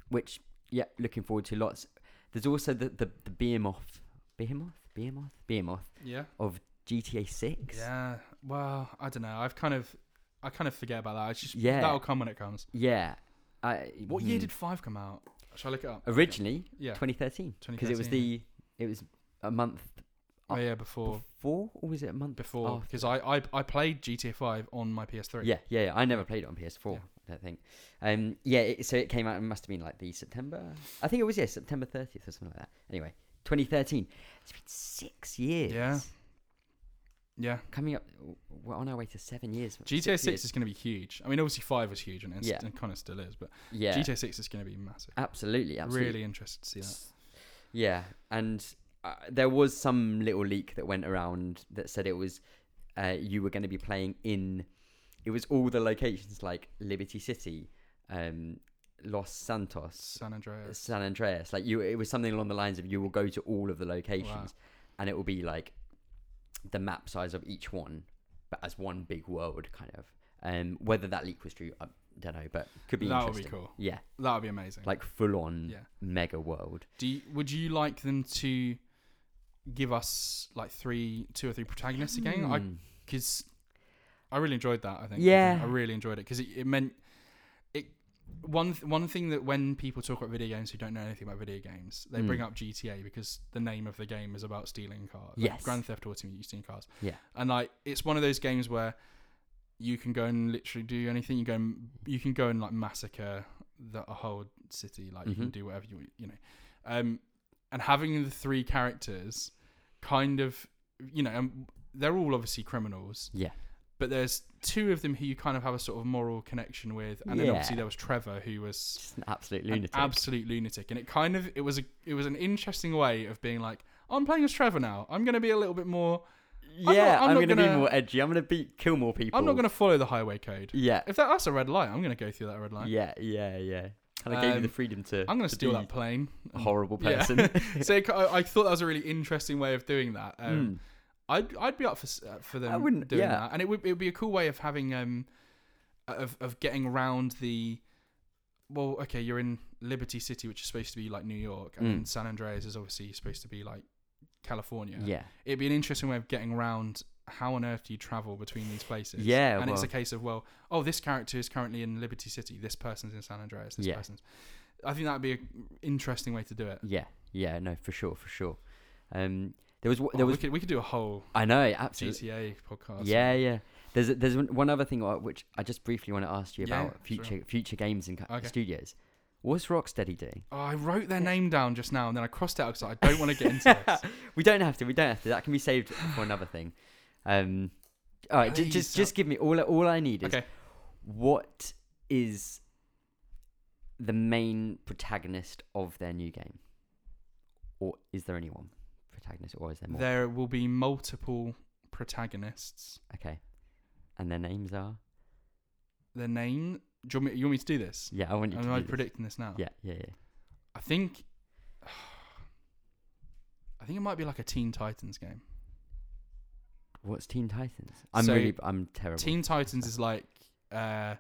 S1: which yeah, looking forward to lots. There's also the the, the behemoth behemoth behemoth behemoth
S2: Yeah.
S1: of GTA 6.
S2: Yeah. Well, I don't know. I've kind of, I kind of forget about that. It's just
S1: Yeah.
S2: that'll come when it comes.
S1: Yeah. I,
S2: What year
S1: hmm.
S2: did Five come out? Shall I look it up?
S1: originally
S2: Yeah.
S1: 2013 because it was
S2: 2013,
S1: the it was a month
S2: Oh yeah, before
S1: before or was it a month
S2: before
S1: after?
S2: because I, I I played GTA Five on my PS3.
S1: Oh, Yeah, yeah, yeah. I never played it on PS4.
S2: Yeah.
S1: I don't think. Um, yeah. It, so it came out. It must have been like the September. I think it was yeah, September 30th or something like that. Anyway, 2013. It's been six years.
S2: Yeah.
S1: Coming up, we're on our way to seven years.
S2: GTA Six,
S1: years.
S2: is going to be huge. I mean, obviously Five was huge and, it's,
S1: Yeah.
S2: and kind of still is, but
S1: Yeah.
S2: GTA Six is going to be massive.
S1: absolutely. Absolutely.
S2: Really interested to see that.
S1: Yeah, and uh, there was some little leak that went around that said it was uh, you were going to be playing in. It was all the locations like Liberty City, um, Los Santos,
S2: San Andreas.
S1: San Andreas. Like you, it was something along the lines of you will go to all of the locations, and it will be like the map size of each one, but as one big world kind of. Um, whether that leak was true, I don't know, but could be
S2: that would be
S1: interesting.
S2: cool.
S1: Yeah,
S2: That would be amazing.
S1: like full on
S2: Yeah.
S1: mega world.
S2: do you, would you like them to give us like three, two or three protagonists again? I
S1: Hmm.
S2: because I really enjoyed that. I think.
S1: Yeah.
S2: I really enjoyed it because it, it meant it. One th- one thing that when people talk about video games who don't know anything about video games, they
S1: Mm.
S2: bring up GTA because the name of the game is about stealing cars.
S1: Yes.
S2: Grand Theft Auto, you steal cars.
S1: Yeah.
S2: And like, it's one of those games where you can go and literally do anything. You go, and, you can go and like massacre the a whole city. Like you can
S1: Mhm.
S2: do whatever you want. You know, um, and having the three characters kind of you know, um, they're all obviously criminals.
S1: Yeah.
S2: But there's two of them who you kind of have a sort of moral connection with, and then obviously
S1: Yeah.
S2: there was Trevor who was
S1: Just an absolute
S2: an
S1: lunatic.
S2: absolute lunatic, and it kind of it was a it was an interesting way of being like, I'm playing as Trevor now. I'm going to be a little bit more. I'm
S1: yeah,
S2: not-
S1: I'm,
S2: I'm not
S1: gonna, be
S2: gonna-
S1: more edgy. I'm gonna be kill more people.
S2: I'm not going to follow the highway code.
S1: Yeah,
S2: If that, that's a red light, I'm going to go through that red light.
S1: yeah, yeah, yeah. Kind of gave you
S2: Um,
S1: the freedom to.
S2: I'm
S1: to
S2: going to steal
S1: be
S2: that plane.
S1: a horrible
S2: Yeah.
S1: person.
S2: so it, ki- I, I thought that was a really interesting way of doing that. Um,
S1: Mm.
S2: I'd I'd be up for s- uh, for them
S1: wouldn't-
S2: doing
S1: yeah.
S2: that, and it would it would be a cool way of having um of of getting around the well, okay, you're in Liberty City, which is supposed to be like New York, and
S1: Mm.
S2: then San Andreas is obviously supposed to be like California.
S1: Yeah,
S2: It'd be an interesting way of getting around how on earth do you travel between these places?
S1: Yeah,
S2: and it's a
S1: well-
S2: case of well, oh, this character is currently in Liberty City, this person's in San Andreas, this
S1: Yeah.
S2: person's. I think that'd be an interesting way to do it.
S1: yeah, yeah. No, for sure, for sure. Um, there was w-
S2: Oh,
S1: there
S2: we
S1: was.
S2: could we could do a whole
S1: I know, absolutely.
S2: GTA podcast.
S1: Yeah, yeah. There's a, there's one- one other thing uh, which I just briefly want to ask you
S2: Yeah,
S1: about
S2: sure.
S1: future future games and ca-
S2: Okay.
S1: studios. What's Rocksteady doing?
S2: Oh, I wrote their name down just now, and then I crossed it out because I don't want to get into this.
S1: We don't have to. We don't have to. That can be saved for another thing. Um, all right, ju-
S2: Please
S1: just
S2: don't.
S1: just give me all. I- All I need is
S2: Okay.
S1: what is the main protagonist of their new game, or is there anyone protagonist, or is there more?
S2: There will be multiple protagonists.
S1: Okay, and their names are.
S2: Their name. Do you want me, you want me to do this?
S1: Yeah, I want you
S2: Am
S1: to.
S2: I
S1: do this.
S2: predicting this now?
S1: Yeah, yeah, yeah.
S2: I think. I think it might be like a Teen Titans game.
S1: What's Teen Titans? I'm
S2: So,
S1: really. I'm terrible.
S2: Teen Titans is like. Uh,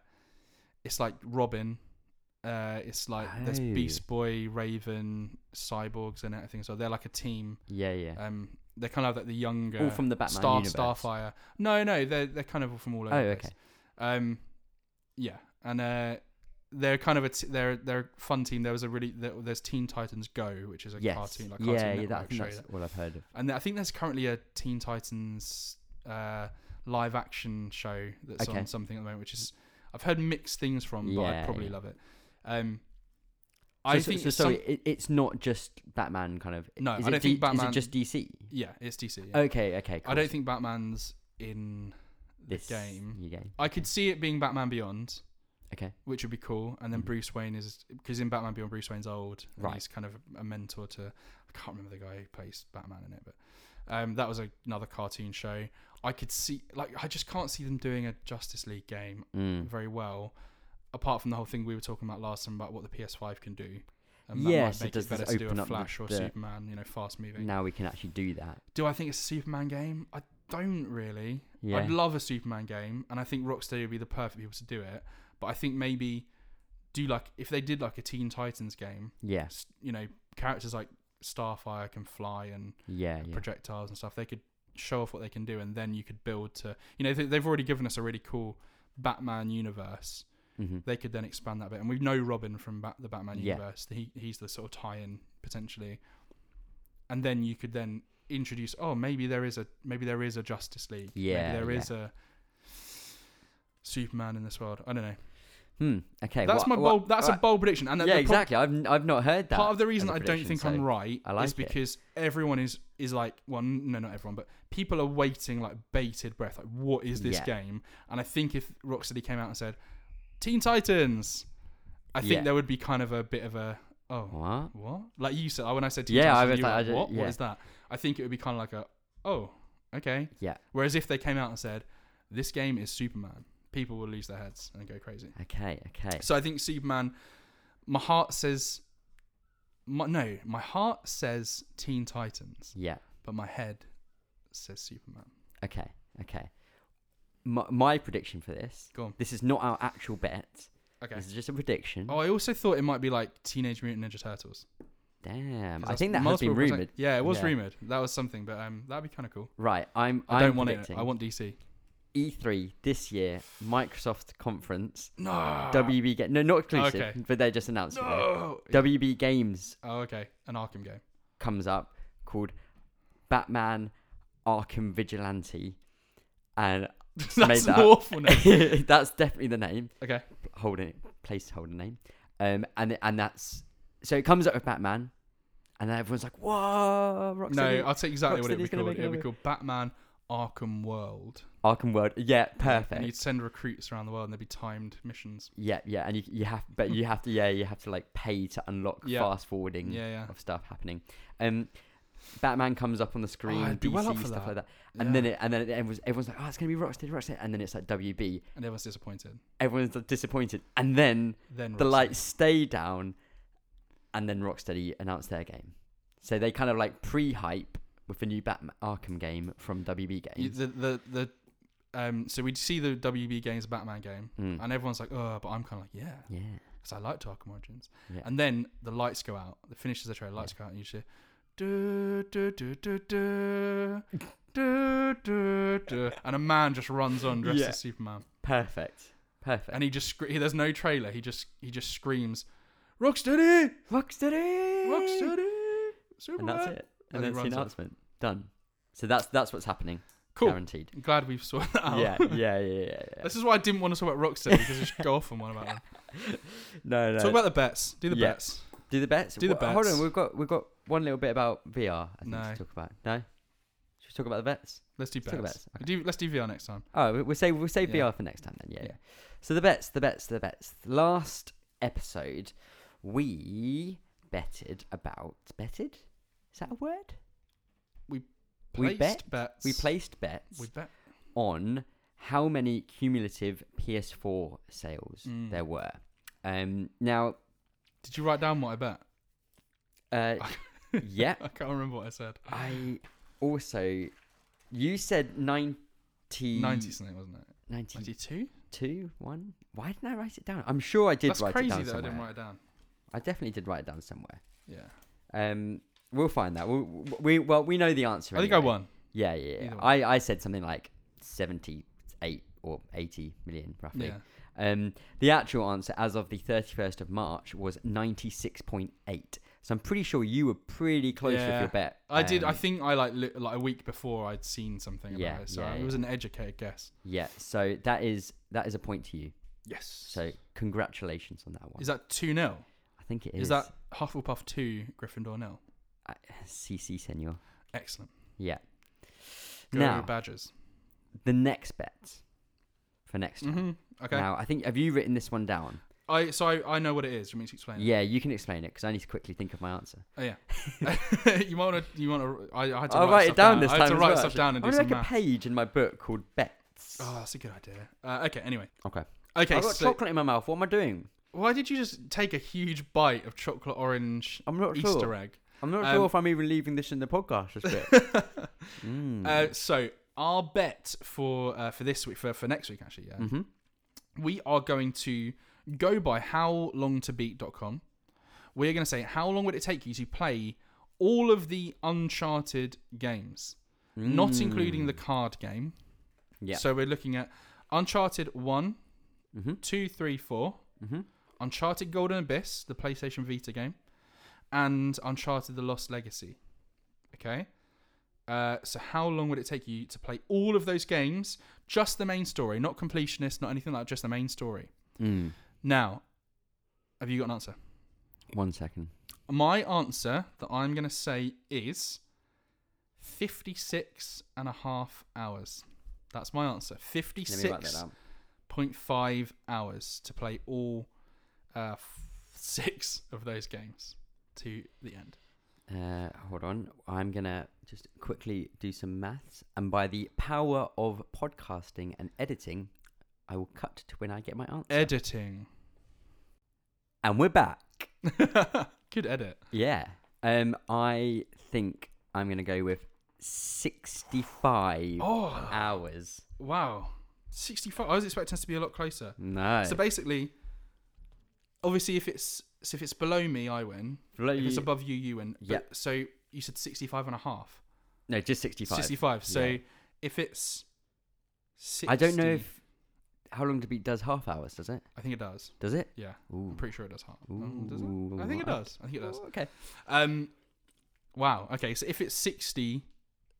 S2: it's like Robin. Uh, it's like there's
S1: Oh.
S2: Beast Boy, Raven, Cyborgs, and everything. So they're like a team.
S1: yeah, yeah.
S2: Um, they're kind of like the younger.
S1: all from the Batman
S2: Star
S1: universe.
S2: Starfire. No, no, they're they're kind of from all over.
S1: Oh,
S2: the
S1: okay.
S2: place. Um, yeah, and uh, they're kind of a t- they're they're a fun team. There was a really there, there's Teen Titans Go, which is a
S1: Yes.
S2: cartoon like cartoon
S1: yeah, yeah.
S2: network
S1: That, I think
S2: show.
S1: that's what I've heard of.
S2: And I think there's currently a Teen Titans uh, live action show that's
S1: Okay.
S2: on something at the moment, which is I've heard mixed things from, but I
S1: Yeah,
S2: probably
S1: yeah.
S2: love it. Um,
S1: So,
S2: I
S1: so-
S2: think
S1: so,
S2: some-
S1: sorry, it, it's not just Batman, kind of.
S2: No,
S1: is
S2: I
S1: it
S2: don't think
S1: Is
S2: Batman-
S1: it just DC?
S2: yeah, it's DC. yeah.
S1: Okay, okay. Oh, Cool.
S2: I don't think Batman's in the
S1: this
S2: game.
S1: New game.
S2: I could see it being Batman Beyond.
S1: Okay.
S2: Which would be cool. And then
S1: Mhm.
S2: Bruce Wayne is because in Batman Beyond, Bruce Wayne's old. and
S1: Right.
S2: He's kind of a mentor to I can't remember the guy who plays Batman in it, but um, that was a, another cartoon show. I could see like I just can't see them doing a Justice League game
S1: Mm.
S2: very well. Apart from the whole thing we were talking about last time about what the PS5 can do. And
S1: Yeah,
S2: that
S1: so
S2: might make
S1: does
S2: it
S1: this
S2: better to do
S1: open
S2: a
S1: up the-
S2: Flash or
S1: the-
S2: Superman, you know, fast moving.
S1: Now we can actually do that.
S2: Do I think it's a Superman game? I don't really.
S1: Yeah.
S2: I'd love a Superman game, and I think Rocksteady would be the perfect people to do it. But I think maybe do like if they did like a Teen Titans game,
S1: yeah.
S2: s- you know, characters like Starfire can fly and
S1: Yeah. Yeah.
S2: projectiles and stuff. They could show off what they can do, and then you could build to, you know, they, they've already given us a really cool Batman universe.
S1: hmm
S2: They could then expand that bit, and we know Robin from Bat- the Batman
S1: Yeah.
S2: universe. He he's the sort of tie-in potentially, and then you could then introduce. Oh, maybe there is a maybe there is a Justice League.
S1: Yeah,
S2: maybe there
S1: yeah.
S2: is a Superman in this world. I don't know.
S1: Hmm. Okay.
S2: that's
S1: wha-
S2: my
S1: wha-
S2: bold. That's a
S1: alright.
S2: bold prediction. And
S1: yeah,
S2: the pro-
S1: exactly. I've n- I've not heard that.
S2: Part of the reason
S1: as a
S2: I don't think
S1: prediction,
S2: I'm
S1: so-
S2: right
S1: I like
S2: is
S1: it.
S2: because everyone is is like, well, no, not everyone, but people are waiting like bated breath. Like, what is this
S1: Yeah.
S2: game? And I think if Rocksteady came out and said, Teen Titans, I think
S1: Yeah.
S2: there would be kind of a bit of a oh
S1: What?
S2: what? Like you said, when I said Teen
S1: Yeah, I
S2: Titans,
S1: was
S2: you
S1: like,
S2: were
S1: I did-
S2: what?
S1: yeah.
S2: What is that? I think it would be kind of like a oh okay.
S1: Yeah.
S2: Whereas if they came out and said, this game is Superman, people will lose their heads and go crazy.
S1: Okay. Okay.
S2: So I think Superman. My heart says, my, no, my heart says Teen Titans,
S1: Yeah.
S2: but my head says Superman.
S1: Okay. Okay. My, my prediction for this.
S2: Go on.
S1: This is not our actual bet.
S2: Okay.
S1: This is just a prediction.
S2: Oh, I also thought it might be like Teenage Mutant Ninja Turtles. 'cause
S1: Damn. Um, I
S2: that's
S1: think that has been
S2: multiple percent-
S1: rumored.
S2: Yeah, it was
S1: Yeah.
S2: rumored. That was something, but um, that'd be kind of cool.
S1: Right. I'm.
S2: I
S1: I'm
S2: don't want
S1: predicting
S2: it. I want DC.
S1: E3 this year, Microsoft conference,
S2: No.
S1: WB get no, not exclusive,
S2: Ah. Okay.
S1: but they just announced it.
S2: No.
S1: there. WB Games
S2: oh, okay. An Arkham game.
S1: comes up called Batman Arkham Vigilante, and
S2: That's an
S1: that-
S2: awful name.
S1: that's definitely the name.
S2: Okay.
S1: holding placeholder name, um, and and that's so it comes up with Batman, and then everyone's like, "Whoa, Rocksteady!"
S2: No, I'll tell you exactly what it'd be
S1: Rocksteady's gonna
S2: called.
S1: make
S2: It'd be
S1: another-
S2: called Batman Arkham World.
S1: Arkham World. Yeah, perfect.
S2: And you'd send recruits around the world, and there'd be timed missions.
S1: Yeah, yeah, and you you have, but you have to, yeah, you have to like pay to unlock
S2: Yeah.
S1: fast forwarding
S2: Yeah, yeah.
S1: of stuff happening. Um, Batman comes up on the screen,
S2: Oh, I'd
S1: DC
S2: be well up for
S1: stuff like
S2: that.
S1: that, and then it, and then it, everyone's, everyone's like, oh, it's gonna be Rocksteady, Rocksteady, and then it's like WB.
S2: And everyone's disappointed.
S1: Everyone's like, disappointed, and then
S2: Then
S1: the
S2: Rocksteady.
S1: lights stay down, and then Rocksteady announced their game. So they kind of like pre-hype with a new Batman Arkham game from WB
S2: You-
S1: Games.
S2: the the the um. So we'd see the WB games Batman game,
S1: Mm.
S2: and everyone's like, oh, but I'm kind of like, yeah,
S1: Yeah,
S2: because I liked Arkham Origins.
S1: Yeah.
S2: And then the lights go out. The finishes the trailer. Lights go out, and you just hear. "Du- du- du- du- du, du- du- du," And a man just runs on dressed
S1: Yeah.
S2: as Superman,
S1: perfect, perfect.
S2: and he just scre- he, there's no trailer. He just he just screams, "Rocksteady,
S1: Rocksteady,
S2: Rocksteady,
S1: and
S2: Superman!"
S1: that's it. And,
S2: And he
S1: that's the
S2: runs off.
S1: announcement. Done. So that's that's what's happening.
S2: Cool. Oh.
S1: Guaranteed.
S2: I'm glad we've sorted that out.
S1: Yeah, yeah, yeah, yeah. yeah.
S2: This is why I didn't want to talk about Rocksteady because I just go off on one about them.
S1: no, no.
S2: Talk about the bets. Do the
S1: Yeah.
S2: bets.
S1: do the bets.
S2: do the
S1: Wha- Hold
S2: bets.
S1: on, we've got we've got one little bit about VR. I think
S2: No.
S1: to talk about. No. Should we talk about the bets?
S2: Let's do
S1: Let's
S2: bets.
S1: talk bets, okay.
S2: Do, let's do VR next time.
S1: Oh, we- we'll save we'll save
S2: Yeah.
S1: VR for next time then. Yeah,
S2: Yeah.
S1: yeah. So the bets, the bets, the bets. Last episode, we betted about betted. Is that a word? We
S2: Placed
S1: bet.
S2: Bets.
S1: We placed bets.
S2: We bet.
S1: on how many cumulative PS4 sales
S2: Mm.
S1: there were. Um, now,
S2: Did you write down what I bet?
S1: uh, yeah,
S2: I can't remember what I said.
S1: I also you said 90,
S2: 90 something, wasn't it?
S1: 92,
S2: 92?
S1: one. Why didn't I write it down? I'm sure I did
S2: That's
S1: write it
S2: crazy
S1: down
S2: that I
S1: somewhere.
S2: didn't write it down.
S1: I definitely did write it down somewhere.
S2: Yeah.
S1: Um, we'll find that. We'll, we well, we know the answer.
S2: I think I
S1: anyway.
S2: won.
S1: Yeah, yeah. yeah.
S2: Either way.
S1: I I said something like seventy-eight or eighty million roughly.
S2: Yeah.
S1: Um, the actual answer as of the 31st of March was 96.8. So I'm pretty sure you were pretty close with
S2: Yeah.
S1: your bet.
S2: I did. I
S1: Um,
S2: think I like li- like a week before I'd seen something
S1: Yeah,
S2: about it, so
S1: yeah,
S2: it
S1: yeah.
S2: was an educated guess.
S1: Yeah. So that is that is a point to you.
S2: Yes.
S1: So congratulations on that one.
S2: is that two 0
S1: I think it is.
S2: Is that Hufflepuff two Gryffindor nil?
S1: I- CC Senor?
S2: Excellent.
S1: Yeah.
S2: Go
S1: now
S2: badges.
S1: the next bet for next time.
S2: hmm Okay.
S1: Now I think have you written this one down?
S2: I so I, I know what it is. Do you want me to explain? it?
S1: Yeah, you can explain it because I need to quickly think of my answer.
S2: Oh yeah. you might want to. You want to. I, I had to
S1: I'll
S2: write,
S1: write
S2: stuff
S1: it down this
S2: I
S1: time.
S2: had to
S1: as
S2: write
S1: well,
S2: stuff
S1: actually.
S2: down and
S1: I'm gonna
S2: do some
S1: make a
S2: math.
S1: page in my book called bets.
S2: Oh, that's a good idea. Uh, okay. Anyway.
S1: okay.
S2: Okay.
S1: I've got
S2: so
S1: chocolate in my mouth. What am I doing?
S2: why did you just take a huge bite of chocolate orange
S1: I'm not
S2: Easter
S1: sure.
S2: egg?
S1: I'm not
S2: Um,
S1: sure if I'm even leaving this in the podcast. Just bit. mm.
S2: Uh, so our bet for uh, for this week for for next week actually yeah
S1: hmm
S2: we are going to go by how long to beat.com. We're going to say how long would it take you to play all of the Uncharted games, not
S1: Hmm.
S2: including the card game.
S1: Mm. Yeah.
S2: So we're looking at Uncharted 1,
S1: hmm
S2: 2, 3, 4,
S1: hmm
S2: Uncharted Golden Abyss, the PlayStation Vita game, and Uncharted The Lost Legacy. Okay? Uh, so, how long would it take you to play all of those games? Just the main story, not completionist, not anything like just the main story.
S1: Mm.
S2: Now, have you got an answer?
S1: One second.
S2: My answer that I'm going to say is 56 and a half hours. That's my answer.
S1: Let me write that
S2: 56.5
S1: down.
S2: hours to play all uh, f- six of those games to the end.
S1: Uh, hold on. I'm gonna just quickly do some maths, and by the power of podcasting and editing, I will cut to when I get my answer.
S2: Eh. Editing.
S1: and we're back.
S2: Good edit.
S1: Yeah. Um, I think I'm gonna go with sixty-five
S2: Oh,
S1: hours.
S2: wow. 65. I was expecting us to be a lot closer.
S1: No.
S2: So basically, obviously, if it's so if it's below me, I win.
S1: Below
S2: If it's
S1: you-
S2: above you, you win. But-
S1: Yeah.
S2: So you said 65 and a half.
S1: no, just sixty-five.
S2: 65. So
S1: Yeah.
S2: if it's 60,
S1: I don't know if how long to beat does half hours. Does it?
S2: I think it does.
S1: Does it?
S2: Yeah. I'm
S1: Ooh.
S2: pretty sure it does half. Um, does it?
S1: Ooh,
S2: I think it
S1: I-
S2: does. I think it does.
S1: Ooh, Oh, Okay.
S2: Um, wow. Okay. So if it's 60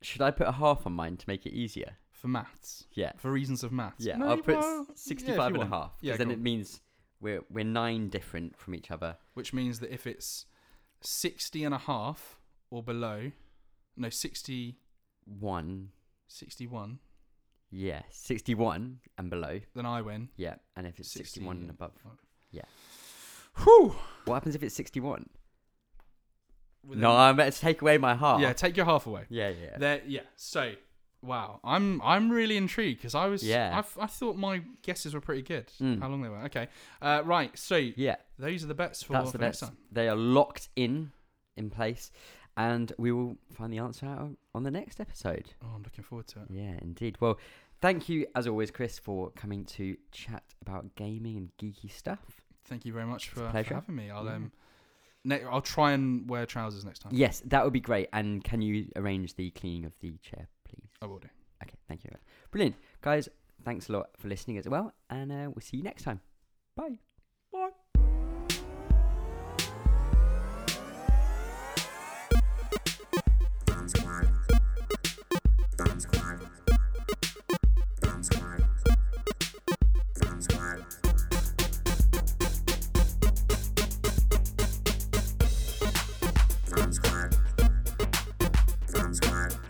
S1: Should I put a half on mine to make it easier?
S2: for maths,
S1: Yeah.
S2: for reasons of maths.
S1: Yeah.
S2: No,
S1: I'll put
S2: well, yeah, if
S1: 65 and
S2: you
S1: a
S2: want.
S1: half.
S2: Yeah,
S1: Because then
S2: cool.
S1: it means we're, we're nine different from each other.
S2: Which means that if it's 60 and a half or below, no, 60,
S1: One.
S2: 61
S1: Yeah, 61 and below.
S2: Then I win.
S1: Yeah, and if it's
S2: 60,
S1: 61 and
S2: yeah.
S1: above.
S2: Whew.
S1: What happens if it's 61?
S2: With
S1: No,
S2: a-
S1: I'm about to take away my heart.
S2: yeah, take your half away.
S1: yeah, yeah.
S2: There, yeah. So, wow, I'm I'm really intrigued because I was
S1: Yeah.
S2: I, I thought my guesses were pretty good.
S1: Mm.
S2: How long they were? Okay. Uh, right. So
S1: yeah,
S2: those are the bets for,
S1: that's
S2: for
S1: the
S2: next
S1: best.
S2: time.
S1: They are locked in, in place, and we will find the answer out on the next episode.
S2: Oh, I'm looking forward to it.
S1: Yeah, indeed. Well, thank you as always, Chris, for coming to chat about gaming and geeky stuff.
S2: Thank you very much
S1: a
S2: for, for
S1: pleasure.
S2: having me. I'll
S1: Yeah.
S2: um, ne- I'll try and wear trousers next time.
S1: Yes, that would be great. And can you arrange the cleaning of the chair, please?
S2: I will do.
S1: Okay, thank you. very much. Brilliant. Guys, thanks a lot for listening as well, and uh, we'll see you next time. Bye. Bye.
S4: Squad.